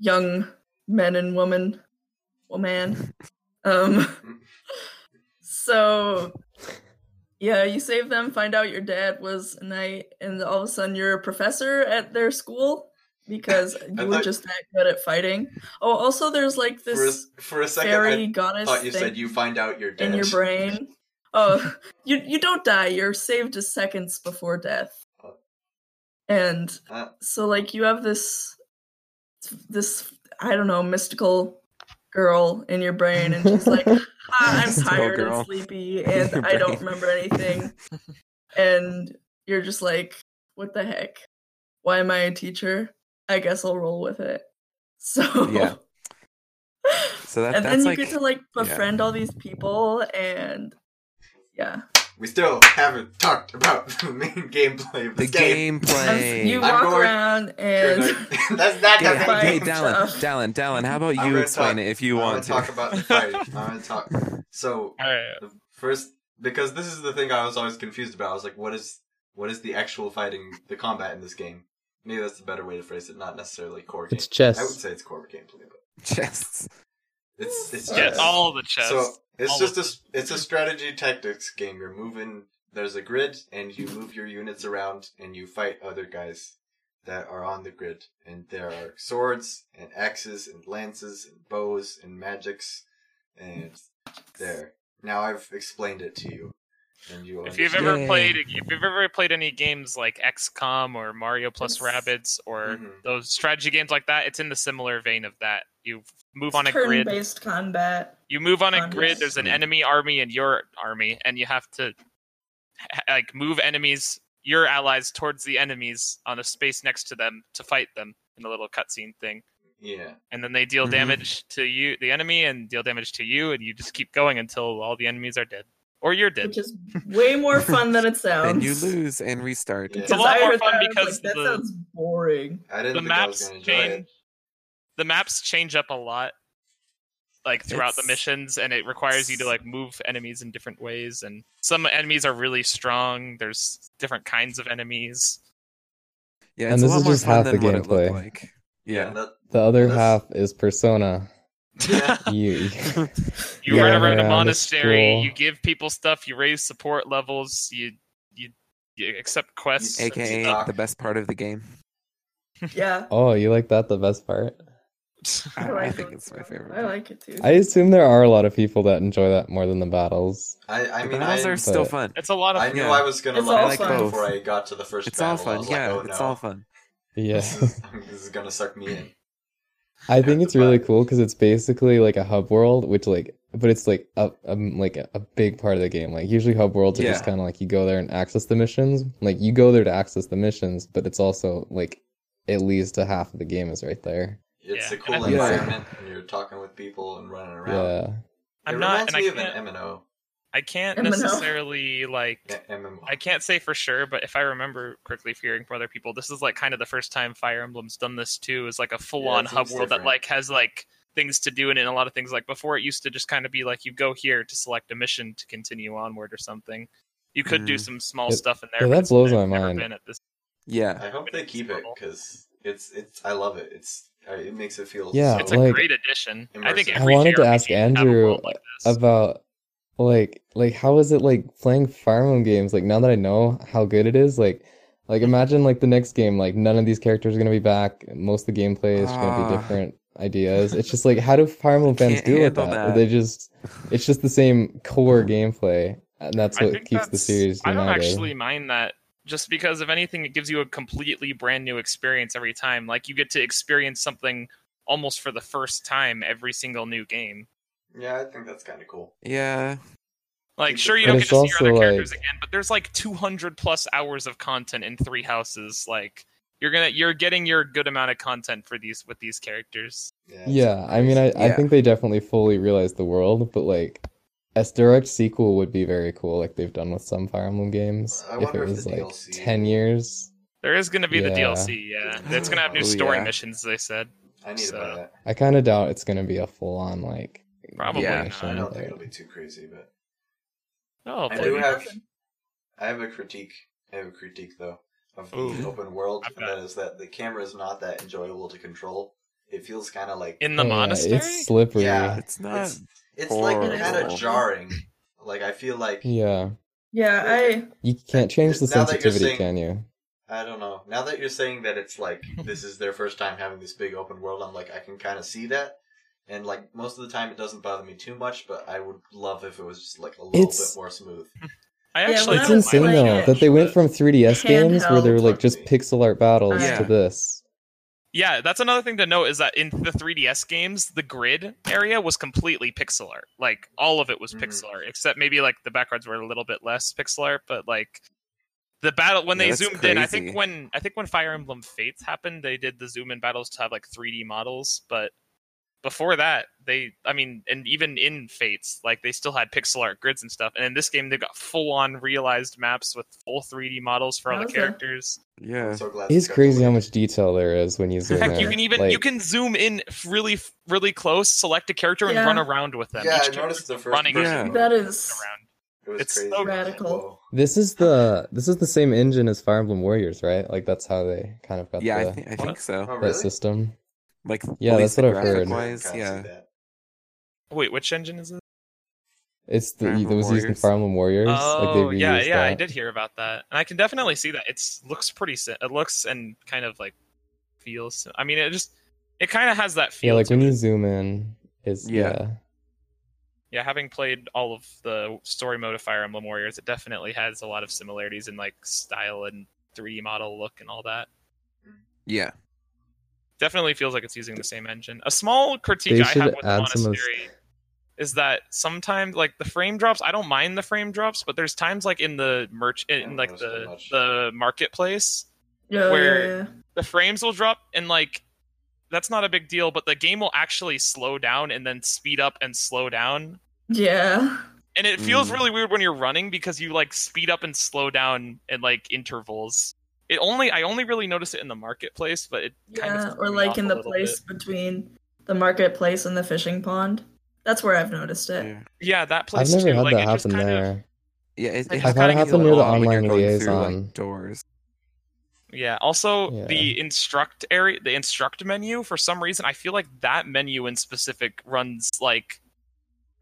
Speaker 6: young men and woman woman um so yeah you save them find out your dad was a knight and all of a sudden you're a professor at their school because you were
Speaker 1: thought-
Speaker 6: just that good at fighting oh also there's like
Speaker 1: For a,
Speaker 6: this
Speaker 1: for a second,
Speaker 6: fairy
Speaker 1: I
Speaker 6: goddess
Speaker 1: thought you
Speaker 6: thing
Speaker 1: said you find out your dad.
Speaker 6: in your brain oh you you don't die you're saved as seconds before death and
Speaker 1: Uh,
Speaker 6: so like you have this this i don't know mystical girl in your brain and she's like ah, i'm
Speaker 3: Mystical
Speaker 6: tired
Speaker 3: girl
Speaker 6: and sleepy
Speaker 3: in
Speaker 6: and
Speaker 3: your
Speaker 6: i don't
Speaker 3: brain."
Speaker 6: remember anything and you're just like what the heck why am i a teacher i guess i'll roll with it so
Speaker 3: Yeah. So that,
Speaker 6: and then
Speaker 3: that's
Speaker 6: you
Speaker 3: like
Speaker 6: get to like
Speaker 3: yeah.
Speaker 6: befriend all these people and yeah
Speaker 1: we still haven't talked about the main gameplay of
Speaker 3: the
Speaker 1: this game.
Speaker 3: gameplay.
Speaker 6: And you
Speaker 1: I'm
Speaker 6: walk
Speaker 1: going-
Speaker 6: around
Speaker 1: You're
Speaker 6: and
Speaker 1: not- That's not
Speaker 3: Hey,
Speaker 1: the
Speaker 6: Fight.
Speaker 3: hey,
Speaker 1: main game.
Speaker 3: Dallin,
Speaker 6: stuff.
Speaker 3: Dallin, Dallin, how about
Speaker 1: I'm
Speaker 3: you
Speaker 1: gonna
Speaker 3: explain
Speaker 1: talk-
Speaker 3: it if you
Speaker 1: I
Speaker 3: want
Speaker 1: to talk about the fighting. I want to talk. So
Speaker 4: All right.
Speaker 1: the first because this is the thing I was always confused about. I was like, what is what is the actual fighting, the combat in this game? Maybe that's the better way to phrase it. Not necessarily core game.
Speaker 2: It's
Speaker 1: I would
Speaker 2: chess.
Speaker 1: say it's core gameplay, but
Speaker 3: Chests.
Speaker 1: it's it's
Speaker 4: Yeah,
Speaker 1: just
Speaker 4: all the chests.
Speaker 1: so it's
Speaker 4: all
Speaker 1: just
Speaker 4: of
Speaker 1: a s- it's a strategy tactics game. You're moving. There's a grid, and you move your units around, and you fight other guys that are on the grid. And there are swords and axes and lances and bows and magics, and there. Now I've explained it to you, and you.
Speaker 4: if you've
Speaker 1: understand.
Speaker 4: ever
Speaker 3: Yeah.
Speaker 4: played, if you've ever played any games like XCOM or Mario plus
Speaker 6: Yes.
Speaker 4: Rabbids or
Speaker 1: Mhm.
Speaker 4: those strategy games like that, it's in the similar vein of that. You move on a grid.
Speaker 6: turn-based combat.
Speaker 4: You move on a
Speaker 6: Congress.
Speaker 4: grid. There's an enemy army and your army, and you have to h- like move enemies, your allies, towards the enemies on a space next to them to fight them in a little cutscene thing.
Speaker 1: Yeah.
Speaker 4: and then they deal
Speaker 2: Mm-hmm.
Speaker 3: Mhm.
Speaker 4: damage to you, the enemy, and deal damage to you, and you just keep going until all the enemies are dead or you're dead.
Speaker 6: which is way more fun than it sounds.
Speaker 3: and you lose and restart.
Speaker 1: Yeah.
Speaker 4: It's a lot
Speaker 6: I
Speaker 4: more
Speaker 6: heard
Speaker 4: fun
Speaker 6: that, I was
Speaker 4: because
Speaker 6: like, that
Speaker 4: the-
Speaker 6: sounds boring.
Speaker 1: I didn't
Speaker 4: The
Speaker 1: think I was
Speaker 4: maps
Speaker 1: gonna enjoy
Speaker 4: change.
Speaker 1: it.
Speaker 4: The maps change up a lot, like throughout the
Speaker 3: It's-
Speaker 4: missions, and it requires you to like move enemies in different ways. And some enemies are really strong. There's different kinds of enemies.
Speaker 3: Yeah,
Speaker 2: And
Speaker 3: it's a
Speaker 2: this
Speaker 3: lot
Speaker 2: is
Speaker 3: more
Speaker 2: just
Speaker 3: fun
Speaker 2: half the
Speaker 3: than what it
Speaker 2: gameplay.
Speaker 3: looked like. Yeah.
Speaker 1: that-
Speaker 2: The other
Speaker 1: that's-
Speaker 2: half is Persona.
Speaker 1: Yeah.
Speaker 2: You.
Speaker 4: You
Speaker 2: Yeah,
Speaker 4: run around a
Speaker 2: yeah, that's
Speaker 4: monastery.
Speaker 2: cool.
Speaker 4: You give people stuff. You raise support levels. You you, you accept quests. and
Speaker 1: AKA
Speaker 4: stuff.
Speaker 1: Suck.
Speaker 3: the best part of the game.
Speaker 6: Yeah.
Speaker 2: oh, you like that the best part?
Speaker 3: I,
Speaker 6: Oh,
Speaker 3: I
Speaker 6: like
Speaker 3: think
Speaker 6: it.
Speaker 3: it's my favorite.
Speaker 6: I
Speaker 3: part.
Speaker 6: like it too.
Speaker 2: I assume there are a lot of people that enjoy that more than the battles.
Speaker 1: I, I
Speaker 3: The
Speaker 1: mean,
Speaker 3: battles
Speaker 1: I,
Speaker 3: are still
Speaker 2: but-
Speaker 3: fun.
Speaker 4: it's a lot of
Speaker 1: I knew
Speaker 3: yeah.
Speaker 1: I was gonna
Speaker 6: It's all
Speaker 1: like it
Speaker 6: fun.
Speaker 1: before I got to the first
Speaker 3: It's all
Speaker 1: battle. I
Speaker 3: fun.
Speaker 1: was like,
Speaker 3: Yeah,
Speaker 1: oh,
Speaker 3: it's
Speaker 1: no.
Speaker 3: all fun.
Speaker 2: Yeah.
Speaker 1: This is, this is gonna suck me in.
Speaker 2: I think it's really
Speaker 1: But-
Speaker 2: cool because it's basically like a hub world, which like, but it's like a, a like a, a big part of the game. Like usually hub worlds are just
Speaker 3: Yeah.
Speaker 2: kind of like you go there and access the missions. Like you go there to access the missions, but it's also like at least a half of the game is right there.
Speaker 1: It's
Speaker 4: Yeah,
Speaker 1: a cool
Speaker 4: and
Speaker 2: I think-
Speaker 1: environment, and you're talking with people and running around.
Speaker 2: Yeah,
Speaker 1: It
Speaker 4: I'm not,
Speaker 1: reminds
Speaker 4: and I
Speaker 1: me of
Speaker 4: can't,
Speaker 1: an MMO.
Speaker 4: I can't
Speaker 6: M&O.
Speaker 4: necessarily like.
Speaker 1: Yeah, MMO.
Speaker 4: I can't say for sure, but if I remember correctly, hearing from other people, this is like kind of the first time Fire Emblem's done this too. Is like a full-on
Speaker 1: it
Speaker 4: hub
Speaker 1: seems
Speaker 4: world that
Speaker 1: different.
Speaker 4: like has like things to do in it and a lot of things. Like before, it used to just kind of be like you go here to select a mission to continue onward or something. You could do
Speaker 3: Mhm.
Speaker 4: some small
Speaker 2: Yeah,
Speaker 4: stuff in
Speaker 2: yeah,
Speaker 4: there.
Speaker 2: that
Speaker 4: but it's
Speaker 2: blows my
Speaker 4: never
Speaker 2: mind.
Speaker 4: been at this-
Speaker 3: Yeah.
Speaker 1: I hope they keep it because it's it's. I love it. It's uh, it makes it feel.
Speaker 2: Yeah,
Speaker 1: so,
Speaker 4: It's a
Speaker 2: like-
Speaker 4: great addition. I think.
Speaker 1: immersive.
Speaker 2: I
Speaker 4: every
Speaker 2: wanted to
Speaker 4: JRPG
Speaker 2: ask
Speaker 4: should have a
Speaker 2: Andrew
Speaker 4: world like this.
Speaker 2: about like like how is it like playing Fire Emblem games? Like now that I know how good it is, like like imagine like the next game, like none of these characters are gonna be back. Most of the gameplay is gonna be
Speaker 3: Ah.
Speaker 2: different ideas. It's just like how do Fire Emblem fans
Speaker 3: Can't
Speaker 2: deal with
Speaker 3: handle
Speaker 2: that?
Speaker 3: that.
Speaker 2: They just it's just the same core gameplay, and that's
Speaker 4: I
Speaker 2: what
Speaker 4: think
Speaker 2: keeps the
Speaker 4: that's-
Speaker 2: series
Speaker 4: I don't
Speaker 2: united.
Speaker 4: actually mind that just because if anything it gives you a completely brand new experience every time. Like you get to experience something almost for the first time every single new game.
Speaker 1: yeah, I think that's kind of cool.
Speaker 3: Yeah.
Speaker 4: Like sure you
Speaker 1: But
Speaker 4: don't get
Speaker 2: it's
Speaker 4: to see your other
Speaker 2: also,
Speaker 4: characters
Speaker 2: like-
Speaker 4: again, but there's like 200 plus hours of content in Three Houses. Like you're gonna you're getting your good amount of content for these with these characters.
Speaker 1: Yeah,
Speaker 2: Yeah, I mean, I, I
Speaker 3: Yeah.
Speaker 2: think they definitely fully realized the world, but like, a direct sequel would be very cool, like they've done with some Fire Emblem games.
Speaker 1: I
Speaker 2: if it
Speaker 1: wonder if
Speaker 2: was
Speaker 1: the
Speaker 2: like
Speaker 1: DLC
Speaker 2: ten years,
Speaker 4: There is gonna be
Speaker 2: Yeah.
Speaker 4: the DLC, yeah. It's gonna have new
Speaker 3: Ooh,
Speaker 4: story
Speaker 3: yeah.
Speaker 4: missions, they said.
Speaker 1: I need to buy
Speaker 4: So-
Speaker 1: that.
Speaker 2: I kind of doubt it's gonna be a full on like.
Speaker 4: Probably
Speaker 3: Yeah,
Speaker 4: not.
Speaker 1: I
Speaker 2: mission,
Speaker 1: don't
Speaker 2: but-
Speaker 1: think it'll be too crazy, but
Speaker 4: Oh,
Speaker 1: I
Speaker 6: Hopefully
Speaker 1: do
Speaker 6: it
Speaker 1: have.
Speaker 6: doesn't.
Speaker 1: I have a critique. I have a critique though of
Speaker 4: Ooh.
Speaker 1: the open world,
Speaker 4: I've
Speaker 1: and that is that the camera is not that enjoyable to control. It feels kind of like
Speaker 4: in the
Speaker 2: Oh, yeah,
Speaker 4: monastery.
Speaker 2: it's slippery.
Speaker 1: Yeah.
Speaker 3: It's not.
Speaker 1: it's it's like kind
Speaker 6: horrible.
Speaker 1: of jarring. Like I feel like
Speaker 2: Yeah.
Speaker 6: Yeah, I
Speaker 2: you can't change the
Speaker 1: Now that you're
Speaker 2: sensitivity,
Speaker 1: saying-
Speaker 2: can you?
Speaker 1: I don't know. Now that you're saying that it's like this is their first time having this big open world, I'm like I can kind of see that, and like most of the time it doesn't bother me too much. But I would love if it was just like a little
Speaker 2: It's-
Speaker 1: bit more smooth.
Speaker 4: I
Speaker 6: Yeah,
Speaker 4: actually
Speaker 6: when
Speaker 2: It's
Speaker 6: I
Speaker 4: didn't
Speaker 6: was
Speaker 4: mind
Speaker 2: insane
Speaker 4: it.
Speaker 6: playing
Speaker 2: though
Speaker 6: it
Speaker 2: that they went from 3DS games where they were like just
Speaker 1: handheld.
Speaker 2: pixel art battles
Speaker 3: Yeah.
Speaker 2: to this.
Speaker 4: Yeah, that's another thing to note is that in the 3DS games, the grid area was completely pixel art. Like all of it was
Speaker 1: Mhm.
Speaker 3: Mm.
Speaker 4: pixel art, except maybe like the backgrounds were a little bit less pixel art. But like the battle when
Speaker 3: Yeah,
Speaker 4: they
Speaker 3: that's
Speaker 4: zoomed in, I think
Speaker 3: crazy.
Speaker 4: when I think when Fire Emblem Fates happened, they did the zoom in battles to have like 3D models. But before that, they I mean, and even in Fates, like they still had pixel art grids and stuff. And in this game, they've got full on realized maps with full 3D models for all the
Speaker 6: Wowza.
Speaker 4: characters.
Speaker 1: I'm
Speaker 3: Yeah.
Speaker 1: so glad.
Speaker 2: It's
Speaker 1: this got
Speaker 2: crazy how
Speaker 1: delayed.
Speaker 2: much detail there is when you zoom
Speaker 4: Heck,
Speaker 2: in.
Speaker 4: you can even you
Speaker 2: Like,
Speaker 4: can zoom in f- really f- really close, select a character, and
Speaker 6: Yeah.
Speaker 4: run around with them.
Speaker 1: Yeah, I
Speaker 4: Each character's
Speaker 1: noticed the first
Speaker 4: running
Speaker 1: person
Speaker 3: Yeah.
Speaker 1: mode.
Speaker 6: that is
Speaker 4: around.
Speaker 1: It was
Speaker 4: it's
Speaker 1: crazy.
Speaker 4: so
Speaker 6: radical.
Speaker 1: Whoa.
Speaker 2: This is the this is the same engine as Fire Emblem Warriors, right? Like that's how they kind of got
Speaker 3: Yeah,
Speaker 2: the,
Speaker 3: I, thi- I think so.
Speaker 1: Oh,
Speaker 2: that
Speaker 1: really?
Speaker 2: system.
Speaker 3: Like,
Speaker 2: Yeah,
Speaker 3: at
Speaker 2: that's
Speaker 3: least
Speaker 2: what I've
Speaker 1: I can
Speaker 2: heard.
Speaker 3: graphic Wise,
Speaker 1: kinda see
Speaker 3: yeah.
Speaker 1: that.
Speaker 4: Wait, which engine is it?
Speaker 2: It's the e,
Speaker 3: Fire
Speaker 2: it
Speaker 3: Emblem
Speaker 2: was used in
Speaker 3: Warriors.
Speaker 2: Fire Emblem Warriors. like they
Speaker 4: Oh,
Speaker 2: reused
Speaker 4: yeah, yeah, I
Speaker 2: that.
Speaker 4: did hear about that, and I can definitely see that. It's looks pretty. si- It looks and kind of like feels. si- I mean, it just it kind of has that
Speaker 2: Yeah,
Speaker 4: feel.
Speaker 2: like
Speaker 4: to
Speaker 2: when
Speaker 4: it.
Speaker 2: you zoom in, is yeah.
Speaker 3: Yeah.
Speaker 4: yeah, having played all of the story mode of Fire Emblem Warriors, it definitely has a lot of similarities in like style and 3D model look and all that.
Speaker 3: Yeah.
Speaker 4: Definitely feels like it's using the same engine. A small critique
Speaker 2: They
Speaker 4: I have
Speaker 2: should
Speaker 4: with the
Speaker 2: add some of.
Speaker 4: Monastery is that sometimes like the frame drops i don't mind the frame drops but there's times like in the merch in,
Speaker 1: don't
Speaker 4: like
Speaker 1: notice that
Speaker 4: the
Speaker 1: much.
Speaker 4: the marketplace
Speaker 6: yeah,
Speaker 4: Where-
Speaker 6: yeah, yeah.
Speaker 4: the frames will drop and like that's not a big deal, but the game will actually slow down and then speed up and slow down.
Speaker 6: Yeah.
Speaker 4: And it feels
Speaker 2: Hmm.
Speaker 3: Mm.
Speaker 4: really weird when you're running because you like speed up and slow down at like intervals. It only I only really notice it in the marketplace, but it kind
Speaker 6: Yeah.
Speaker 4: of
Speaker 6: Or like in the place between the marketplace and the fishing pond. That's where I've noticed it.
Speaker 3: Yeah,
Speaker 4: Yeah, that
Speaker 2: I've
Speaker 4: place
Speaker 2: never
Speaker 4: too.
Speaker 2: had
Speaker 4: like,
Speaker 2: that
Speaker 4: it just
Speaker 2: happen
Speaker 4: kind
Speaker 2: there.
Speaker 4: Of,
Speaker 3: yeah. It,
Speaker 4: I
Speaker 3: it
Speaker 4: thought
Speaker 3: just kind
Speaker 4: it
Speaker 3: of
Speaker 4: happened near the
Speaker 2: online liaison.
Speaker 3: Like, doors.
Speaker 4: yeah. Also,
Speaker 2: Yeah.
Speaker 4: the instruct area, the instruct menu. For some reason, I feel like that menu in specific runs like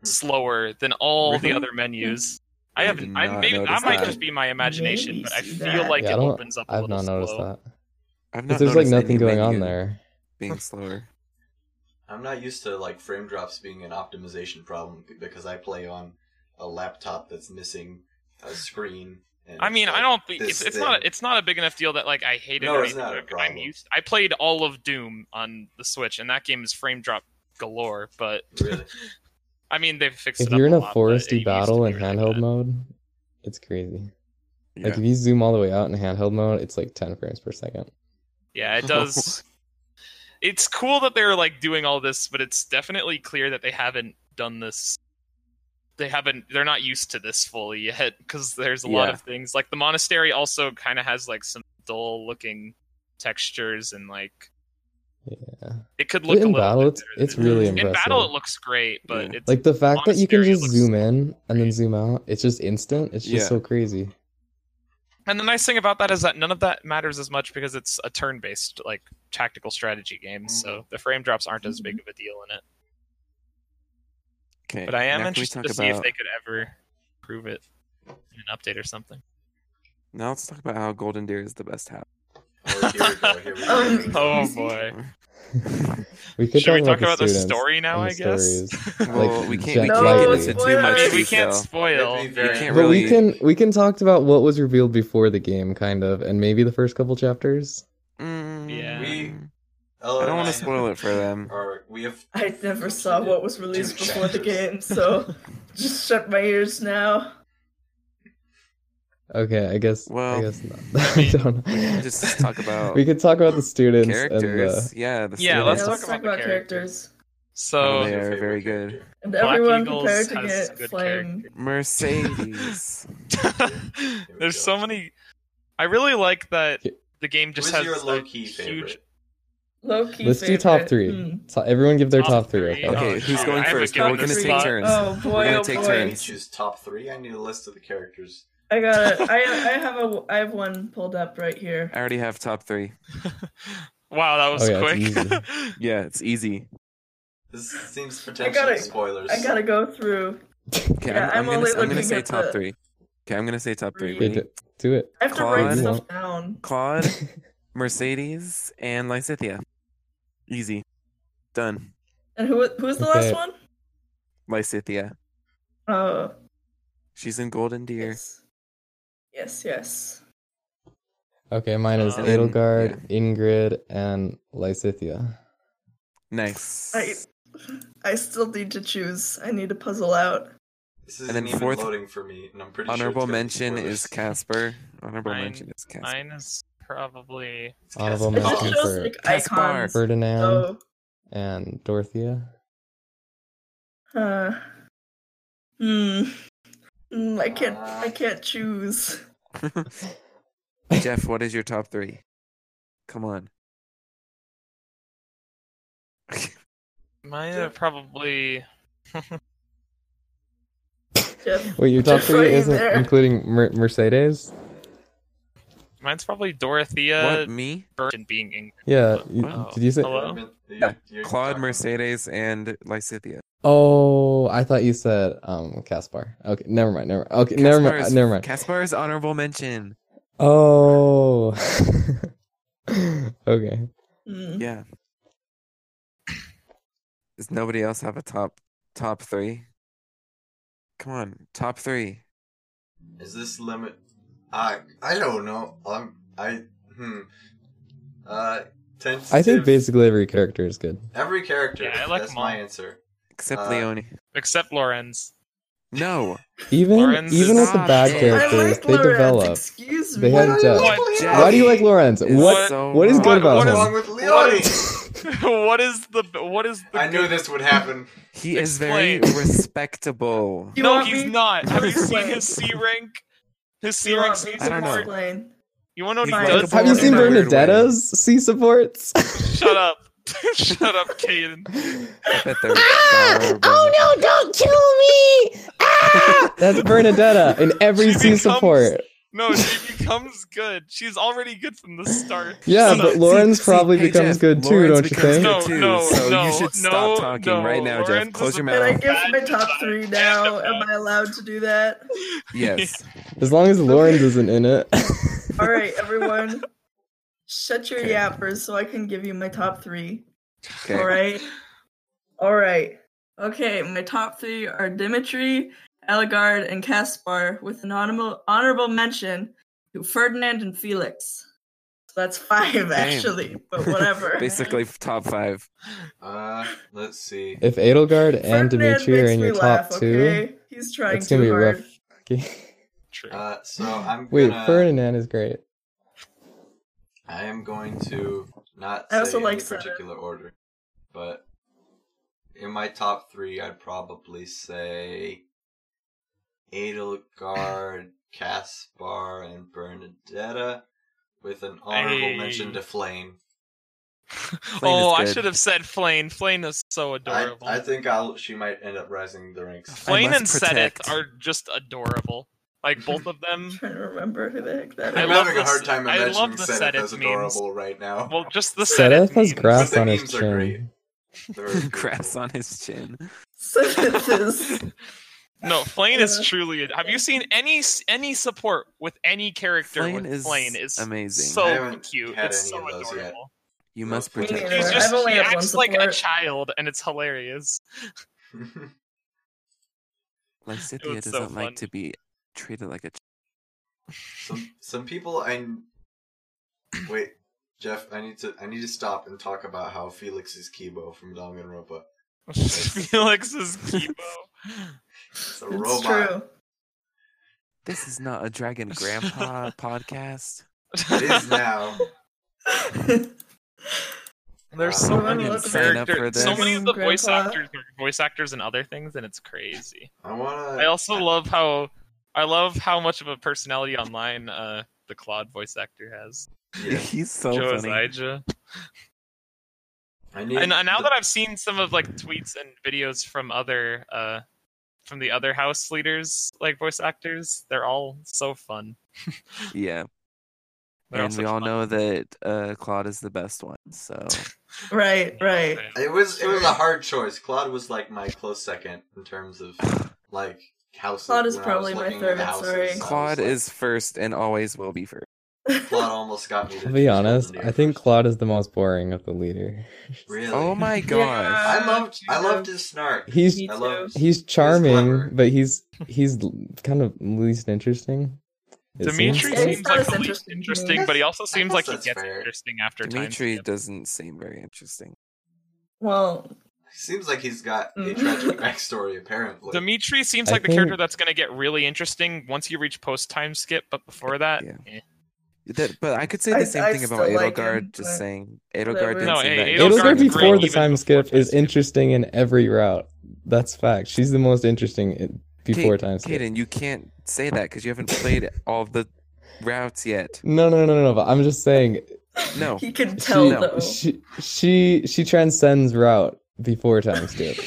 Speaker 4: slower than all
Speaker 3: Really?
Speaker 4: the other menus.
Speaker 3: I
Speaker 4: I
Speaker 3: did
Speaker 4: haven't. I
Speaker 3: not
Speaker 4: maybe that
Speaker 3: notice
Speaker 4: might
Speaker 3: that.
Speaker 4: just be my imagination,
Speaker 6: Maybe
Speaker 4: but I
Speaker 6: see
Speaker 4: feel
Speaker 6: that.
Speaker 4: like
Speaker 2: Yeah, I
Speaker 4: it
Speaker 2: don't-
Speaker 4: opens up. a
Speaker 2: I've
Speaker 4: little
Speaker 2: not noticed
Speaker 4: slow.
Speaker 2: that.
Speaker 3: I've not
Speaker 2: Because there's like
Speaker 3: noticed
Speaker 2: nothing
Speaker 3: any
Speaker 2: going on
Speaker 3: menu
Speaker 2: there.
Speaker 3: Being slower.
Speaker 1: I'm not used to like frame drops being an optimization problem b- because I play on a laptop that's missing a screen. And
Speaker 4: I mean,
Speaker 1: it's
Speaker 4: I
Speaker 1: like
Speaker 4: don't think
Speaker 1: this
Speaker 4: it's, it's not
Speaker 1: thing.
Speaker 4: it's not a big enough deal that like I hate it.
Speaker 1: No,
Speaker 4: or
Speaker 1: it's not a
Speaker 4: anything. I'm
Speaker 1: problem.
Speaker 4: used. I played all of Doom on the Switch, and that game is frame drop galore. But
Speaker 1: Really,
Speaker 4: I mean, they've fixed.
Speaker 2: If
Speaker 4: it up
Speaker 2: you're in a
Speaker 4: lot, but it
Speaker 2: foresty
Speaker 4: used to
Speaker 2: battle
Speaker 4: be
Speaker 2: in
Speaker 4: really
Speaker 2: handheld
Speaker 4: bad.
Speaker 2: mode, it's crazy.
Speaker 3: Yeah.
Speaker 2: Like if you zoom all the way out in handheld mode, it's like 10 frames per second.
Speaker 4: yeah,
Speaker 2: Oh.
Speaker 4: it does. it's cool that they're like doing all this, but it's definitely clear that they haven't done this. They haven't. They're not used to this fully yet because there's a lot
Speaker 3: Yeah.
Speaker 4: of things like the monastery also kind of has like some dull looking textures and like
Speaker 2: Yeah.
Speaker 4: It could
Speaker 2: But
Speaker 4: look a
Speaker 2: in
Speaker 4: little
Speaker 2: battle,
Speaker 4: bit
Speaker 2: it's-
Speaker 4: better
Speaker 2: it's
Speaker 4: than-
Speaker 2: really
Speaker 4: In battle,
Speaker 2: impressive.
Speaker 4: it looks great, but
Speaker 3: Yeah.
Speaker 4: it's
Speaker 2: Like the fact that you can
Speaker 4: Monastery
Speaker 2: just
Speaker 4: looks
Speaker 2: zoom in and then
Speaker 4: great.
Speaker 2: zoom out, it's just instant. It's just
Speaker 3: Yeah.
Speaker 2: so crazy.
Speaker 4: and the nice thing about that is that none of that matters as much because it's a turn-based like tactical strategy game,
Speaker 2: Mm-hmm.
Speaker 4: so the frame drops aren't as big of a deal in it.
Speaker 3: Okay.
Speaker 4: But I am
Speaker 3: now can we
Speaker 4: interested
Speaker 3: talk
Speaker 4: to see if
Speaker 3: about-
Speaker 4: they could ever prove it in an update or something.
Speaker 3: Now let's talk about how Golden Deer is the best hat.
Speaker 1: oh, here we go. Here we go.
Speaker 6: Um,
Speaker 1: here we go.
Speaker 4: Oh boy!
Speaker 2: we could
Speaker 4: Should we talk
Speaker 2: the
Speaker 4: about the
Speaker 2: students
Speaker 4: story now?
Speaker 2: and
Speaker 4: I
Speaker 2: the
Speaker 4: guess.
Speaker 2: stories.
Speaker 3: Well,
Speaker 2: Like,
Speaker 3: we can't.
Speaker 2: gen-
Speaker 3: We
Speaker 6: No,
Speaker 3: can't get into too much.
Speaker 4: I mean,
Speaker 6: spoilers.
Speaker 4: we can't
Speaker 3: detail.
Speaker 4: spoil.
Speaker 1: That'd be very-
Speaker 3: You can't
Speaker 2: But we
Speaker 3: really-
Speaker 2: can we can talk about what was revealed before the game, kind of, and maybe the first couple chapters.
Speaker 3: Mm,
Speaker 4: Yeah.
Speaker 1: We-
Speaker 3: I don't want to spoil it for them.
Speaker 1: Or we have
Speaker 6: I never saw what was released
Speaker 1: Two
Speaker 6: before the
Speaker 1: chapters.
Speaker 6: game, so just shut my ears now.
Speaker 2: Okay, I guess. I
Speaker 3: Well,
Speaker 2: guess not. I don't know.
Speaker 3: we can just talk about
Speaker 2: we could talk about the students uh,
Speaker 3: Characters, yeah. The
Speaker 4: Yeah, let's
Speaker 3: students.
Speaker 4: talk about the characters.
Speaker 1: Oh,
Speaker 3: Oh,
Speaker 4: So
Speaker 3: they
Speaker 1: your
Speaker 3: are
Speaker 1: favorite
Speaker 3: very good.
Speaker 1: character.
Speaker 6: And
Speaker 4: Black
Speaker 6: everyone
Speaker 4: Eagles
Speaker 6: prepared to
Speaker 4: has
Speaker 6: get
Speaker 4: good
Speaker 6: flame.
Speaker 3: Mercedes.
Speaker 4: there's so many. I really like that the game just
Speaker 1: Who's
Speaker 4: has
Speaker 1: your
Speaker 4: like,
Speaker 1: low key
Speaker 4: huge
Speaker 1: favorite?
Speaker 6: Low key.
Speaker 2: Let's do top three.
Speaker 6: Hmm.
Speaker 2: To- everyone give their
Speaker 4: Top
Speaker 2: top, three.
Speaker 4: three.
Speaker 2: okay?
Speaker 4: Oh,
Speaker 3: Okay, who's
Speaker 4: shoot,
Speaker 3: going
Speaker 4: I haven't
Speaker 3: first?
Speaker 4: given
Speaker 3: We're gonna
Speaker 4: this
Speaker 3: take
Speaker 4: thought.
Speaker 3: turns.
Speaker 6: Oh boy!
Speaker 3: We're gonna
Speaker 6: oh
Speaker 3: take
Speaker 6: boy.
Speaker 1: Can you
Speaker 3: turns.
Speaker 1: choose top three? I need a list of the characters.
Speaker 6: I got it. I, I have a I have one pulled up right here.
Speaker 3: I already have top three.
Speaker 4: wow, that was
Speaker 2: Oh, yeah, it's
Speaker 4: quick.
Speaker 3: Yeah, it's easy.
Speaker 1: This seems
Speaker 6: gotta-
Speaker 1: potentially spoilers.
Speaker 6: I gotta go through.
Speaker 3: Okay,
Speaker 6: Yeah,
Speaker 3: I'm, I'm,
Speaker 6: I'm
Speaker 3: gonna,
Speaker 6: only
Speaker 3: s- I'm gonna
Speaker 6: looking
Speaker 3: say
Speaker 6: at
Speaker 3: top
Speaker 6: the-
Speaker 3: three. Okay, I'm gonna say top three.
Speaker 2: Okay,
Speaker 3: Ready?
Speaker 2: do, do it.
Speaker 6: I have to
Speaker 3: Claude?
Speaker 6: write stuff down.
Speaker 3: Claude, Mercedes, and Lysithia. Easy. Done.
Speaker 6: And who who's the
Speaker 2: Okay.
Speaker 6: last one?
Speaker 3: Lysithia.
Speaker 6: Oh,
Speaker 3: She's in Golden Deer.
Speaker 6: yes, yes, yes.
Speaker 2: okay, mine is
Speaker 4: Um,
Speaker 2: Edelgard, Ingrid, and Lysithia.
Speaker 3: Nice.
Speaker 6: I I still need to choose. I need to puzzle out.
Speaker 1: This isn't
Speaker 3: And then
Speaker 1: even
Speaker 3: fourth-
Speaker 1: loading for me, and I'm pretty sure it's
Speaker 3: Honorable
Speaker 1: gonna
Speaker 3: mention
Speaker 1: be
Speaker 3: is Casper. Honorable
Speaker 4: Mine-
Speaker 3: mention is Casper.
Speaker 4: Mine is probably
Speaker 1: spoilers.
Speaker 2: Honorable
Speaker 6: I
Speaker 1: Casper.
Speaker 2: mention
Speaker 6: just chose
Speaker 2: for
Speaker 6: like
Speaker 3: Caspar.
Speaker 6: icons. Oh.
Speaker 2: Ferdinand
Speaker 6: So,
Speaker 2: and Dorothea.
Speaker 6: uh, hmm. Hmm, I can't. I can't choose.
Speaker 3: Jeff, what is your top three? Come on.
Speaker 4: mine. Are probably
Speaker 6: Jeff.
Speaker 2: Wait, your top
Speaker 6: Just right
Speaker 2: three isn't
Speaker 6: there.
Speaker 2: including Mer- Mercedes?
Speaker 4: mine's probably Dorothea
Speaker 3: what? Me?
Speaker 4: Burke and being England.
Speaker 2: Yeah. you-
Speaker 3: Wow.
Speaker 2: Did you
Speaker 1: Oh.
Speaker 2: say?
Speaker 4: Hello?
Speaker 1: You- you-
Speaker 3: Claude, Mercedes, and Lysithia.
Speaker 2: Oh, I thought you said um Caspar. Okay, never mind. Never. Okay, never
Speaker 3: Caspar
Speaker 2: mind.
Speaker 3: is-
Speaker 2: never mind.
Speaker 3: Caspar is honorable mention.
Speaker 2: oh. okay.
Speaker 6: Hmm.
Speaker 3: Yeah. Does nobody else have a top top three? Come on, top three.
Speaker 1: Is this limit? I I don't know. I'm I hmm. Uh, tentative.
Speaker 2: I think basically every character is good.
Speaker 1: every character.
Speaker 4: Yeah, I like
Speaker 1: that's
Speaker 4: them all.
Speaker 1: my answer.
Speaker 3: Except
Speaker 1: Uh,
Speaker 3: Leone.
Speaker 4: except Lorenz.
Speaker 3: No.
Speaker 2: Even
Speaker 4: Lorenz
Speaker 2: even
Speaker 3: is
Speaker 2: with the
Speaker 3: not
Speaker 2: bad
Speaker 3: it. I
Speaker 6: I
Speaker 2: characters,
Speaker 6: like
Speaker 2: they
Speaker 6: Lorenz.
Speaker 2: develop.
Speaker 6: Excuse me.
Speaker 2: They have
Speaker 1: Why do you
Speaker 2: depth.
Speaker 1: like
Speaker 4: What?
Speaker 1: Leone?
Speaker 2: Why do you like Lorenz?
Speaker 3: It's
Speaker 2: What
Speaker 3: so
Speaker 2: what is
Speaker 3: wrong.
Speaker 1: What's
Speaker 2: good about
Speaker 4: What
Speaker 1: wrong
Speaker 2: him?
Speaker 1: with Leone?
Speaker 4: what is the what is the
Speaker 1: I knew this would happen.
Speaker 3: He is very
Speaker 4: Explain.
Speaker 3: respectable.
Speaker 6: You
Speaker 4: no,
Speaker 6: want
Speaker 4: he's
Speaker 6: me-
Speaker 4: not. Have you seen
Speaker 6: Explain.
Speaker 4: his C rank? His
Speaker 6: Do
Speaker 4: C
Speaker 6: you
Speaker 4: rank
Speaker 6: want
Speaker 4: C
Speaker 6: me to
Speaker 3: I don't know.
Speaker 4: support.
Speaker 6: explain?
Speaker 4: You want to
Speaker 3: He's
Speaker 4: know what he
Speaker 3: like-
Speaker 4: does?
Speaker 2: Have you seen
Speaker 3: In a weird way.
Speaker 2: Bernadetta's C supports?
Speaker 4: Shut up. Shut up, Caden.
Speaker 3: I bet they're
Speaker 4: Ah!
Speaker 3: adorable.
Speaker 2: oh no! Don't kill me! Ah! That's Bernadetta in every C
Speaker 4: She becomes-
Speaker 2: support.
Speaker 4: No, she becomes good. She's already good from the start.
Speaker 2: Yeah,
Speaker 4: So-
Speaker 2: but Lauren's
Speaker 3: See- see,
Speaker 2: probably
Speaker 3: hey,
Speaker 2: becomes
Speaker 3: Jeff,
Speaker 2: good too,
Speaker 3: Lauren's
Speaker 2: don't you
Speaker 3: becomes
Speaker 2: think?
Speaker 3: good
Speaker 4: No, no,
Speaker 3: so
Speaker 4: no,
Speaker 3: you should
Speaker 4: no,
Speaker 3: stop talking
Speaker 4: no,
Speaker 3: right now,
Speaker 4: Lauren's
Speaker 3: Jeff. Close your
Speaker 4: a-
Speaker 6: Can I
Speaker 3: mouth.
Speaker 6: give my top three now? Am I allowed to do that?
Speaker 3: Yes.
Speaker 2: As long as Lauren's isn't in it.
Speaker 6: All right, everyone, shut your
Speaker 3: Okay.
Speaker 6: yappers so I can give you my top three.
Speaker 3: Okay.
Speaker 6: All right. All right. Okay, my top three are Dimitri, Eligard, and Caspar, with an honorable, honorable mention to Ferdinand and Felix. So that's five, actually, but whatever.
Speaker 3: Basically, top five.
Speaker 1: Uh, let's see.
Speaker 2: if Adelgard and
Speaker 6: Ferdinand
Speaker 2: Dimitri are
Speaker 6: makes
Speaker 2: in
Speaker 6: me
Speaker 2: your
Speaker 6: laugh,
Speaker 2: top two,
Speaker 6: okay? He's trying
Speaker 2: it's gonna
Speaker 6: too
Speaker 2: be
Speaker 6: hard.
Speaker 2: rough. Okay.
Speaker 4: True.
Speaker 1: Uh, so I'm
Speaker 2: Wait,
Speaker 1: gonna,
Speaker 2: Ferdinand is great.
Speaker 1: I am going to not say
Speaker 6: I also like
Speaker 1: any
Speaker 6: Seven.
Speaker 1: particular order, but in my top three, I'd probably say Adelgard, Caspar, and Bernadetta, with an honorable
Speaker 4: Hey.
Speaker 1: mention to Flame.
Speaker 4: oh,
Speaker 3: is
Speaker 4: I
Speaker 3: good.
Speaker 4: should have said Flane. Flane is so
Speaker 1: I,
Speaker 4: adorable.
Speaker 1: I think I'll she might end up rising the ranks.
Speaker 4: Flane
Speaker 3: must
Speaker 4: and Sedith
Speaker 3: protect.
Speaker 4: are just adorable. Like both of them.
Speaker 6: I'm trying to remember who the heck that
Speaker 4: I
Speaker 1: I'm
Speaker 6: is.
Speaker 4: love
Speaker 1: having a
Speaker 4: the
Speaker 1: hard
Speaker 4: s-
Speaker 1: time
Speaker 4: I love
Speaker 1: imagining
Speaker 4: the
Speaker 1: Seth
Speaker 4: Sedith
Speaker 1: as
Speaker 4: memes.
Speaker 1: adorable right now.
Speaker 4: Well, just the
Speaker 2: Seth
Speaker 4: Sedith
Speaker 2: has
Speaker 4: memes.
Speaker 2: grass
Speaker 1: The
Speaker 2: on his
Speaker 1: memes are great.
Speaker 2: chin.
Speaker 1: They're-
Speaker 3: Grass on his chin.
Speaker 6: Synthesis.
Speaker 4: No, Flane is
Speaker 6: Yeah.
Speaker 4: truly. Have you seen any s- any support with any character
Speaker 3: Flame
Speaker 4: with
Speaker 3: is
Speaker 4: Flane is
Speaker 3: amazing.
Speaker 1: I
Speaker 4: so
Speaker 1: haven't
Speaker 4: cute.
Speaker 1: had
Speaker 4: It's
Speaker 1: any
Speaker 4: so
Speaker 1: of those yet.
Speaker 4: adorable.
Speaker 3: You must
Speaker 1: Me
Speaker 3: protect.
Speaker 1: neither.
Speaker 4: He's
Speaker 1: I've
Speaker 4: just
Speaker 6: only
Speaker 4: he
Speaker 6: had one
Speaker 4: acts like a
Speaker 6: support.
Speaker 4: child, and it's hilarious.
Speaker 3: Lysithia
Speaker 4: was so
Speaker 3: doesn't like
Speaker 4: fun.
Speaker 3: to be treated like a. Ch-
Speaker 1: some some people I wait, Jeff. I need to I need to stop and talk about how Felix is Kibo from Danganronpa.
Speaker 4: Felix is Kibo.
Speaker 1: It's a
Speaker 6: it's true.
Speaker 1: robot.
Speaker 3: this is not a dragon grandpa podcast.
Speaker 1: It is now.
Speaker 4: There's
Speaker 1: Uh,
Speaker 4: so
Speaker 1: I
Speaker 4: many
Speaker 6: didn't
Speaker 3: sign up for
Speaker 4: characters. So
Speaker 3: this.
Speaker 4: many of the voice
Speaker 6: Grandpa.
Speaker 4: actors are voice actors and other things, and it's crazy.
Speaker 1: I wanna.
Speaker 4: I also love how I love how much of a personality online uh, the Claude voice actor has.
Speaker 1: yeah,
Speaker 3: He's so
Speaker 4: Joe
Speaker 3: funny.
Speaker 4: Azija.
Speaker 1: I need.
Speaker 4: And uh, now
Speaker 1: the-
Speaker 4: that I've seen some of like tweets and videos from other uh, from the other house leaders, like voice actors, they're all so fun.
Speaker 3: Yeah,
Speaker 4: They're
Speaker 3: and
Speaker 4: all
Speaker 3: we
Speaker 4: such
Speaker 3: all
Speaker 4: fun.
Speaker 3: know that uh, Claude is the best one. So
Speaker 6: Right, right.
Speaker 1: it was it was a hard choice. Claude was like my close second in terms of like houses.
Speaker 6: Claude is
Speaker 1: When I was
Speaker 6: probably my
Speaker 1: looking at
Speaker 6: third,
Speaker 1: houses,
Speaker 6: sorry.
Speaker 1: I was
Speaker 3: Claude
Speaker 1: like-
Speaker 3: is first and always will be first.
Speaker 1: Claude almost got me.
Speaker 2: To be honest, I think Claude is the most boring of the leader.
Speaker 1: Really?
Speaker 3: Oh my gosh!
Speaker 1: I loved I loved his snark.
Speaker 2: He's
Speaker 6: Me
Speaker 1: I
Speaker 6: too.
Speaker 1: loved.
Speaker 2: he's
Speaker 1: clever.
Speaker 2: charming, but he's he's l- kind of least interesting. it seems.
Speaker 4: Dimitri
Speaker 6: Yeah,
Speaker 4: seems,
Speaker 6: he's not
Speaker 4: like
Speaker 6: as
Speaker 4: the least
Speaker 6: interesting to me.
Speaker 4: interesting, but he also
Speaker 1: That's- I
Speaker 4: seems
Speaker 1: guess
Speaker 4: like he
Speaker 1: that's
Speaker 4: gets
Speaker 1: fair.
Speaker 4: interesting after
Speaker 3: Dimitri
Speaker 4: time. skip.
Speaker 3: doesn't seem very interesting.
Speaker 6: Well,
Speaker 1: Seems like he's got a
Speaker 6: Mm.
Speaker 1: tragic backstory. Apparently,
Speaker 4: Dimitri seems
Speaker 2: I
Speaker 4: like the character
Speaker 2: think-
Speaker 4: that's going to get really interesting once you reach post time skip, but before that,
Speaker 3: Yeah.
Speaker 4: eh.
Speaker 3: That, but I could say
Speaker 6: I-
Speaker 3: the same
Speaker 6: I
Speaker 3: thing about
Speaker 6: still like
Speaker 3: Edelgard.
Speaker 6: him,
Speaker 3: just
Speaker 6: but
Speaker 3: saying,
Speaker 6: whatever.
Speaker 3: Edelgard didn't
Speaker 4: No,
Speaker 3: seem
Speaker 4: hey,
Speaker 3: that
Speaker 4: Edelgard's
Speaker 2: Adelgard
Speaker 3: interesting.
Speaker 2: before
Speaker 4: great
Speaker 2: the
Speaker 4: even
Speaker 2: time
Speaker 4: before
Speaker 2: skip is
Speaker 4: time skip.
Speaker 2: interesting in every route. That's fact. She's the most interesting in, before time skip.
Speaker 3: Kaden, you can't say that because you haven't played all the routes yet.
Speaker 2: No, no, no, no, no. But I'm just saying,
Speaker 3: No.
Speaker 6: he can tell
Speaker 2: she,
Speaker 6: though.
Speaker 2: she she she transcends route before time skip.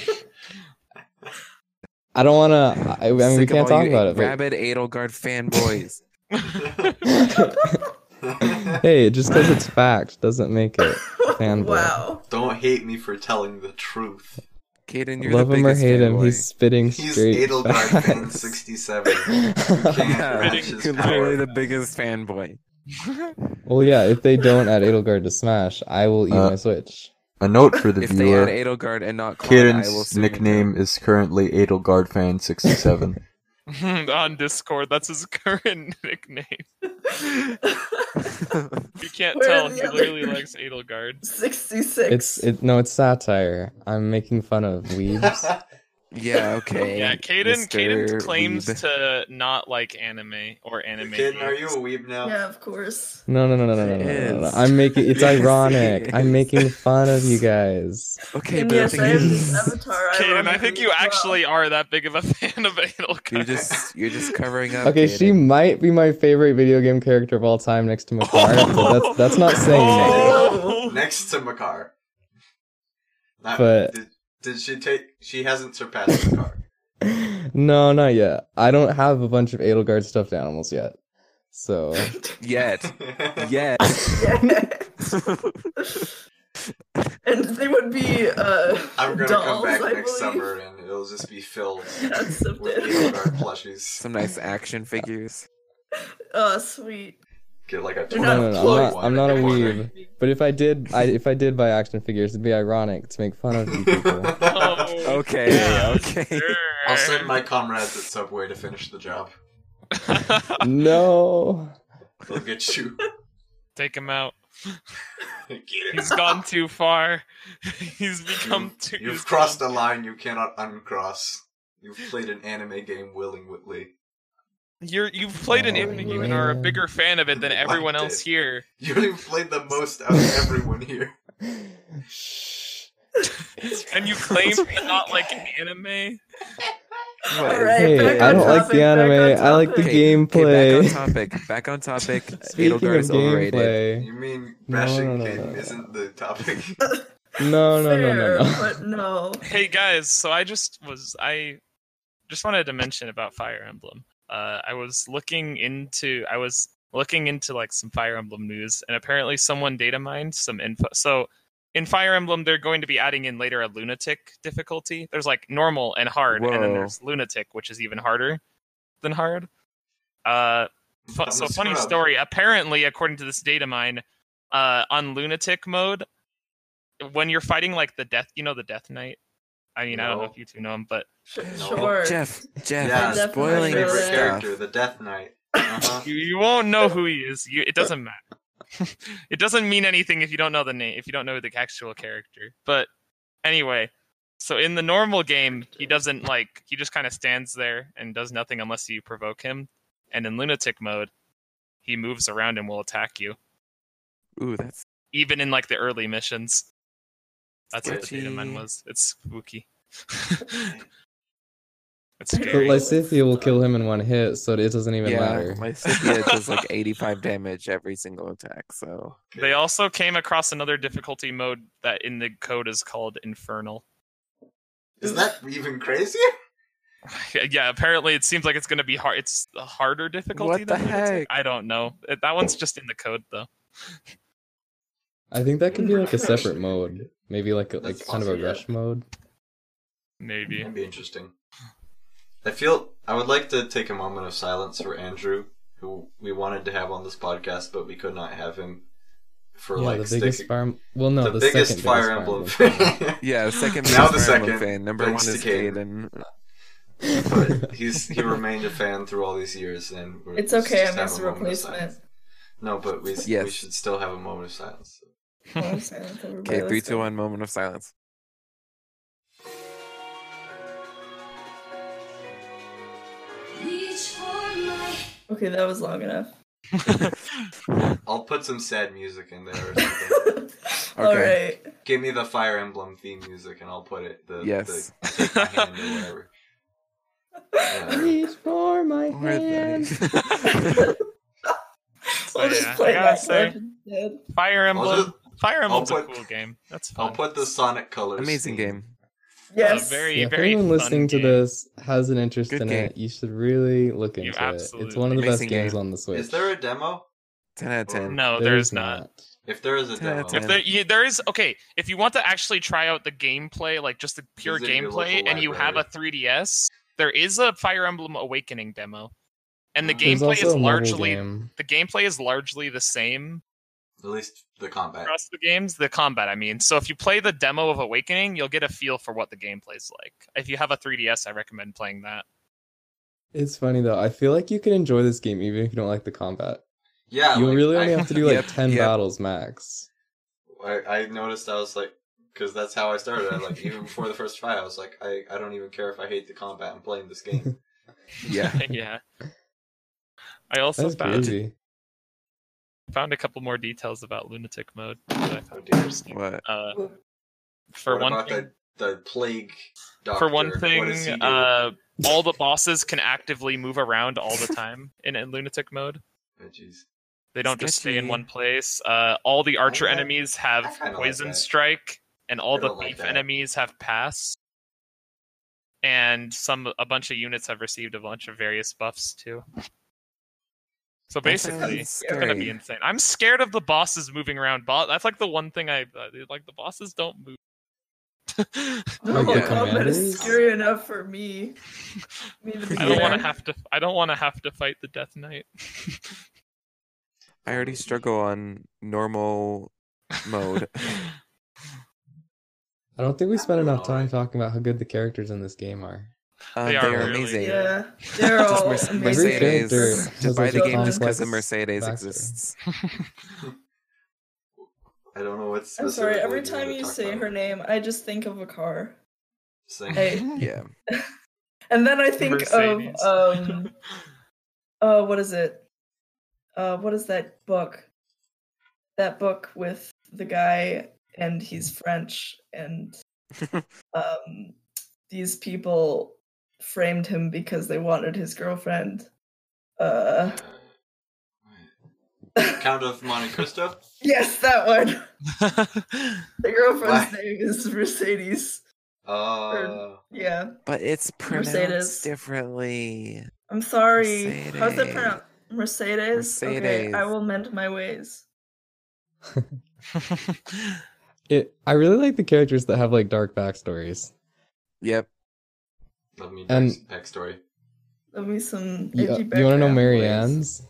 Speaker 2: I don't want to. I, I mean, we
Speaker 3: Sick of
Speaker 2: can't
Speaker 3: all
Speaker 2: talk
Speaker 3: you
Speaker 2: about it. But
Speaker 3: Rabid Edelgard fanboys.
Speaker 2: hey, just because it's fact doesn't make it. Fanboy.
Speaker 6: wow.
Speaker 1: Don't hate me for telling the truth.
Speaker 3: Kaden, you're
Speaker 2: Love
Speaker 3: the
Speaker 2: him or
Speaker 3: biggest
Speaker 2: hate him,
Speaker 3: fanboy.
Speaker 2: he's spitting
Speaker 1: He's
Speaker 2: straight
Speaker 1: Adelgard fan
Speaker 2: facts.
Speaker 1: sixty seven.
Speaker 3: yeah,
Speaker 1: Can't match
Speaker 4: Spitting-
Speaker 1: his
Speaker 3: you're
Speaker 1: power.
Speaker 3: literally the biggest fanboy.
Speaker 2: well, yeah. If they don't add Adelgard to Smash, I will eat
Speaker 5: Uh,
Speaker 2: my switch.
Speaker 5: A note for the
Speaker 3: If they add
Speaker 5: viewer:
Speaker 3: Edelgard and not Claude, I will
Speaker 5: Kaden's
Speaker 3: sue
Speaker 5: nickname
Speaker 3: them.
Speaker 5: is currently Adelgard fan sixty seven.
Speaker 4: on Discord, that's his current nickname. You can't
Speaker 6: Where are
Speaker 4: tell.
Speaker 6: the
Speaker 4: He
Speaker 6: other-
Speaker 4: literally likes Adelgard.
Speaker 6: 66.
Speaker 2: It's it. No, it's satire. I'm making fun of weebs.
Speaker 3: Yeah, okay.
Speaker 4: Yeah, Caden.
Speaker 3: Mr.
Speaker 4: Caden claims
Speaker 3: Weeb.
Speaker 4: to not like anime or anime.
Speaker 1: Kid, are you a weeb now?
Speaker 6: Yeah, of course.
Speaker 2: No, no, no, no, no, no, no, no, no.
Speaker 3: Yes.
Speaker 2: I'm making it's
Speaker 3: Yes,
Speaker 2: ironic.
Speaker 3: yes.
Speaker 2: I'm making fun of you guys.
Speaker 3: Okay,
Speaker 6: and
Speaker 3: but
Speaker 6: yes,
Speaker 3: the
Speaker 6: I
Speaker 3: thing
Speaker 6: have
Speaker 3: is,
Speaker 6: this avatar.
Speaker 4: Caden, I think
Speaker 6: ironically,
Speaker 4: you
Speaker 6: as well.
Speaker 4: actually are that big of a fan of Anal
Speaker 3: you're
Speaker 4: Cut.
Speaker 3: just you're just covering up.
Speaker 2: Okay, she
Speaker 3: Caden.
Speaker 2: might be my favorite video game character of all time next to Makar, but that's that's not saying
Speaker 6: Oh.
Speaker 2: that.
Speaker 1: Next to Makar. Not-
Speaker 2: But-
Speaker 1: did, did she take? She hasn't surpassed Makar.
Speaker 2: No, not yet. I don't have a bunch of Edelgard stuffed animals yet. So
Speaker 3: yet yet.
Speaker 6: and they would be uh,
Speaker 1: I'm gonna
Speaker 6: dolls,
Speaker 1: come back
Speaker 6: I
Speaker 1: next
Speaker 6: believe.
Speaker 1: summer and it'll just be filled
Speaker 6: That's
Speaker 1: with
Speaker 6: something.
Speaker 1: Edelgard plushies.
Speaker 3: Some nice action figures.
Speaker 6: oh, sweet.
Speaker 1: Get like a
Speaker 6: They're
Speaker 2: No, no,
Speaker 6: not
Speaker 2: no, I'm
Speaker 6: plugs,
Speaker 2: not- I'm not a
Speaker 6: they're
Speaker 2: weeb. but if I did I if I did buy action figures, it'd be ironic to make fun of you people.
Speaker 4: Oh,
Speaker 3: Okay,
Speaker 4: yeah,
Speaker 3: okay.
Speaker 4: sure.
Speaker 1: I'll send my comrades at Subway to finish the job.
Speaker 2: No.
Speaker 1: They'll get you.
Speaker 4: Take him out.
Speaker 1: Get
Speaker 4: He's
Speaker 1: it.
Speaker 4: gone too far. He's become too.
Speaker 1: You've crossed a line you cannot uncross. You've played an anime game willingly.
Speaker 4: You're you've played an
Speaker 2: Oh,
Speaker 4: anime game and are a
Speaker 2: man.
Speaker 4: bigger fan of it than everyone
Speaker 1: Liked
Speaker 4: else
Speaker 1: it.
Speaker 4: here.
Speaker 1: You've played the most out of everyone here.
Speaker 2: Shh.
Speaker 4: And you claim to not like anime.
Speaker 3: What?
Speaker 6: All right,
Speaker 2: Hey,
Speaker 6: back
Speaker 2: I
Speaker 6: on
Speaker 2: don't like
Speaker 6: topic,
Speaker 2: the
Speaker 6: back on
Speaker 2: anime. I like the
Speaker 6: topic.
Speaker 3: Okay,
Speaker 2: gameplay.
Speaker 3: Okay, back on topic. Back on topic.
Speaker 2: Speaking of
Speaker 3: Edelgard is overrated.
Speaker 2: gameplay,
Speaker 1: You mean
Speaker 2: No,
Speaker 1: bashing
Speaker 2: no, no,
Speaker 1: Caden
Speaker 2: no, no.
Speaker 1: isn't the topic?
Speaker 2: no, Oh, no, no, no,
Speaker 6: Fair,
Speaker 2: no.
Speaker 6: But no.
Speaker 4: Hey guys, so I just was I just wanted to mention about Fire Emblem. Uh, I was looking into I was looking into like some Fire Emblem news, and apparently someone data mined some info. So in Fire Emblem, they're going to be adding in later a lunatic difficulty. There's like normal and hard, and then
Speaker 3: Whoa.
Speaker 4: there's lunatic, which is even harder than hard. Uh, fu-
Speaker 1: I'm
Speaker 4: so
Speaker 1: a
Speaker 4: funny
Speaker 1: scrub.
Speaker 4: story. Apparently, according to this data mine, uh, on lunatic mode, when you're fighting like the death, you know the death knight. I mean, I don't know
Speaker 1: No.
Speaker 4: if you two know him, but
Speaker 6: Sh-
Speaker 1: No.
Speaker 6: Sure.
Speaker 3: Jeff, Jeff,
Speaker 1: Yeah,
Speaker 3: you're
Speaker 1: that's
Speaker 6: my
Speaker 1: My
Speaker 3: spoiling
Speaker 1: favorite
Speaker 6: Spoiling
Speaker 1: character,
Speaker 3: stuff.
Speaker 1: the Death Knight. Uh-huh.
Speaker 4: you, you won't know who he is. You, it doesn't matter. it doesn't mean anything if you don't know the name, if you don't know the actual character. But anyway, so in the normal game, he doesn't like he just kind of stands there and does nothing unless you provoke him. And in lunatic mode, he moves around and will attack you,
Speaker 3: Ooh, that's
Speaker 4: even in like the early missions. That's what the
Speaker 3: Sketchy.
Speaker 4: data mine was. It's spooky. it's
Speaker 2: But
Speaker 4: scary.
Speaker 2: Lysithia will kill him in one hit, so it doesn't even
Speaker 3: yeah.
Speaker 2: matter.
Speaker 3: My Cynthia does like 85 damage every single attack. So
Speaker 4: They also came across another difficulty mode that in the code is called Infernal.
Speaker 1: Is that even crazier?
Speaker 4: yeah, apparently it seems like it's going to be hard. It's a harder difficulty. than
Speaker 3: What the
Speaker 4: Lunatic.
Speaker 3: heck?
Speaker 4: I don't know. It- That one's just in the code though.
Speaker 2: I think that could be like a separate mode, maybe like a, like
Speaker 1: That's
Speaker 2: kind of a
Speaker 1: possible.
Speaker 2: rush mode.
Speaker 4: Maybe.
Speaker 1: That'd be interesting. I feel I would like to take a moment of silence for Andrew, who we wanted to have on this podcast, but we could not have him for
Speaker 2: yeah,
Speaker 1: like
Speaker 2: the biggest
Speaker 1: sticking-
Speaker 2: fire. em- Well, no,
Speaker 1: the,
Speaker 2: the,
Speaker 1: biggest
Speaker 2: second
Speaker 1: Fire Emblem.
Speaker 2: biggest Fire
Speaker 3: yeah, second
Speaker 1: Now
Speaker 3: biggest
Speaker 1: the
Speaker 3: Fire Emblem
Speaker 1: second,
Speaker 3: fan. Number one
Speaker 1: thanks
Speaker 3: is
Speaker 1: to Caden.
Speaker 3: Caden.
Speaker 2: Emblem.
Speaker 1: but he's he remained a fan through all these years, and we're,
Speaker 6: It's
Speaker 1: let's
Speaker 6: okay,
Speaker 1: just
Speaker 6: I'm
Speaker 1: have
Speaker 6: his
Speaker 1: a moment of
Speaker 6: replacement.
Speaker 1: silence. No, but we we
Speaker 3: Yes.
Speaker 1: should still have a moment of silence.
Speaker 3: Okay, three, two, one. Moment of silence.
Speaker 6: Okay, that was long enough.
Speaker 1: I'll put some sad music in there. or something.
Speaker 6: All right.
Speaker 1: Give me the Fire Emblem theme music, and I'll put it. The,
Speaker 3: Yes.
Speaker 1: The, take my hand or whatever. Yeah.
Speaker 2: Reach for my
Speaker 3: Where
Speaker 2: hand.
Speaker 3: the-
Speaker 6: We'll
Speaker 4: yeah,
Speaker 6: just
Speaker 4: I
Speaker 6: play
Speaker 4: gotta
Speaker 6: that
Speaker 4: say-
Speaker 6: one instead.
Speaker 4: Fire
Speaker 1: Mm-hmm. I'll,
Speaker 4: Emblem.
Speaker 1: just,
Speaker 4: Fire Emblem's a
Speaker 1: put-
Speaker 4: cool game. That's fun.
Speaker 1: I'll put the Sonic colors.
Speaker 3: Amazing
Speaker 1: theme.
Speaker 3: game.
Speaker 6: Yes.
Speaker 4: A very,
Speaker 2: Yeah, if
Speaker 4: very.
Speaker 2: anyone
Speaker 4: fun
Speaker 2: listening to
Speaker 4: game.
Speaker 2: this has an interest
Speaker 3: Good
Speaker 2: in
Speaker 3: game.
Speaker 2: it, you should really look
Speaker 4: You
Speaker 2: into it. It's
Speaker 4: absolutely-
Speaker 2: one of the best
Speaker 3: Amazing
Speaker 2: games
Speaker 3: game.
Speaker 2: on the Switch.
Speaker 1: Is there a demo?
Speaker 3: 10 out of 10.
Speaker 4: No, there's not.
Speaker 1: If there is a
Speaker 3: Ten
Speaker 1: demo,
Speaker 3: out of
Speaker 4: If
Speaker 3: Yeah.
Speaker 4: there, you, there is okay, if you want to actually try out the gameplay, like just the pure
Speaker 1: Visit your
Speaker 4: gameplay,
Speaker 1: local
Speaker 4: and you have a 3DS, there is a Fire Emblem Awakening demo, and the
Speaker 1: Mhm.
Speaker 2: There's
Speaker 4: gameplay
Speaker 2: also
Speaker 4: is
Speaker 2: a mobile
Speaker 4: largely
Speaker 2: game.
Speaker 4: the gameplay is largely the same
Speaker 1: at least the combat.
Speaker 4: across the games. The combat, I mean. So if you play the demo of Awakening, you'll get a feel for what the gameplay's like. If you have a 3DS, I recommend playing that.
Speaker 2: It's funny though. I feel like you can enjoy this game even if you don't like the combat.
Speaker 1: Yeah,
Speaker 2: you
Speaker 1: like,
Speaker 2: really
Speaker 1: I,
Speaker 2: only have to do like
Speaker 3: Yep,
Speaker 2: ten
Speaker 3: yep.
Speaker 2: battles max.
Speaker 1: I, I noticed. I was like, because that's how I started. I, like even before the first fight, I was like, I, I don't even care if I hate the combat. I'm playing this game.
Speaker 3: Yeah.
Speaker 4: yeah. I also
Speaker 2: That's
Speaker 4: found
Speaker 2: crazy.
Speaker 4: found a couple more details about lunatic mode that I
Speaker 1: Oh,
Speaker 4: found
Speaker 1: dear.
Speaker 4: interesting.
Speaker 3: What?
Speaker 4: Uh, for
Speaker 1: what
Speaker 4: one
Speaker 1: about
Speaker 4: thing,
Speaker 1: the the plague doctor?
Speaker 4: for one
Speaker 1: What does he
Speaker 4: thing,
Speaker 1: do?
Speaker 4: uh, all the bosses can actively move around all the time in, in lunatic mode.
Speaker 1: Oh, jeez.
Speaker 4: They don't just stay in
Speaker 3: Sketchy.
Speaker 4: one place. Uh, all the archer
Speaker 1: kinda-
Speaker 4: enemies
Speaker 1: I
Speaker 4: have
Speaker 1: kinda like
Speaker 4: poison
Speaker 1: that.
Speaker 4: strike, and all
Speaker 1: I
Speaker 4: the
Speaker 1: don't like
Speaker 4: thief
Speaker 1: that.
Speaker 4: enemies have pass. And some a bunch of units have received a bunch of various buffs too. So
Speaker 3: That sounds
Speaker 4: basically, it's gonna
Speaker 3: scary.
Speaker 4: be insane. I'm scared of the bosses moving around. Bo- that's like the one thing I uh, like. The bosses don't move.
Speaker 6: No,
Speaker 3: Oh, yeah.
Speaker 6: combat
Speaker 2: Commanders?
Speaker 6: is scary enough for me. me the
Speaker 4: I don't want
Speaker 6: beginner.
Speaker 4: to have to. I don't want to have to fight the Death Knight.
Speaker 3: I already struggle on normal mode.
Speaker 2: I don't think we spent enough time
Speaker 1: Alright.
Speaker 2: talking about how good the characters in this game are.
Speaker 3: Uh,
Speaker 4: They
Speaker 3: they
Speaker 4: are
Speaker 3: are
Speaker 4: really-
Speaker 3: amazing.
Speaker 6: Yeah, they're all
Speaker 3: Just Mer-
Speaker 6: amazing.
Speaker 2: Every
Speaker 3: Mercedes.
Speaker 2: character
Speaker 3: Just
Speaker 2: has
Speaker 3: buy
Speaker 2: such
Speaker 3: the
Speaker 2: a
Speaker 3: game just because the
Speaker 2: complex
Speaker 3: Mercedes
Speaker 2: factor.
Speaker 3: exists.
Speaker 1: I don't know what.
Speaker 6: I'm sorry.
Speaker 1: specifically
Speaker 6: Every
Speaker 1: we
Speaker 6: time
Speaker 1: were
Speaker 6: you
Speaker 1: talking
Speaker 6: say
Speaker 1: about.
Speaker 6: her name, I just think of a car.
Speaker 1: Same.
Speaker 6: I,
Speaker 3: Yeah.
Speaker 6: and then I think
Speaker 4: Mercedes.
Speaker 6: of um, uh, what is it? Uh, what is that book? That book with the guy and he's French and um, these people framed him because they wanted his girlfriend. Uh,
Speaker 1: Uh, Count of Monte Cristo.
Speaker 6: yes, that one. The girlfriend's
Speaker 1: Why?
Speaker 6: name is Mercedes.
Speaker 1: Uh,
Speaker 6: Yeah.
Speaker 3: but it's pronounced
Speaker 6: Mercedes.
Speaker 3: differently.
Speaker 6: I'm sorry. How's that
Speaker 3: Mercedes.
Speaker 6: pronounced? Mercedes? Okay, I
Speaker 3: Mercedes.
Speaker 6: will mend my ways.
Speaker 2: It. I really like the characters that have like dark backstories.
Speaker 3: Yep.
Speaker 1: let me back,
Speaker 2: And-
Speaker 1: backstory.
Speaker 6: Give me some.
Speaker 2: You, uh,
Speaker 6: edgy
Speaker 2: you want to know
Speaker 6: background, please.
Speaker 2: Marianne's?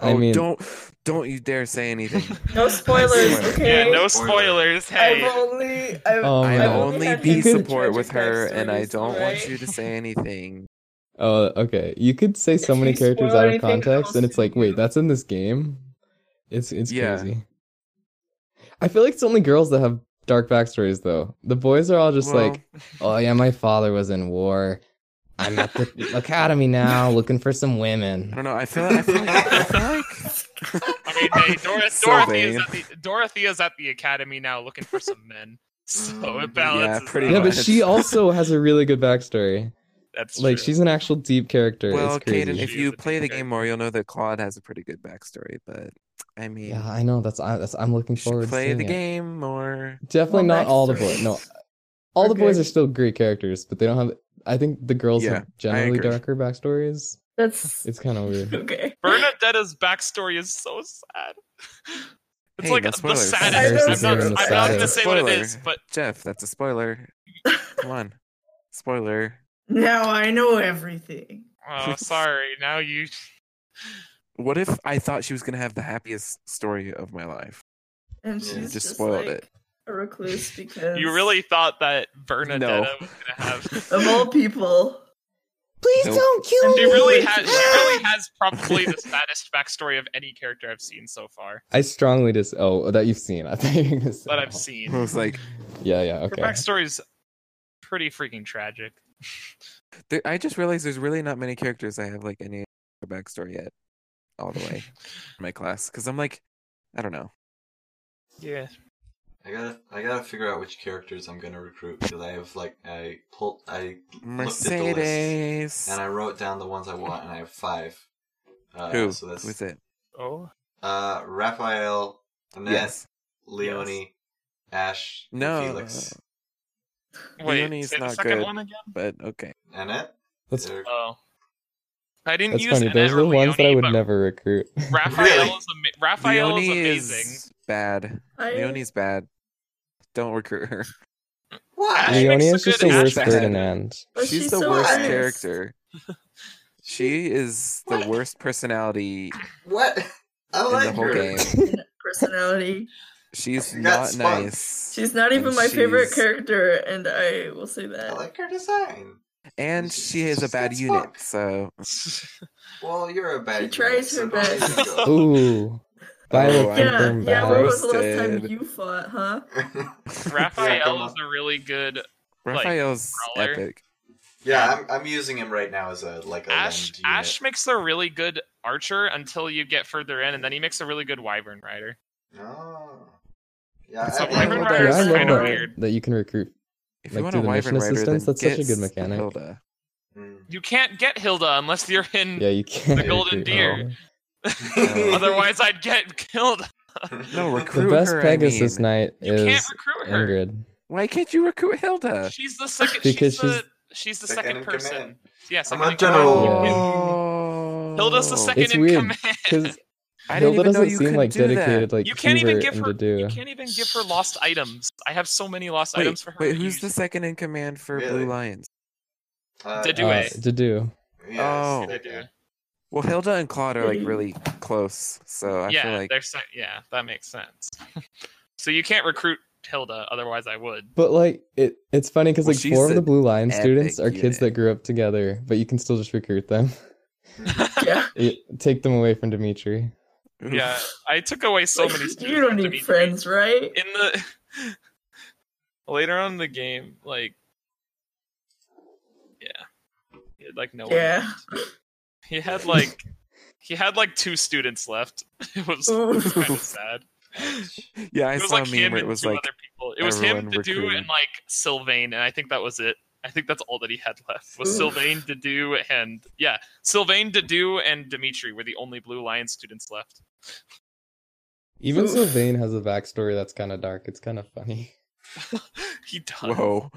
Speaker 2: I
Speaker 3: oh,
Speaker 2: mean-
Speaker 3: don't don't you dare say anything.
Speaker 6: No spoilers,
Speaker 3: Spoiler.
Speaker 6: okay?
Speaker 4: Yeah, no
Speaker 1: Spoiler.
Speaker 4: spoilers.
Speaker 6: I've
Speaker 4: Hey,
Speaker 6: only. I've,
Speaker 2: Oh,
Speaker 3: I
Speaker 2: man.
Speaker 6: I've
Speaker 3: only
Speaker 6: had
Speaker 3: be
Speaker 6: these tragic
Speaker 3: support with her, and I
Speaker 6: backstories,
Speaker 3: don't
Speaker 6: right?
Speaker 3: want you to say anything.
Speaker 2: Oh, okay. You could say so
Speaker 6: If
Speaker 2: many
Speaker 6: you
Speaker 2: characters
Speaker 6: spoil
Speaker 2: out of
Speaker 6: anything, I will
Speaker 2: context, and it's
Speaker 6: sue
Speaker 2: like, wait,
Speaker 6: you.
Speaker 2: that's in this game. It's it's
Speaker 3: Yeah.
Speaker 2: crazy. I feel like it's only girls that have dark backstories, though. The boys are all just
Speaker 3: Well,
Speaker 2: like, oh yeah, my father was in war. I'm at the academy now, looking for some
Speaker 3: I
Speaker 2: women.
Speaker 3: don't know. I feel. I feel like. I feel like
Speaker 4: I mean, hey, Dor-
Speaker 3: So
Speaker 4: Dorothea's,
Speaker 3: vain.
Speaker 4: at the, Dorothea's at the academy now looking for some men. So
Speaker 1: Mm, yeah,
Speaker 4: it balances.
Speaker 3: pretty
Speaker 4: out.
Speaker 2: Yeah, but
Speaker 3: much.
Speaker 2: she also has a really good backstory.
Speaker 4: That's
Speaker 2: Like
Speaker 4: true.
Speaker 2: she's an actual deep character.
Speaker 3: well,
Speaker 2: it's crazy.
Speaker 3: Caden, if
Speaker 4: She
Speaker 3: you
Speaker 4: is a
Speaker 3: play the
Speaker 4: big
Speaker 3: game more, you'll know that Claude has a pretty good backstory. But I mean,
Speaker 2: yeah, I know. That's I, that's I'm looking
Speaker 3: you should
Speaker 2: forward. to
Speaker 3: play
Speaker 2: seeing
Speaker 3: the
Speaker 2: it.
Speaker 3: game more.
Speaker 2: Definitely
Speaker 6: Well,
Speaker 2: not all the boys.
Speaker 6: backstories.
Speaker 2: No, all the
Speaker 6: Okay.
Speaker 2: boys are still great characters, but they don't have. I think the girls
Speaker 3: Yeah,
Speaker 2: have generally
Speaker 3: agree.
Speaker 2: darker backstories.
Speaker 6: That's
Speaker 2: It's kind of weird.
Speaker 6: okay.
Speaker 4: Bernadetta's backstory is so sad. It's
Speaker 3: Hey,
Speaker 4: like
Speaker 3: no
Speaker 4: the
Speaker 3: spoilers.
Speaker 4: saddest.
Speaker 6: Versus
Speaker 4: I'm not,
Speaker 6: her
Speaker 4: I'm
Speaker 6: and the
Speaker 4: not gonna
Speaker 6: saddest.
Speaker 4: say what it
Speaker 3: Spoiler.
Speaker 4: is, but
Speaker 3: Jeff, that's a spoiler. Come on, spoiler.
Speaker 6: Now I know everything.
Speaker 4: oh, sorry. Now you.
Speaker 3: What if I thought she was gonna have the happiest story of my life?
Speaker 6: And
Speaker 1: Yeah,
Speaker 3: just
Speaker 6: she's just,
Speaker 3: spoiled
Speaker 6: like,
Speaker 3: it.
Speaker 6: A recluse because
Speaker 4: You really thought that Bernadetta was gonna have.
Speaker 6: of all people.
Speaker 2: Please
Speaker 3: Nope.
Speaker 2: don't kill
Speaker 4: She really has. She really has probably the saddest backstory of any character I've seen so far
Speaker 2: I strongly dis. Oh, that you've seen. I thought you were gonna say
Speaker 4: that I've
Speaker 2: that.
Speaker 3: I
Speaker 4: seen.
Speaker 3: was like,
Speaker 2: Yeah, yeah. Okay.
Speaker 4: Her backstory's pretty freaking tragic.
Speaker 3: there, I just realized there's really not many characters I have like any backstory yet, all the way in my class. Because I'm like, I don't know.
Speaker 4: Yeah.
Speaker 1: I gotta I gotta figure out which characters I'm gonna recruit because I have like I pulled I looked at the list
Speaker 3: Mercedes.
Speaker 1: and I wrote down the ones I want and I have five. Uh,
Speaker 3: Who?
Speaker 1: So that's
Speaker 3: Who's it?
Speaker 4: Oh.
Speaker 1: uh Raphael, Annette,
Speaker 3: Yes.
Speaker 1: Leone, Ash, and
Speaker 3: No.
Speaker 1: Felix.
Speaker 4: Wait.
Speaker 3: Leonie's
Speaker 4: Say the
Speaker 3: not
Speaker 4: second
Speaker 3: good.
Speaker 4: one again.
Speaker 3: But okay.
Speaker 1: Annette?
Speaker 2: That's
Speaker 1: Or-
Speaker 6: Uh,
Speaker 4: Oh. I didn't
Speaker 2: that's
Speaker 4: use
Speaker 2: funny.
Speaker 4: Annette
Speaker 2: Those are
Speaker 4: or
Speaker 2: the ones that I
Speaker 4: Leone,
Speaker 2: would
Speaker 4: but
Speaker 2: never recruit.
Speaker 4: Raphael
Speaker 1: Really?
Speaker 4: is ama- Raphael is
Speaker 3: Leonie
Speaker 4: amazing.
Speaker 3: is bad.
Speaker 6: I,
Speaker 3: Leonie's bad. Don't recruit her.
Speaker 4: Ash
Speaker 1: Why?
Speaker 4: makes
Speaker 2: Leonia
Speaker 4: a
Speaker 2: is just the
Speaker 4: good
Speaker 2: worst
Speaker 3: aspect.
Speaker 2: Ferdinand.
Speaker 6: but
Speaker 3: she's,
Speaker 6: she's
Speaker 3: the
Speaker 6: so
Speaker 3: worst
Speaker 6: honest.
Speaker 3: character. She is the worst personality
Speaker 1: What? I
Speaker 3: in
Speaker 1: like
Speaker 3: the whole
Speaker 1: her.
Speaker 3: game.
Speaker 6: Personality.
Speaker 3: She's
Speaker 1: She got
Speaker 3: not
Speaker 1: spunk.
Speaker 3: nice.
Speaker 6: She's not even
Speaker 3: And
Speaker 6: my favorite
Speaker 3: she's-
Speaker 6: character, and I will say
Speaker 1: I
Speaker 6: that.
Speaker 1: like her design.
Speaker 3: And
Speaker 1: She's-
Speaker 3: she is a
Speaker 1: she's
Speaker 3: bad
Speaker 1: got
Speaker 3: unit,
Speaker 1: spunk.
Speaker 3: so
Speaker 1: Well, you're a bad.
Speaker 6: tries
Speaker 1: guy, so
Speaker 6: her
Speaker 1: don't
Speaker 6: best.
Speaker 1: even go.
Speaker 2: Ooh, But I will
Speaker 3: Oh, I'm
Speaker 6: yeah,
Speaker 2: confirm
Speaker 6: yeah.
Speaker 2: back.
Speaker 6: When was the last time
Speaker 3: Roasted.
Speaker 6: you fought, huh?
Speaker 4: Raphael is a really good. Like,
Speaker 3: Raphael's
Speaker 4: brawler?
Speaker 3: epic.
Speaker 1: yeah, I'm, I'm using him right now as a like a
Speaker 4: Ash
Speaker 1: land unit.
Speaker 4: Ash makes a really good archer until you get further in, and then he makes a really good wyvern rider.
Speaker 1: Oh. Yeah,
Speaker 4: It's
Speaker 1: I-
Speaker 4: a
Speaker 1: I-
Speaker 4: wyvern
Speaker 2: Yeah,
Speaker 4: rider
Speaker 2: I
Speaker 4: is
Speaker 2: love
Speaker 4: kinda
Speaker 2: that,
Speaker 4: weird.
Speaker 2: that you can recruit.
Speaker 3: If
Speaker 2: Like,
Speaker 3: you want
Speaker 2: do
Speaker 3: a
Speaker 2: the mission
Speaker 3: wyvern rider, then
Speaker 2: assistance, that's such a
Speaker 3: get
Speaker 2: good mechanic.
Speaker 3: Hilda.
Speaker 1: Mm.
Speaker 4: You can't get Hilda unless you're in.
Speaker 2: Yeah, you can.
Speaker 4: The golden
Speaker 2: recruit Oh.
Speaker 4: deer.
Speaker 2: Hilda.
Speaker 4: Otherwise, I'd get killed.
Speaker 3: No,
Speaker 2: The
Speaker 3: recruit
Speaker 2: best
Speaker 3: her. I
Speaker 2: Pegasus
Speaker 3: mean.
Speaker 2: knight
Speaker 4: You can't
Speaker 2: is
Speaker 4: recruit her.
Speaker 2: Ingrid.
Speaker 3: Why can't you recruit Hilda?
Speaker 4: She's the second.
Speaker 2: Because
Speaker 4: she's, the, she's the
Speaker 1: Second
Speaker 4: second,
Speaker 1: in
Speaker 4: person.
Speaker 1: command.
Speaker 4: Yeah,
Speaker 1: I'm
Speaker 4: second
Speaker 1: a
Speaker 4: in command.
Speaker 1: general.
Speaker 2: Yeah.
Speaker 3: Oh.
Speaker 4: Hilda's the second
Speaker 2: It's
Speaker 4: in
Speaker 2: weird,
Speaker 4: command.
Speaker 2: Because
Speaker 3: I didn't
Speaker 2: Hilda
Speaker 3: even know
Speaker 2: doesn't
Speaker 3: you
Speaker 2: seem
Speaker 3: could
Speaker 2: like
Speaker 3: do that.
Speaker 2: dedicated like
Speaker 4: you can't even
Speaker 2: Hubert
Speaker 4: give her.
Speaker 2: and to do.
Speaker 4: You can't even give her lost items. I have so many lost
Speaker 3: Wait,
Speaker 4: items for her.
Speaker 3: wait,
Speaker 4: to
Speaker 3: who's
Speaker 4: use.
Speaker 3: the second in command for
Speaker 1: Really?
Speaker 3: Blue Lions?
Speaker 1: Uh,
Speaker 4: Did you-
Speaker 2: Uh,
Speaker 4: it.
Speaker 2: to do.
Speaker 1: yeah,
Speaker 3: Oh.
Speaker 1: it's- yeah.
Speaker 3: Well, Hilda and Claude are like really close, so I feel
Speaker 4: yeah,
Speaker 3: like
Speaker 4: they're se- yeah, that makes sense. so you can't recruit Hilda, otherwise I would.
Speaker 2: But like it, it's funny because
Speaker 3: Well,
Speaker 2: like
Speaker 3: she's
Speaker 2: four of the
Speaker 3: an
Speaker 2: Blue Lion students are
Speaker 3: epic
Speaker 2: kids that
Speaker 3: unit.
Speaker 2: grew up together, but you can still just recruit them.
Speaker 6: Yeah.
Speaker 2: You- Take them away from Dimitri.
Speaker 4: Yeah, I took away so
Speaker 6: Like,
Speaker 4: many. students
Speaker 6: you don't
Speaker 4: from
Speaker 6: need
Speaker 4: Dimitri.
Speaker 6: friends, right?
Speaker 4: In the later on in the game, like yeah, he had like no one.
Speaker 6: Yeah.
Speaker 4: He had like he had like two students left. It was,
Speaker 6: Oof.
Speaker 4: kind of sad.
Speaker 3: yeah. I
Speaker 4: It was
Speaker 3: saw
Speaker 4: like
Speaker 3: a meme
Speaker 4: him
Speaker 3: where
Speaker 4: and
Speaker 3: it was
Speaker 4: two
Speaker 3: like
Speaker 4: other people. It was him,
Speaker 3: everyone
Speaker 4: Dadu,
Speaker 3: recruiting.
Speaker 4: and like Sylvain, and I think that was it. I think that's all that he had left was
Speaker 6: Oof.
Speaker 4: Sylvain, Dadu, and yeah, Sylvain, Dadu, and Dimitri were the only Blue Lion students left.
Speaker 2: Even
Speaker 6: Oof.
Speaker 2: Sylvain has a backstory that's kind of dark. It's kind of funny.
Speaker 4: He died.
Speaker 3: whoa,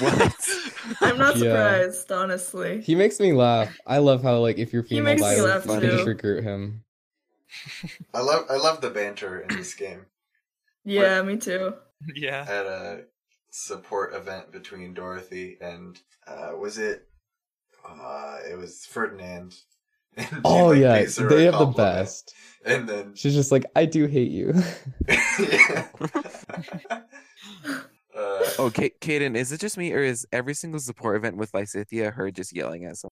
Speaker 3: what?
Speaker 6: I'm not
Speaker 2: Yeah.
Speaker 6: surprised, honestly.
Speaker 2: He makes me laugh. I love how like if you're
Speaker 6: He
Speaker 2: female
Speaker 6: makes me
Speaker 2: violent,
Speaker 6: laugh,
Speaker 2: you can just
Speaker 6: too.
Speaker 2: recruit him.
Speaker 1: I love I love the banter in this game.
Speaker 6: yeah, me too.
Speaker 4: yeah.
Speaker 1: At a support event between Dorothy and uh, was it? Uh, it was Ferdinand. And she,
Speaker 2: Oh
Speaker 1: like,
Speaker 2: yeah,
Speaker 1: pays her
Speaker 2: they
Speaker 1: a
Speaker 2: have the
Speaker 1: compliment,
Speaker 2: best.
Speaker 1: And then
Speaker 2: She's just like, I do hate you.
Speaker 1: yeah. uh,
Speaker 3: Oh, Ka- Kaden, is it just me or is every single support event with Lysithia her just yelling at someone?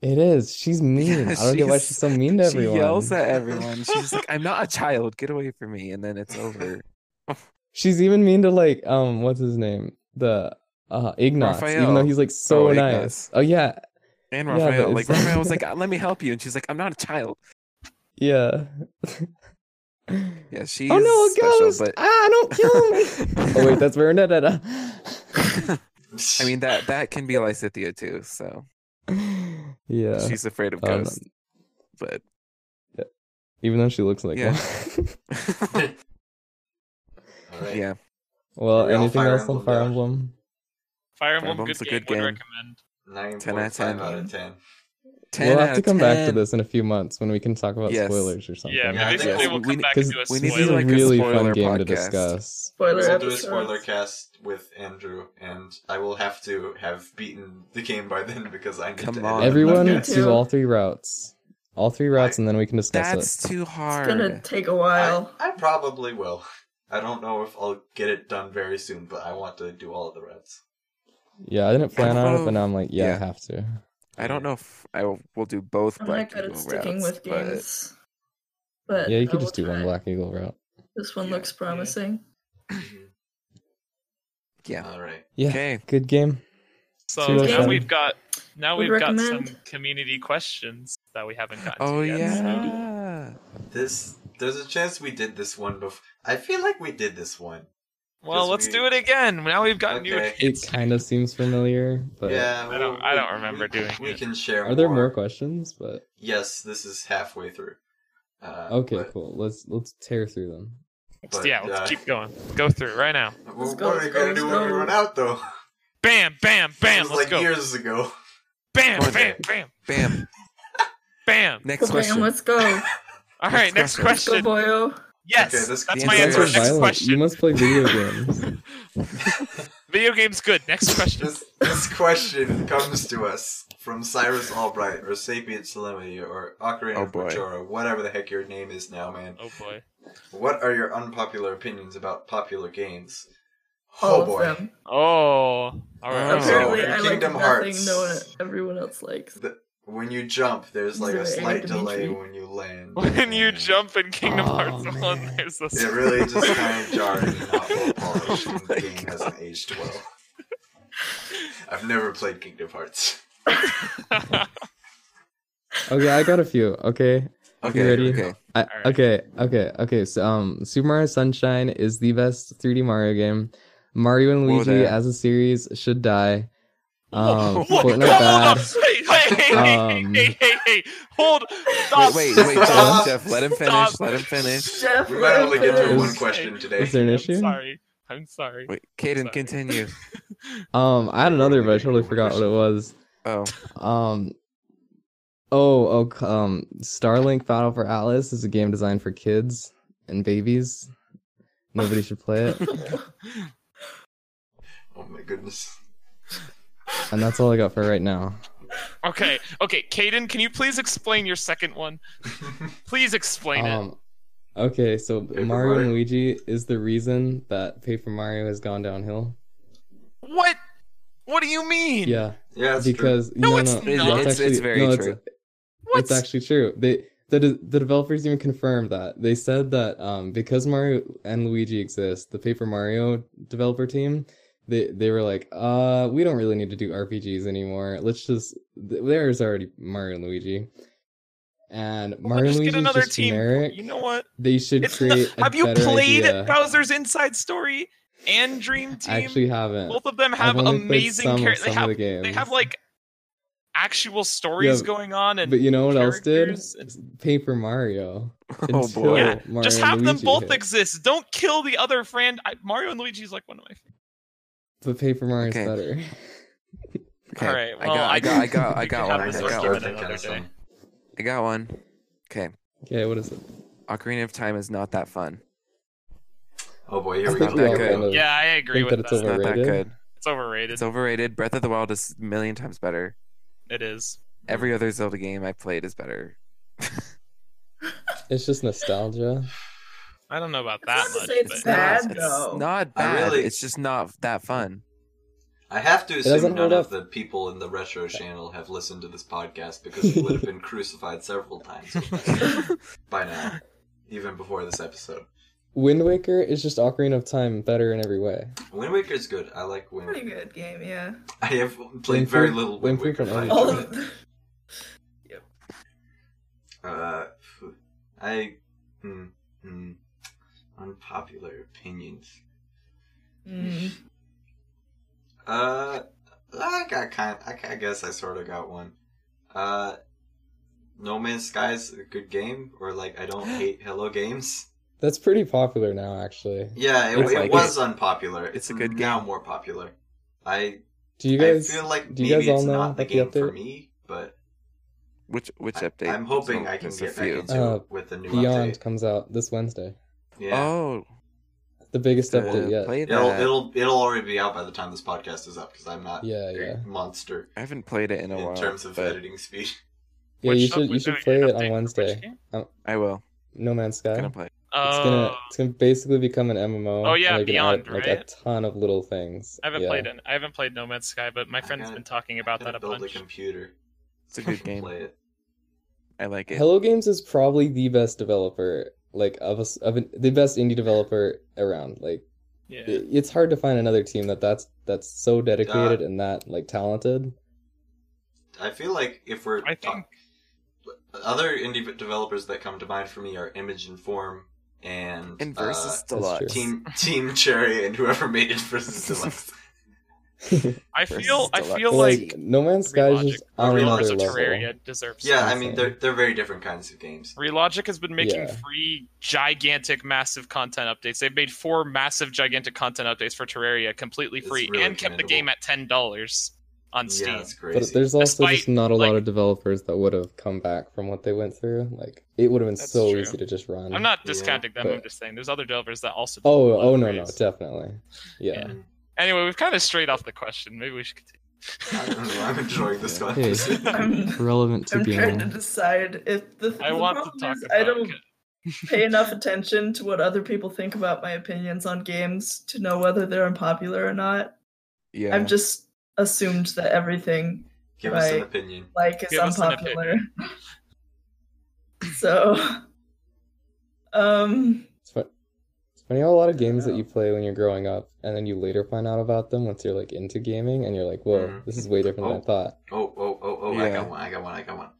Speaker 2: it is. She's mean.
Speaker 3: Yeah,
Speaker 2: I don't get why
Speaker 3: she's-
Speaker 2: she's so mean to everyone.
Speaker 3: She yells at everyone. She's like, "I'm not a child. Get away from me!" And then it's over.
Speaker 2: She's even mean to like um what's his name? The uh Ignatz, even though
Speaker 3: Raphael.
Speaker 2: he's like so
Speaker 3: Oh,
Speaker 2: nice.
Speaker 3: Ignatz.
Speaker 2: Oh yeah,
Speaker 3: And
Speaker 2: Yeah, but
Speaker 3: Raphael, like
Speaker 2: it's-
Speaker 3: Raphael was like, "Uh, "Let me help you," and she's like, "I'm not a child."
Speaker 2: yeah.
Speaker 3: Yeah, she's
Speaker 2: oh no, a
Speaker 3: special,
Speaker 2: ghost!
Speaker 3: but
Speaker 2: Ah, don't kill me. oh wait, that's Bernadetta.
Speaker 3: I mean that that can be Lysithia too. So
Speaker 2: yeah.
Speaker 3: she's afraid of
Speaker 2: Oh, no.
Speaker 3: ghosts, but
Speaker 2: Even though she looks like
Speaker 3: Yeah.
Speaker 2: one.
Speaker 1: Uh, all right.
Speaker 3: yeah,
Speaker 2: well,
Speaker 1: Real
Speaker 2: anything
Speaker 1: Fire
Speaker 2: else on
Speaker 1: Emblem,
Speaker 2: Fire
Speaker 1: yeah.
Speaker 2: Emblem?
Speaker 4: Fire
Speaker 3: Fire
Speaker 4: Emblem, good
Speaker 3: Emblem's a
Speaker 4: game.
Speaker 3: good
Speaker 4: Would
Speaker 3: game.
Speaker 4: recommend.
Speaker 1: 9.5
Speaker 3: 10
Speaker 1: out
Speaker 3: out
Speaker 1: of
Speaker 3: of
Speaker 1: 10.
Speaker 3: 10
Speaker 2: we'll
Speaker 3: out
Speaker 2: have
Speaker 3: of
Speaker 2: to come back to
Speaker 3: 10.
Speaker 2: this in a few months when we can talk about
Speaker 3: Yes.
Speaker 2: spoilers or something.
Speaker 4: Yeah,
Speaker 1: Yeah,
Speaker 4: maybe
Speaker 3: yes,
Speaker 4: we'll
Speaker 3: we
Speaker 4: come
Speaker 3: need-
Speaker 4: back
Speaker 2: Because
Speaker 4: to a
Speaker 3: we
Speaker 2: this
Speaker 3: need
Speaker 2: is
Speaker 3: to do
Speaker 2: a
Speaker 4: spoiler.
Speaker 3: like a
Speaker 2: really fun
Speaker 3: spoiler
Speaker 2: game to
Speaker 3: podcast.
Speaker 2: discuss.
Speaker 1: We'll
Speaker 6: Spoiler
Speaker 1: do a
Speaker 6: episodes.
Speaker 1: spoiler cast with Andrew, and I will have to have beaten the game by then because I need
Speaker 3: Come
Speaker 1: to edit
Speaker 3: on.
Speaker 1: the
Speaker 2: Everyone
Speaker 6: Me
Speaker 1: podcast.
Speaker 6: too.
Speaker 2: do all three routes. All three routes, and then we can discuss
Speaker 3: That's too
Speaker 6: It's
Speaker 3: hard.
Speaker 6: gonna take a
Speaker 1: I,
Speaker 6: while.
Speaker 1: I probably will. I don't know if I'll get it done very soon, but I want to do all of the reds.
Speaker 2: it. Yeah, I didn't plan on it, but now I'm like, yeah, I
Speaker 3: Yeah.
Speaker 2: have to.
Speaker 3: I don't know if I will will do both
Speaker 6: I'm
Speaker 3: Black
Speaker 6: not good at
Speaker 3: Eagle
Speaker 6: sticking
Speaker 3: routes,
Speaker 6: with
Speaker 3: but
Speaker 6: games. But
Speaker 2: Yeah, you
Speaker 6: I
Speaker 2: could
Speaker 6: will
Speaker 2: just do one
Speaker 6: try.
Speaker 2: Black Eagle route.
Speaker 6: This one
Speaker 3: Yeah,
Speaker 6: looks promising.
Speaker 3: yeah.
Speaker 1: All right.
Speaker 2: Yeah,
Speaker 3: Okay.
Speaker 2: good game.
Speaker 4: So
Speaker 2: Zero
Speaker 4: now
Speaker 2: seven.
Speaker 4: we've got now
Speaker 6: Would
Speaker 4: we've got
Speaker 6: recommend.
Speaker 4: some community questions that we haven't gotten
Speaker 3: Oh
Speaker 4: to yet. so-
Speaker 3: yeah.
Speaker 1: This there's a chance we did this one before. I feel like we did this one.
Speaker 4: Well,
Speaker 1: Because
Speaker 4: let's
Speaker 1: we-
Speaker 4: do it again. Now we've got new.
Speaker 1: Okay.
Speaker 2: It kind of seems familiar, but
Speaker 1: yeah,
Speaker 4: I don't-
Speaker 1: we'll-
Speaker 4: I don't
Speaker 1: we-
Speaker 4: remember
Speaker 1: we-
Speaker 4: doing
Speaker 1: We
Speaker 4: it.
Speaker 1: can share.
Speaker 2: are there more questions? But
Speaker 1: Yes, this is halfway through. Uh,
Speaker 2: okay,
Speaker 1: but-
Speaker 2: cool. Let's let's tear through them.
Speaker 1: but,
Speaker 4: yeah, let's
Speaker 1: uh,
Speaker 4: keep going. Go through it right now.
Speaker 1: Well,
Speaker 6: Let's go,
Speaker 1: what are we
Speaker 6: let's
Speaker 1: gonna
Speaker 6: go,
Speaker 1: do
Speaker 6: let's
Speaker 1: when we
Speaker 6: go.
Speaker 1: run out, though?
Speaker 4: Bam, bam,
Speaker 1: it
Speaker 4: bam.
Speaker 1: was
Speaker 4: Let's
Speaker 1: like
Speaker 4: go.
Speaker 1: years ago.
Speaker 4: Bam,
Speaker 3: Go in
Speaker 4: bam,
Speaker 3: there.
Speaker 4: bam,
Speaker 3: Bam.
Speaker 4: bam.
Speaker 3: Next
Speaker 6: Kabam,
Speaker 3: question.
Speaker 6: let's go.
Speaker 4: All right, next
Speaker 3: Next
Speaker 6: Let's go,
Speaker 4: question.
Speaker 6: boyo.
Speaker 4: Yes,
Speaker 1: Okay, this-
Speaker 4: that's
Speaker 3: The
Speaker 4: my
Speaker 3: answer
Speaker 4: answer.
Speaker 3: is
Speaker 4: Next
Speaker 2: You
Speaker 4: question.
Speaker 2: must play video games.
Speaker 4: Video game's good. Next question.
Speaker 1: This, this question comes to us from Cyrus Albright or Sapient Solemnity or Ocarina
Speaker 3: Oh,
Speaker 1: of
Speaker 3: boy.
Speaker 1: Majora, whatever the heck your name is now, man.
Speaker 4: Oh boy.
Speaker 1: What are your unpopular opinions about popular games?
Speaker 6: All
Speaker 1: oh boy.
Speaker 6: of them.
Speaker 4: Oh. All right.
Speaker 3: Oh.
Speaker 4: let's go.
Speaker 6: Apparently, I like
Speaker 1: Kingdom
Speaker 6: nothing
Speaker 1: Hearts.
Speaker 6: no one, everyone else likes.
Speaker 1: The, When you jump, there's like a
Speaker 6: Is it
Speaker 1: slight
Speaker 6: Dimitri?
Speaker 1: delay when you land.
Speaker 4: When you jump in Kingdom
Speaker 2: Oh,
Speaker 4: Hearts 1,
Speaker 2: man.
Speaker 4: there's a
Speaker 1: It really just kind of jarred and not well polished. and
Speaker 4: Oh
Speaker 1: the game hasn't aged well. I've never played Kingdom Hearts.
Speaker 2: Okay, I got a few. Okay.
Speaker 3: Okay,
Speaker 2: ready?
Speaker 3: okay.
Speaker 2: I,
Speaker 4: Alright.
Speaker 2: Okay, okay, okay. So, um, Super Mario Sunshine is the best 3D Mario game. Mario and
Speaker 3: Whoa
Speaker 2: Luigi
Speaker 3: there.
Speaker 2: as a series should die. Um,
Speaker 4: Whoa, whoa,
Speaker 2: Fortnite
Speaker 4: hold
Speaker 2: bad.
Speaker 4: up, Wait, wait, hey,
Speaker 2: Um,
Speaker 4: hey, hey, hey, hey, hold. Stop.
Speaker 3: Wait, wait, wait, Jeff,
Speaker 1: Stop.
Speaker 3: Jeff, let him finish.
Speaker 4: Stop.
Speaker 3: Let him finish.
Speaker 6: Jeff,
Speaker 1: We might only get through
Speaker 2: Is-
Speaker 1: one question today.
Speaker 2: is there an
Speaker 4: I'm
Speaker 2: issue?
Speaker 4: Sorry. I'm sorry.
Speaker 3: Wait, Caden,
Speaker 4: Sorry.
Speaker 3: continue.
Speaker 2: Um, I had
Speaker 1: Wait,
Speaker 2: another,
Speaker 1: wait,
Speaker 2: but I
Speaker 1: wait,
Speaker 2: totally
Speaker 1: wait,
Speaker 2: forgot what
Speaker 1: wait.
Speaker 2: it was.
Speaker 3: Oh,
Speaker 2: Um, oh, oh, c- um, Starlink Battle for Atlas is a game designed for kids and babies. Nobody should play it,
Speaker 1: Oh my goodness.
Speaker 2: and that's all I got for right now.
Speaker 4: Okay, okay, Caden, can you please explain your second one? Please explain it.
Speaker 2: Um, okay, so Mario,
Speaker 1: Mario.
Speaker 2: and Luigi is the reason that Paper Mario has gone downhill.
Speaker 4: What? What do you mean?
Speaker 2: Yeah,
Speaker 1: Yeah, that's true.
Speaker 2: because
Speaker 4: Hmm. No, it's
Speaker 2: that's
Speaker 4: not.
Speaker 3: It's- it's very true.
Speaker 4: What?
Speaker 2: It's actually true. They the de- the developers even confirmed that. They said that um because Mario and Luigi exist, the Paper Mario developer team, they they were like, uh, we don't really need to do RPGs anymore. Let's just th- there's already Mario and Luigi. And
Speaker 4: Well,
Speaker 2: Mario and
Speaker 4: just
Speaker 2: Luigi
Speaker 4: get another
Speaker 2: is just
Speaker 4: team.
Speaker 2: generic.
Speaker 4: You know what?
Speaker 2: They should
Speaker 4: It's
Speaker 2: create
Speaker 4: not-
Speaker 2: a
Speaker 4: have you
Speaker 2: better
Speaker 4: played
Speaker 2: idea.
Speaker 4: Bowser's Inside Story and Dream Team?
Speaker 2: I actually haven't.
Speaker 4: Both of them
Speaker 2: I've
Speaker 4: have
Speaker 2: only played
Speaker 4: amazing
Speaker 2: some, of-
Speaker 4: characters.
Speaker 2: some
Speaker 4: They
Speaker 2: of
Speaker 4: have
Speaker 2: the games.
Speaker 4: they have like actual stories
Speaker 2: but-
Speaker 4: going on and
Speaker 2: But you know what else did?
Speaker 4: characters and-
Speaker 2: Paper Mario.
Speaker 3: oh
Speaker 2: until
Speaker 3: boy.
Speaker 4: Yeah,
Speaker 2: Mario
Speaker 4: just
Speaker 2: and
Speaker 4: have them
Speaker 2: Luigi
Speaker 4: both
Speaker 2: hit.
Speaker 4: exist. Don't kill the other friend. I, Mario and Luigi is like one of my favorites.
Speaker 2: But Paper Mario's
Speaker 3: Okay.
Speaker 2: better.
Speaker 3: Okay.
Speaker 4: All right,
Speaker 3: I
Speaker 4: well,
Speaker 3: got, I got, I got, I
Speaker 4: we
Speaker 3: got
Speaker 4: could
Speaker 1: I
Speaker 4: have
Speaker 3: one. I
Speaker 1: guess
Speaker 4: this
Speaker 3: got
Speaker 1: give
Speaker 3: one.
Speaker 1: it another day.
Speaker 3: I got one. Okay.
Speaker 2: Okay, what is it?
Speaker 3: Ocarina of Time is not that fun.
Speaker 1: Oh boy, here
Speaker 2: I
Speaker 1: we
Speaker 2: think
Speaker 1: go.
Speaker 2: we all
Speaker 3: good.
Speaker 2: kind of
Speaker 4: Yeah, I agree
Speaker 2: think that
Speaker 4: with that.
Speaker 2: it's
Speaker 4: It's,
Speaker 3: It's not that
Speaker 2: Overrated?
Speaker 3: good.
Speaker 4: overrated.
Speaker 3: It's overrated. Breath of the Wild is a million times better.
Speaker 4: It is.
Speaker 3: Every other Zelda game I've played is better.
Speaker 2: it's just nostalgia.
Speaker 4: I don't know about that
Speaker 6: It's not to
Speaker 4: much.
Speaker 6: say it's
Speaker 4: but-
Speaker 6: Bad,
Speaker 3: it's
Speaker 6: though.
Speaker 3: not
Speaker 1: I
Speaker 3: bad.
Speaker 1: really-
Speaker 3: It's just not that fun.
Speaker 1: I have to assume
Speaker 2: doesn't
Speaker 1: none
Speaker 2: hold
Speaker 1: of
Speaker 2: up.
Speaker 1: the people in the retro channel have listened to this podcast because they would have been crucified several times by now, even before this episode.
Speaker 2: Wind Waker is just Ocarina of Time better in every way.
Speaker 1: Wind Waker's good. I like Wind.
Speaker 6: Pretty good game, yeah.
Speaker 1: I have
Speaker 2: Wind
Speaker 1: played very
Speaker 2: Waker-
Speaker 1: little
Speaker 2: Wind
Speaker 1: Wind Waker.
Speaker 2: Waker
Speaker 1: but I
Speaker 2: and
Speaker 6: All
Speaker 1: enjoyed
Speaker 2: Ocarina.
Speaker 1: it.
Speaker 6: of
Speaker 1: Uh, phew. I hmm, hmm, unpopular opinions.
Speaker 6: Mm.
Speaker 1: Mm-hmm. Uh, I got kind. I, I guess I sort of got one. Uh, No Man's Sky's a good game, or like I don't hate Hello Games.
Speaker 2: That's pretty popular now, actually.
Speaker 1: Yeah, it,
Speaker 3: It's
Speaker 1: it
Speaker 3: like-
Speaker 1: was unpopular.
Speaker 3: it's a good
Speaker 1: now
Speaker 3: game.
Speaker 1: more popular. I
Speaker 2: Do you guys?
Speaker 1: I feel like
Speaker 2: do you guys
Speaker 1: maybe it's
Speaker 2: all know
Speaker 1: not the
Speaker 2: about the
Speaker 1: game for
Speaker 2: update?
Speaker 1: me, but
Speaker 3: Which which
Speaker 1: I,
Speaker 3: update?
Speaker 1: am hoping
Speaker 3: There's no-
Speaker 1: I can
Speaker 3: there's
Speaker 1: get
Speaker 3: a
Speaker 1: back
Speaker 3: few.
Speaker 1: into
Speaker 2: Uh,
Speaker 1: it with the new
Speaker 2: Beyond
Speaker 1: update.
Speaker 2: comes out this Wednesday.
Speaker 1: Yeah.
Speaker 3: Oh,
Speaker 2: The biggest
Speaker 3: good.
Speaker 2: update yet.
Speaker 3: play
Speaker 1: It'll
Speaker 3: that.
Speaker 1: it'll it'll already be out by the time this podcast is up because I'm not
Speaker 2: Yeah,
Speaker 1: a
Speaker 2: yeah.
Speaker 1: monster
Speaker 3: I haven't played it in
Speaker 1: in,
Speaker 3: a while.
Speaker 1: terms of
Speaker 3: uh, but
Speaker 1: editing speed.
Speaker 2: Yeah,
Speaker 4: Which
Speaker 2: you
Speaker 4: up-
Speaker 2: should you
Speaker 4: which-
Speaker 2: should
Speaker 4: an
Speaker 2: play it
Speaker 4: update for
Speaker 2: on
Speaker 4: which
Speaker 2: Wednesday.
Speaker 4: game?
Speaker 3: I will.
Speaker 2: No Man's
Speaker 3: I'm
Speaker 2: Sky.
Speaker 3: gonna play. it.
Speaker 2: It's
Speaker 4: Oh,
Speaker 2: gonna it's gonna basically become an MMO.
Speaker 4: Oh,
Speaker 2: and
Speaker 4: yeah,
Speaker 2: they're gonna
Speaker 4: Beyond,
Speaker 2: add, Like a
Speaker 4: right?
Speaker 2: ton of little things.
Speaker 4: I haven't
Speaker 2: yeah.
Speaker 4: played it. I haven't played No Man's Sky, but my
Speaker 1: I
Speaker 4: friend's
Speaker 1: gotta-
Speaker 4: been talking about
Speaker 1: I'm
Speaker 4: that
Speaker 1: gonna
Speaker 4: a
Speaker 1: build
Speaker 4: bunch.
Speaker 1: a computer.
Speaker 3: It's a good
Speaker 1: and
Speaker 3: game.
Speaker 1: Play it.
Speaker 3: I like it.
Speaker 2: Hello Games is probably the best developer, like of us of an, the best indie developer around. Like
Speaker 4: Yeah.
Speaker 2: it- it's hard to find another team that that's that's so dedicated and that like talented.
Speaker 1: I feel like if we're
Speaker 4: I
Speaker 1: talk- other indie developers that come to mind for me are Image and Form and
Speaker 3: And
Speaker 1: uh,
Speaker 3: versus
Speaker 2: that's
Speaker 3: deluxe.
Speaker 2: true.
Speaker 1: Team Team Cherry and whoever made it versus Deluxe.
Speaker 4: I
Speaker 3: Versus
Speaker 4: feel. I
Speaker 3: Deluxe.
Speaker 4: feel like,
Speaker 2: like No Man's Sky is just
Speaker 4: Relogic,
Speaker 2: on
Speaker 4: Relogic
Speaker 2: another
Speaker 4: of
Speaker 2: level.
Speaker 4: Terraria deserves.
Speaker 1: Yeah, I
Speaker 2: Sounds
Speaker 1: mean
Speaker 2: like-
Speaker 1: they're they're very different kinds of games.
Speaker 4: Relogic has been making
Speaker 2: Yeah.
Speaker 4: three gigantic, massive content updates. They've made four massive, gigantic content updates for Terraria completely
Speaker 1: It's
Speaker 4: free
Speaker 1: really
Speaker 4: and kept the
Speaker 1: commendable.
Speaker 4: game at ten dollars on
Speaker 1: Yeah,
Speaker 4: Steam.
Speaker 1: it's
Speaker 2: But
Speaker 1: crazy.
Speaker 2: there's also just
Speaker 4: Despite,
Speaker 2: not a lot
Speaker 4: like-
Speaker 2: of developers that would have come back from what they went through. Like it would have been
Speaker 4: That's
Speaker 2: so
Speaker 4: true.
Speaker 2: easy to just run.
Speaker 4: I'm not
Speaker 1: Yeah.
Speaker 4: discounting them. I'm
Speaker 2: But-
Speaker 4: just saying there's other developers that also. do a
Speaker 2: Oh,
Speaker 4: lot
Speaker 2: oh
Speaker 4: of
Speaker 2: no, no,
Speaker 4: praise.
Speaker 2: definitely. Yeah.
Speaker 4: Anyway, we've kind of strayed off the question. Maybe we should
Speaker 1: I don't know, I'm
Speaker 4: continue.
Speaker 1: enjoying this
Speaker 3: Yeah.
Speaker 1: one.
Speaker 6: I'm,
Speaker 2: Relevant
Speaker 6: I'm trying to decide if the.
Speaker 4: I
Speaker 6: the
Speaker 4: want to
Speaker 6: problem
Speaker 4: talk
Speaker 6: is
Speaker 4: about.
Speaker 6: I don't pay enough attention to what other people think about my opinions on games to know whether they're unpopular or not.
Speaker 3: Yeah.
Speaker 6: I've just assumed that everything
Speaker 1: Give us an
Speaker 6: Right.
Speaker 1: opinion.
Speaker 6: like is
Speaker 4: Give us an
Speaker 6: unpopular. so, um,
Speaker 2: It's fun. It's funny how a lot of
Speaker 1: I
Speaker 2: games that
Speaker 1: know.
Speaker 2: you play when you're growing up, and then you later find out about them once you're like into gaming, and you're like, "Whoa,
Speaker 1: Mhm.
Speaker 2: this is way different than I
Speaker 1: Oh.
Speaker 2: thought."
Speaker 1: Oh, oh, oh, oh! I
Speaker 3: Yeah.
Speaker 1: got one. I got one. I got one.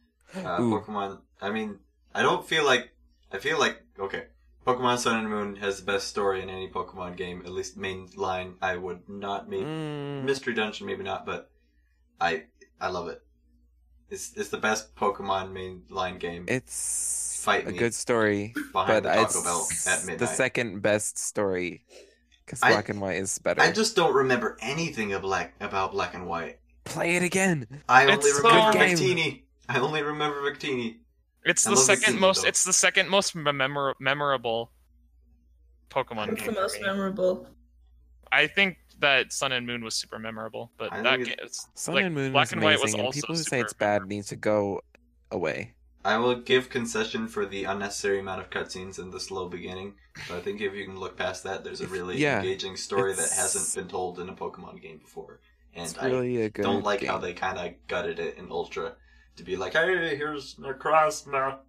Speaker 1: Uh,
Speaker 3: Ooh.
Speaker 1: Pokemon. I mean, I don't feel like. I feel like okay. Pokemon Sun and Moon has the best story in any Pokemon game, at least main line. I would not maybe
Speaker 3: Mm.
Speaker 1: Mystery Dungeon, maybe not, but I I love it. It's it's the best Pokemon main line game
Speaker 3: It's
Speaker 1: Fight
Speaker 3: a
Speaker 1: me.
Speaker 3: good story,
Speaker 1: behind
Speaker 3: but
Speaker 1: the Taco
Speaker 3: it's
Speaker 1: Bell at midnight.
Speaker 3: the second best story because
Speaker 1: I-
Speaker 3: black and white is better.
Speaker 1: I just don't remember anything of black about black and white.
Speaker 3: Play it again.
Speaker 1: I
Speaker 4: It's
Speaker 1: only
Speaker 4: so-
Speaker 1: remember
Speaker 3: Good game.
Speaker 1: Victini. I only remember Victini.
Speaker 4: It's
Speaker 1: I
Speaker 4: the
Speaker 1: love the
Speaker 4: second
Speaker 1: theme,
Speaker 4: most.
Speaker 1: though.
Speaker 4: It's the second most memor- memorable Pokemon
Speaker 6: it's
Speaker 4: game. for
Speaker 6: the most
Speaker 4: me.
Speaker 6: memorable.
Speaker 4: I think that Sun and Moon was super memorable, but
Speaker 1: I
Speaker 4: that
Speaker 1: think
Speaker 4: game,
Speaker 1: it-
Speaker 4: it's,
Speaker 3: Sun
Speaker 4: like,
Speaker 3: and Moon
Speaker 4: Black
Speaker 3: was
Speaker 4: and
Speaker 3: amazing,
Speaker 4: White was
Speaker 3: and
Speaker 4: also
Speaker 3: people who say
Speaker 4: super
Speaker 3: it's bad
Speaker 4: memorable.
Speaker 3: need to go away.
Speaker 1: I will give concession for the unnecessary amount of cutscenes and the slow beginning, but I think if you can look past that, there's a
Speaker 3: If-
Speaker 1: really
Speaker 3: yeah,
Speaker 1: engaging story that
Speaker 3: it's-
Speaker 1: hasn't been told in a Pokemon game before, and
Speaker 3: It's
Speaker 1: I
Speaker 3: really a good.
Speaker 1: don't like how
Speaker 3: game.
Speaker 1: they kind of gutted it in Ultra to be like, "Hey, here's Necrozma,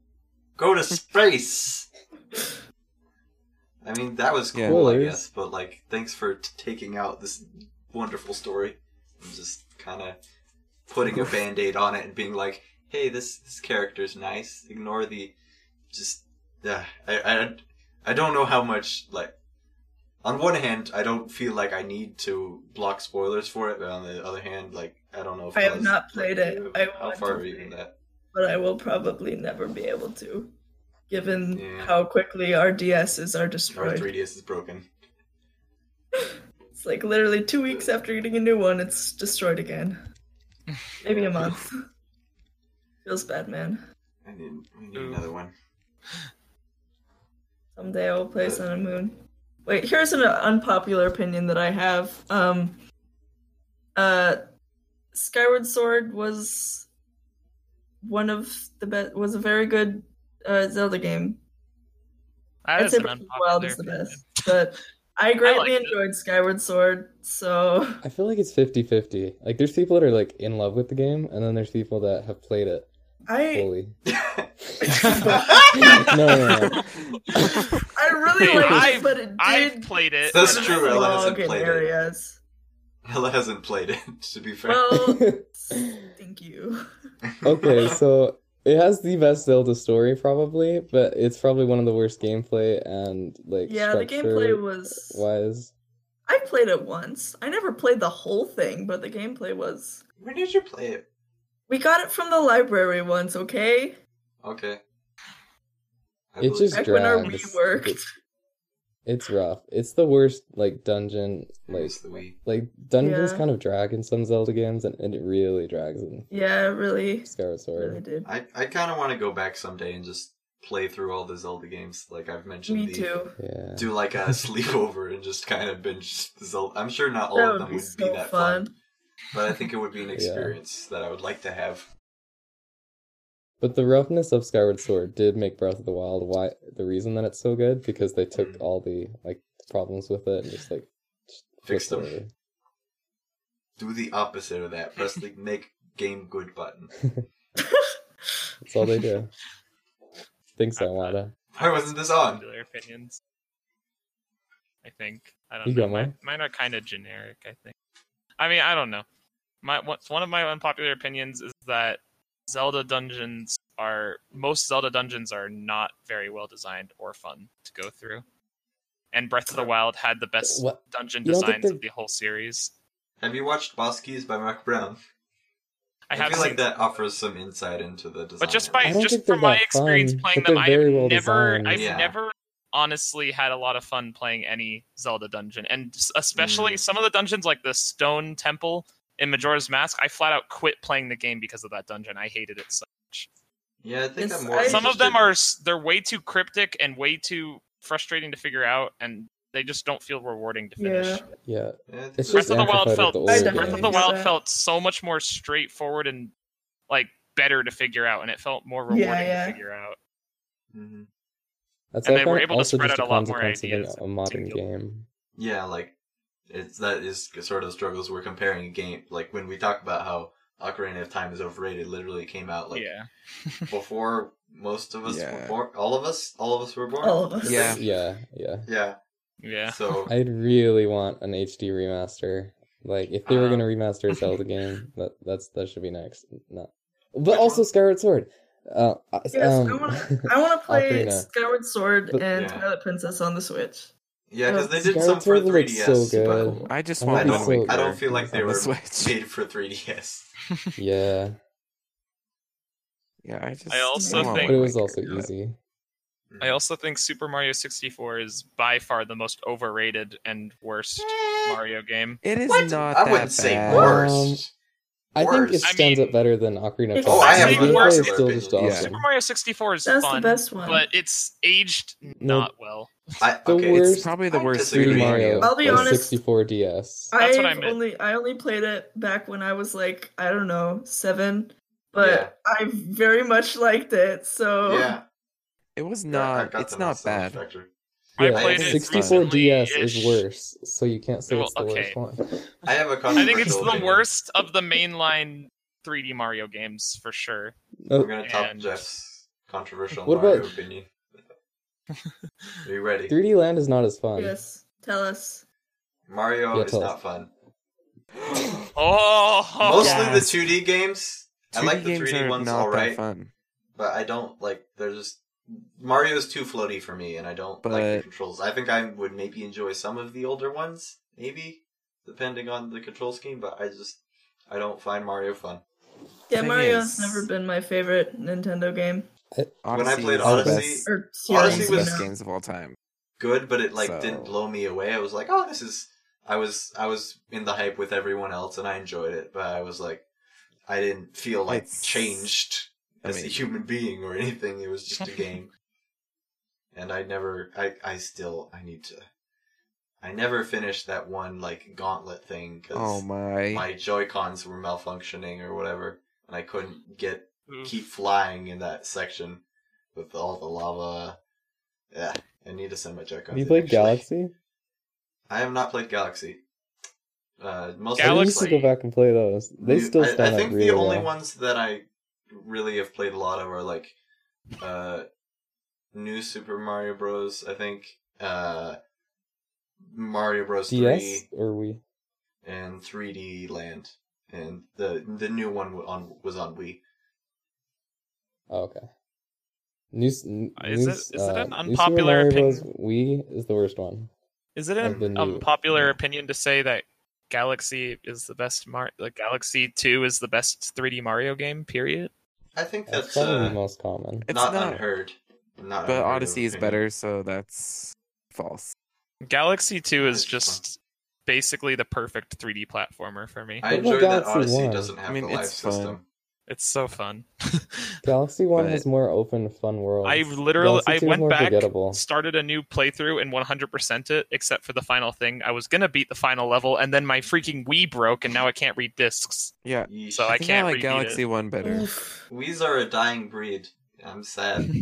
Speaker 1: go to space." I mean, that was
Speaker 3: Yeah.
Speaker 1: cool, I
Speaker 2: Spoilers.
Speaker 1: guess, but like, thanks for t- taking out this wonderful story and just kind of putting a band-aid on it and being like, "Hey, this this character's nice. Ignore the just." Uh, I, I I don't know how much like. On one hand, I don't feel like I need to block spoilers for it, but on the other hand, like I don't know if
Speaker 6: I have
Speaker 1: was-
Speaker 6: not played it. I
Speaker 1: how
Speaker 6: want
Speaker 1: far
Speaker 6: to
Speaker 1: are you in
Speaker 6: play it.
Speaker 1: that?
Speaker 6: but I will probably never be able to, given
Speaker 1: Yeah.
Speaker 6: how quickly our DSs are
Speaker 1: Our
Speaker 6: destroyed.
Speaker 1: 3DS is broken.
Speaker 6: It's like literally two weeks after getting a new one, it's destroyed again. Maybe a month. Feels bad, man.
Speaker 1: I need, we need
Speaker 4: Ooh.
Speaker 1: another one.
Speaker 6: Someday I will play Sun and Moon. Wait, here's an unpopular opinion that I have. Um, uh, Skyward Sword was one of the best. Was a very good uh, Zelda game.
Speaker 4: That
Speaker 6: I'd
Speaker 4: is
Speaker 6: say
Speaker 4: an
Speaker 6: Breath of the Wild is the
Speaker 4: unpopular
Speaker 6: best, but I greatly
Speaker 4: liked it.
Speaker 6: enjoyed Skyward Sword. So
Speaker 2: I feel like it's 50-50. Like, there's people that are like in love with the game, and then there's people that have played it
Speaker 6: I
Speaker 2: fully.
Speaker 1: That's
Speaker 2: no, no, no.
Speaker 6: I really
Speaker 4: Hey,
Speaker 6: liked
Speaker 4: I've-
Speaker 6: it, but it
Speaker 4: I've
Speaker 6: did
Speaker 4: played it.
Speaker 1: That's
Speaker 6: kind of
Speaker 1: true, Ella hasn't
Speaker 6: slog in
Speaker 1: played it.
Speaker 6: areas.
Speaker 1: Ella hasn't played it, to be fair.
Speaker 6: Well, thank you.
Speaker 2: okay, so it has the best Zelda story probably, but it's probably one of the worst gameplay and like
Speaker 6: Yeah, the gameplay was.
Speaker 2: wise.
Speaker 6: I played it once. I never played the whole thing, but the gameplay was.
Speaker 1: When did you play it?
Speaker 6: We got it from the library once, okay?
Speaker 1: Okay. I
Speaker 2: It
Speaker 1: believe-
Speaker 2: just
Speaker 6: Back when our
Speaker 2: drags.
Speaker 6: Wii worked.
Speaker 2: It- It's rough. It's the worst like dungeon
Speaker 1: I
Speaker 2: like
Speaker 1: miss the Wii.
Speaker 2: like dungeons
Speaker 6: Yeah.
Speaker 2: kind of drag in some Zelda games and, and it really drags in
Speaker 6: Yeah, it really,
Speaker 2: Skyward
Speaker 6: really
Speaker 2: Sword.
Speaker 6: did.
Speaker 1: I, I kind of want to go back someday and just play through all the Zelda games, like I've mentioned.
Speaker 6: Me
Speaker 1: the,
Speaker 6: too.
Speaker 2: Yeah.
Speaker 1: Do like a sleepover and just kind of binge the Zelda. I'm sure not all
Speaker 6: That
Speaker 1: of
Speaker 6: would
Speaker 1: them
Speaker 6: be
Speaker 1: would
Speaker 6: so
Speaker 1: be that
Speaker 6: fun.
Speaker 1: but I think it would be an
Speaker 2: Yeah.
Speaker 1: experience that I would like to have.
Speaker 2: But the roughness of Skyward Sword did make Breath of the Wild why the reason that it's so good because they took
Speaker 1: Mm.
Speaker 2: all the like problems with it and just like just
Speaker 1: Fixed
Speaker 2: flipped
Speaker 1: them.
Speaker 2: over.
Speaker 1: Do the opposite of that. Press the make game good button.
Speaker 2: That's all they do. Think
Speaker 4: Uh,
Speaker 2: so, Wada.
Speaker 1: Why wasn't this on?
Speaker 4: Popular opinions. I think. I don't
Speaker 2: You
Speaker 4: know.
Speaker 2: got mine?
Speaker 4: Mine are kind of generic, I think. I mean, I don't know. My what's one of my unpopular opinions is that Zelda dungeons are most Zelda dungeons are not very well designed or fun to go through. And Breath of the Wild had the best
Speaker 2: What?
Speaker 4: dungeon
Speaker 2: You don't think
Speaker 4: designs of
Speaker 2: they're-
Speaker 4: the whole series.
Speaker 1: Have you watched Boss Keys by Mark Brown?
Speaker 4: I have
Speaker 1: feel
Speaker 4: seen
Speaker 1: like that offers some insight into the design.
Speaker 4: But just
Speaker 1: at
Speaker 4: by
Speaker 2: don't
Speaker 1: least.
Speaker 2: think
Speaker 4: just
Speaker 2: they're
Speaker 4: from my
Speaker 2: that
Speaker 4: experience
Speaker 2: fun,
Speaker 4: playing
Speaker 2: but
Speaker 4: them,
Speaker 2: they're
Speaker 4: I have
Speaker 2: very well
Speaker 4: never,
Speaker 2: designed.
Speaker 4: I've
Speaker 1: Yeah.
Speaker 4: never honestly had a lot of fun playing any Zelda dungeon, and s- especially
Speaker 1: Mm.
Speaker 4: some of the dungeons like the Stone Temple in Majora's Mask. I flat out quit playing the game because of that dungeon. I hated it. So.
Speaker 1: yeah, I think
Speaker 6: Yes,
Speaker 1: I'm more.
Speaker 6: I-
Speaker 4: Some of
Speaker 1: interested-
Speaker 4: them are s- they're way too cryptic and way too frustrating to figure out, and they just don't feel rewarding to finish.
Speaker 6: Yeah.
Speaker 2: Yeah.
Speaker 1: Yeah, I think
Speaker 2: It's
Speaker 1: they're-
Speaker 4: Breath of the
Speaker 2: amplified
Speaker 4: Wild
Speaker 2: with
Speaker 4: felt
Speaker 2: the
Speaker 6: I
Speaker 2: older
Speaker 6: definitely
Speaker 4: Breath of the
Speaker 6: think
Speaker 2: games.
Speaker 4: Wild
Speaker 6: that.
Speaker 4: felt so much more straightforward and like better to figure out, and it felt more
Speaker 6: Yeah,
Speaker 4: rewarding
Speaker 6: yeah.
Speaker 4: to figure out.
Speaker 1: Mhm.
Speaker 2: That's
Speaker 4: And
Speaker 2: I
Speaker 4: they were
Speaker 2: find
Speaker 4: able to
Speaker 2: also
Speaker 4: spread
Speaker 2: just
Speaker 4: out a lot more
Speaker 2: consequence of an-
Speaker 4: ideas
Speaker 2: A modern
Speaker 4: singular.
Speaker 2: game.
Speaker 1: Yeah, like it's that is sort of the struggles we're comparing a game. Like when we talk about how Ocarina of Time is overrated literally came out like
Speaker 4: yeah.
Speaker 1: before most of us
Speaker 3: Yeah.
Speaker 1: were born. All of us, all of us were born.
Speaker 6: All of us.
Speaker 3: Yeah.
Speaker 2: Yeah, yeah.
Speaker 1: Yeah.
Speaker 4: Yeah.
Speaker 1: So
Speaker 2: I'd really want an HD remaster. Like if they were
Speaker 4: Um,
Speaker 2: gonna remaster a Zelda game, that that's that should be next. Not, but
Speaker 1: Which
Speaker 2: also
Speaker 1: one?
Speaker 2: Skyward Sword. Uh, uh,
Speaker 6: Yes, I
Speaker 2: um,
Speaker 6: wanna- I want to play
Speaker 2: Ocarina.
Speaker 6: Skyward Sword
Speaker 2: But-
Speaker 6: and
Speaker 1: Yeah.
Speaker 6: Twilight Princess on the Switch.
Speaker 1: yeah, because they did
Speaker 2: Skyward
Speaker 1: some for
Speaker 2: Sword looks
Speaker 1: 3DS.
Speaker 2: so
Speaker 1: but
Speaker 2: good.
Speaker 3: I just
Speaker 2: I
Speaker 3: want
Speaker 1: I
Speaker 2: Wind
Speaker 3: Wind
Speaker 1: don't. I
Speaker 3: Waker
Speaker 1: don't feel like they
Speaker 3: on
Speaker 1: were
Speaker 3: the Switch.
Speaker 1: made for 3DS.
Speaker 2: yeah,
Speaker 3: Yeah, I just.
Speaker 4: I also
Speaker 3: want
Speaker 4: think-
Speaker 2: but it
Speaker 3: Wind
Speaker 2: was also
Speaker 3: Waker, but-
Speaker 2: easy.
Speaker 4: I also think Super Mario 64 is by far the most overrated and worst
Speaker 6: Eh.
Speaker 4: Mario game.
Speaker 3: It is
Speaker 1: What?
Speaker 3: not
Speaker 1: I
Speaker 3: that
Speaker 1: wouldn't say
Speaker 3: bad.
Speaker 1: worst.
Speaker 2: I think it
Speaker 1: Worst. I
Speaker 2: stands
Speaker 4: mean-
Speaker 2: up better than Ocarina of Time.
Speaker 6: Oh, I have
Speaker 2: The
Speaker 6: my
Speaker 2: gameplay is
Speaker 1: particular
Speaker 2: still just
Speaker 3: opinion. Yeah.
Speaker 2: awesome.
Speaker 4: Super Mario 64 is
Speaker 6: That's
Speaker 4: fun,
Speaker 6: the best one.
Speaker 4: but it's aged
Speaker 2: No.
Speaker 4: not well.
Speaker 1: I,
Speaker 2: The
Speaker 1: okay,
Speaker 2: worst
Speaker 1: it's-
Speaker 3: It's probably Um, the
Speaker 1: I
Speaker 3: worst
Speaker 1: disagree.
Speaker 2: 3D
Speaker 3: 3D
Speaker 2: Mario.
Speaker 3: Mario.
Speaker 6: I'll be
Speaker 2: was
Speaker 6: honest.
Speaker 2: 64 DS.
Speaker 4: That's what I
Speaker 6: I've
Speaker 4: meant.
Speaker 6: only I only played it back when I was like I don't know seven, but I very much liked it. So
Speaker 1: yeah.
Speaker 3: It was
Speaker 1: yeah, I've
Speaker 3: not.
Speaker 1: got
Speaker 3: It's
Speaker 1: the
Speaker 3: not
Speaker 1: nostalgia
Speaker 3: bad.
Speaker 1: factor.
Speaker 4: I
Speaker 2: Yeah,
Speaker 4: played it
Speaker 2: 64 DS is
Speaker 4: recently-ish.
Speaker 2: worse, so you can't say
Speaker 4: Well,
Speaker 2: it's the
Speaker 4: okay.
Speaker 2: worst one.
Speaker 1: I have a
Speaker 4: I think it's
Speaker 1: controversial
Speaker 4: the
Speaker 1: opinion.
Speaker 4: worst of the mainline 3D Mario games for sure.
Speaker 1: We're gonna top
Speaker 4: And-
Speaker 1: Jeff's controversial
Speaker 2: Oh. What
Speaker 1: Mario
Speaker 2: about-
Speaker 1: opinion. Are you ready?
Speaker 2: 3D Land is not as fun.
Speaker 6: yes, tell us.
Speaker 1: Mario
Speaker 2: Yeah,
Speaker 1: is
Speaker 2: tell
Speaker 1: not
Speaker 2: us.
Speaker 1: fun.
Speaker 4: Oh,
Speaker 1: Mostly
Speaker 3: yeah.
Speaker 1: the 2D games. I
Speaker 3: 2D
Speaker 1: like the
Speaker 3: games
Speaker 1: 3D
Speaker 3: are
Speaker 1: ones
Speaker 3: not that
Speaker 1: alright,
Speaker 3: fun.
Speaker 1: but I don't like. They're just Mario's too floaty for me, and I don't like the
Speaker 3: But-
Speaker 1: controls. I think I would maybe enjoy some of the older ones, maybe depending on the control scheme. But I just I don't find Mario fun.
Speaker 6: Yeah,
Speaker 3: Thing
Speaker 6: Mario's
Speaker 3: is-
Speaker 6: never been my favorite Nintendo game
Speaker 1: When I
Speaker 3: Odyssey
Speaker 1: played
Speaker 3: is the
Speaker 1: Odyssey,
Speaker 3: best-
Speaker 6: or
Speaker 3: one
Speaker 1: Odyssey
Speaker 6: series.
Speaker 3: of
Speaker 1: Odyssey
Speaker 3: the
Speaker 1: was-
Speaker 3: best games of all time.
Speaker 1: Good, but it like
Speaker 3: So-
Speaker 1: didn't blow me away. I was like, oh, this is. I was I was in the hype with everyone else, and I enjoyed it, but I was like, I didn't feel like
Speaker 3: It's
Speaker 1: changed as a
Speaker 3: amazing.
Speaker 1: human being or anything. It was just a game, and I never. I I still I need to. I never finished that one like gauntlet thing because
Speaker 3: Oh my!
Speaker 1: my Joy Cons were malfunctioning or whatever, and I couldn't get
Speaker 4: Oof.
Speaker 1: keep flying in that section with all the lava. Yeah, I need to send my check on.
Speaker 2: Have you
Speaker 1: it,
Speaker 2: played
Speaker 1: actually.
Speaker 2: Galaxy?
Speaker 1: I have not played Galaxy. Uh, mostly
Speaker 2: I
Speaker 4: Galaxy-
Speaker 2: used to go back and play those. They
Speaker 1: new-
Speaker 2: still
Speaker 1: I-
Speaker 2: stand
Speaker 1: I,
Speaker 2: up
Speaker 1: think
Speaker 2: really
Speaker 1: the only
Speaker 2: well.
Speaker 1: ones that I really have played a lot of are like uh, New Super Mario Bros. I think uh, Mario Bros.
Speaker 2: DS
Speaker 1: Three
Speaker 2: or we?
Speaker 1: and 3D Land, and the the new one wa- on was on Wii.
Speaker 2: Oh, okay. New, s- n-
Speaker 4: Uh, is
Speaker 2: new
Speaker 4: it-
Speaker 2: s-
Speaker 4: is it
Speaker 2: uh,
Speaker 4: an
Speaker 2: New
Speaker 4: unpopular
Speaker 2: Super Mario
Speaker 4: opinion?
Speaker 2: Bros. Wii is the worst one.
Speaker 4: Is it
Speaker 2: of the
Speaker 4: an
Speaker 2: new-
Speaker 4: unpopular opinion to say that Galaxy is the best Mar like Galaxy 2 is the best 3D Mario game, period?
Speaker 1: I think
Speaker 2: That's
Speaker 1: that's
Speaker 2: probably
Speaker 1: uh,
Speaker 2: the most common.
Speaker 3: It's
Speaker 1: not,
Speaker 3: not.
Speaker 1: unheard. Not
Speaker 3: But
Speaker 1: unheard of Mm-hmm.
Speaker 3: Odyssey is
Speaker 1: opinion.
Speaker 3: better, so that's false.
Speaker 4: Galaxy 2 is
Speaker 1: It's fun.
Speaker 4: just basically the perfect 3D platformer for me.
Speaker 1: I
Speaker 2: What about
Speaker 1: enjoy that
Speaker 2: Galaxy
Speaker 1: Odyssey
Speaker 2: One?
Speaker 1: doesn't have
Speaker 3: I mean,
Speaker 1: the live
Speaker 3: it's fun.
Speaker 1: system.
Speaker 4: It's so fun.
Speaker 2: Galaxy One
Speaker 3: But-
Speaker 2: has more open, fun worlds.
Speaker 4: I literally
Speaker 2: Galaxy
Speaker 4: I
Speaker 2: two is
Speaker 4: went
Speaker 2: more
Speaker 4: back,
Speaker 2: forgettable.
Speaker 4: started a new playthrough and 100% it except for the final thing. I was going to beat the final level and then my freaking Wii broke and now I can't read discs.
Speaker 3: Yeah,
Speaker 1: Yeesh.
Speaker 4: So
Speaker 3: I,
Speaker 4: I
Speaker 3: think
Speaker 4: can't
Speaker 3: I like
Speaker 4: repeat
Speaker 3: Galaxy
Speaker 4: it.
Speaker 3: One better.
Speaker 6: Oof.
Speaker 1: We's are a dying breed. I'm sad.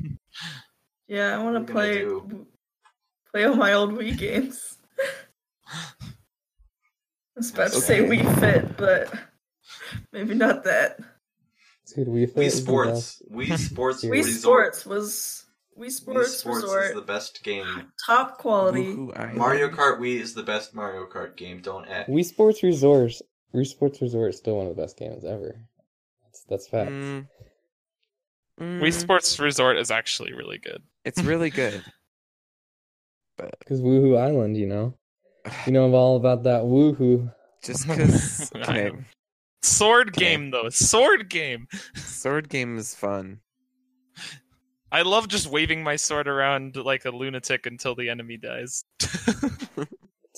Speaker 6: Yeah, I
Speaker 1: What
Speaker 6: want
Speaker 1: are we gonna
Speaker 6: to play
Speaker 1: do?
Speaker 6: play all my old Wii games. I was about to say
Speaker 1: Okay.
Speaker 6: Wii Fit, but maybe not that.
Speaker 2: Dude, Wii Fit
Speaker 1: Wii
Speaker 2: is the
Speaker 1: Sports.
Speaker 2: best.
Speaker 1: Wii Sports.
Speaker 2: Wii
Speaker 6: Wii
Speaker 1: Resort.
Speaker 6: Sports was Wii
Speaker 1: Wii
Speaker 6: Sports,
Speaker 1: Sports is
Speaker 6: Resort
Speaker 1: the best game.
Speaker 6: top quality.
Speaker 3: Woohoo Island.
Speaker 1: Mario Kart Wii is the best Mario Kart game. Don't add.
Speaker 2: Wii Sports Resort. Wii Sports Resort is still one of the best games ever. That's that's facts.
Speaker 3: Mm.
Speaker 4: Wii
Speaker 3: Mm.
Speaker 4: Sports Resort is actually really good.
Speaker 3: It's really good.
Speaker 2: Because Woohoo Island, you know, you know all about that Woohoo.
Speaker 3: Just because. Okay,
Speaker 4: Sword
Speaker 3: Okay.
Speaker 4: game though. Sword game.
Speaker 3: sword game is fun.
Speaker 4: I love just waving my sword around like a lunatic until the enemy dies.
Speaker 2: It's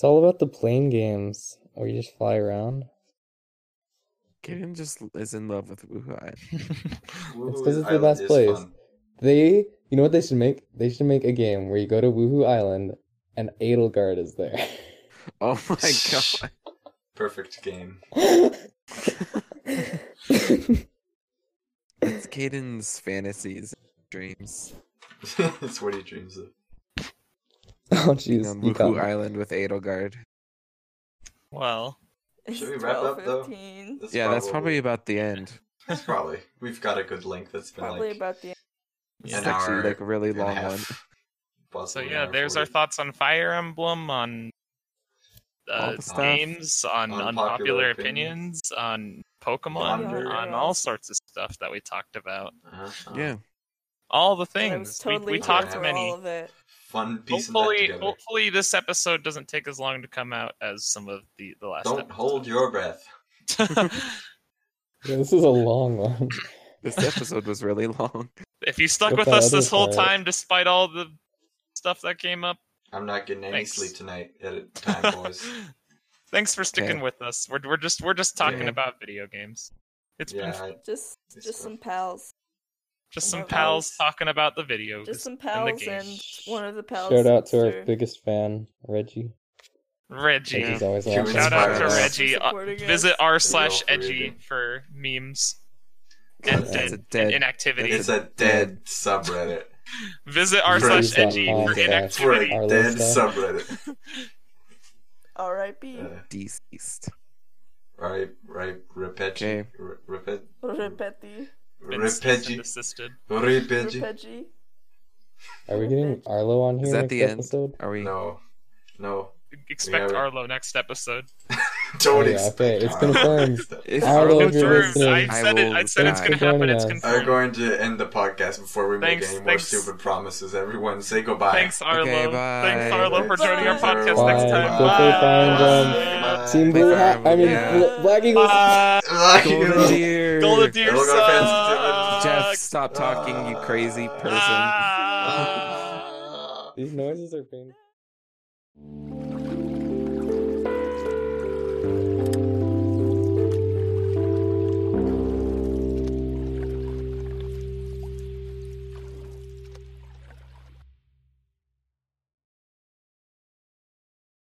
Speaker 2: all about the plane games where you just fly around.
Speaker 3: Gideon just is in love with Woohoo Island.
Speaker 1: Woohoo
Speaker 2: It's 'cause it's the
Speaker 1: Island
Speaker 2: best
Speaker 1: is
Speaker 2: place.
Speaker 1: fun.
Speaker 2: They, you know what they should make? They should make a game where you go to Woohoo Island and Adelgard is there.
Speaker 3: Oh my god.
Speaker 1: Perfect game.
Speaker 3: It's Caden's fantasies, dreams.
Speaker 1: it's what he dreams of.
Speaker 2: oh
Speaker 3: Being
Speaker 2: jeez,
Speaker 3: on
Speaker 2: you
Speaker 3: Woohoo
Speaker 2: got me.
Speaker 3: Island with Adelgard.
Speaker 4: well,
Speaker 7: It's
Speaker 1: Should we wrap up, though?
Speaker 7: 12:15.
Speaker 1: That's
Speaker 3: yeah, that's probably about the end.
Speaker 1: That's probably. We've got a good link that's been
Speaker 7: Probably
Speaker 1: like
Speaker 7: about the
Speaker 1: an
Speaker 3: It's actually
Speaker 1: hour
Speaker 3: like a really
Speaker 1: and a
Speaker 3: long one.
Speaker 1: half.
Speaker 4: So
Speaker 1: Possibly an
Speaker 4: yeah,
Speaker 1: hour
Speaker 4: there's our
Speaker 1: 40.
Speaker 4: thoughts on Fire Emblem, on
Speaker 3: All
Speaker 4: uh,
Speaker 3: the stuff.
Speaker 4: games, on
Speaker 1: Unpopular
Speaker 4: unpopular
Speaker 1: opinions.
Speaker 4: opinions, on Pokemon,
Speaker 1: Yonder.
Speaker 4: on all sorts of stuff that we talked about. uh,
Speaker 1: Uh-huh.
Speaker 3: Yeah.
Speaker 4: All the
Speaker 7: I
Speaker 4: things
Speaker 7: was totally
Speaker 4: we, we
Speaker 7: here
Speaker 4: talked
Speaker 7: for
Speaker 4: many.
Speaker 7: all of it.
Speaker 1: Fun piece of that
Speaker 4: Hopefully, oh,
Speaker 1: together.
Speaker 4: hopefully this episode doesn't take as long to come out as some of the the last.
Speaker 1: Don't hold your breath.
Speaker 4: episodes.
Speaker 2: Yeah, this is a long one.
Speaker 3: This episode was really long.
Speaker 4: if you stuck
Speaker 2: But
Speaker 4: with
Speaker 2: that
Speaker 4: us
Speaker 2: other
Speaker 4: this whole
Speaker 2: part-
Speaker 4: time, despite all the stuff that came up,
Speaker 1: I'm not getting any
Speaker 4: Thanks.
Speaker 1: sleep tonight at time, boys.
Speaker 4: Thanks for sticking
Speaker 3: Yeah.
Speaker 4: with us. We're we're just we're just talking
Speaker 3: Yeah.
Speaker 4: about video games. It's
Speaker 1: yeah,
Speaker 4: been
Speaker 1: I-
Speaker 7: Just
Speaker 1: It's
Speaker 7: just
Speaker 1: fun.
Speaker 7: some pals.
Speaker 4: just
Speaker 7: some
Speaker 4: some pals
Speaker 7: pals.
Speaker 4: talking about the videos.
Speaker 7: Oh Just some
Speaker 4: and the
Speaker 7: pals and,
Speaker 4: games.
Speaker 7: one of the pals.
Speaker 2: Shout out to
Speaker 7: sister.
Speaker 2: our biggest fan, Reggie.
Speaker 4: Reggie.
Speaker 2: Reggie's
Speaker 3: Yeah.
Speaker 2: always
Speaker 1: Shout
Speaker 2: awesome.
Speaker 4: Shout out to
Speaker 1: Inspired us.
Speaker 4: Reggie. Uh,
Speaker 7: Supporting us.
Speaker 4: visit r slash
Speaker 1: for
Speaker 4: edgy
Speaker 1: reading.
Speaker 4: for memes
Speaker 1: Yeah,
Speaker 4: and
Speaker 1: that's
Speaker 4: dead,
Speaker 3: a
Speaker 4: and
Speaker 3: dead-
Speaker 4: inactivity.
Speaker 1: It's a dead subreddit.
Speaker 4: visit r
Speaker 1: Friends
Speaker 4: slash edgy
Speaker 2: dot com
Speaker 4: for
Speaker 2: slash
Speaker 1: It's for a
Speaker 4: inactivity.
Speaker 2: Our
Speaker 1: dead
Speaker 2: lifestyle.
Speaker 1: subreddit.
Speaker 7: R.I.P.
Speaker 1: Uh,
Speaker 3: Deceased.
Speaker 1: right, right, repeti,
Speaker 3: Okay.
Speaker 1: re- repet,
Speaker 7: Repeti.
Speaker 4: Been ceased and
Speaker 1: repeti,
Speaker 4: desisted.
Speaker 1: repeti.
Speaker 7: Repeti.
Speaker 2: Are we getting Arlo on here
Speaker 3: Is that
Speaker 2: next
Speaker 3: the end?
Speaker 2: episode?
Speaker 3: Are we?
Speaker 1: No, no,
Speaker 4: Expect
Speaker 1: Yeah.
Speaker 4: Arlo next episode.
Speaker 1: don't
Speaker 2: Oh, yeah,
Speaker 1: expect.
Speaker 2: okay, it's
Speaker 1: Arlo.
Speaker 2: confirmed.
Speaker 3: If
Speaker 2: Arlo,
Speaker 3: Arlo
Speaker 2: if you're
Speaker 3: joins,
Speaker 2: listening,
Speaker 4: I said it. I said it's
Speaker 2: die.
Speaker 4: gonna happen. It's
Speaker 2: Thanks for
Speaker 1: We're
Speaker 4: confirmed.
Speaker 1: going to end the podcast before we
Speaker 4: Thanks,
Speaker 1: make any more
Speaker 4: thanks.
Speaker 1: stupid promises. Everyone, say goodbye.
Speaker 4: Thanks, Arlo.
Speaker 3: Okay, bye.
Speaker 4: Thanks, Arlo, for joining our
Speaker 7: Bye.
Speaker 4: podcast
Speaker 2: Bye.
Speaker 4: next time.
Speaker 2: Feel free to
Speaker 4: Bye.
Speaker 2: find,
Speaker 1: Bye.
Speaker 2: Team
Speaker 3: Bye.
Speaker 2: Blue Hat. I mean,
Speaker 3: Yeah.
Speaker 2: Bl- Black Eagles.
Speaker 4: Bye.
Speaker 1: Like you.
Speaker 3: Golden deer.
Speaker 4: Golden Deer
Speaker 1: Hello, guys.
Speaker 4: sucks.
Speaker 3: Jeff, stop talking, you crazy person.
Speaker 4: Ah.
Speaker 2: These noises are painful.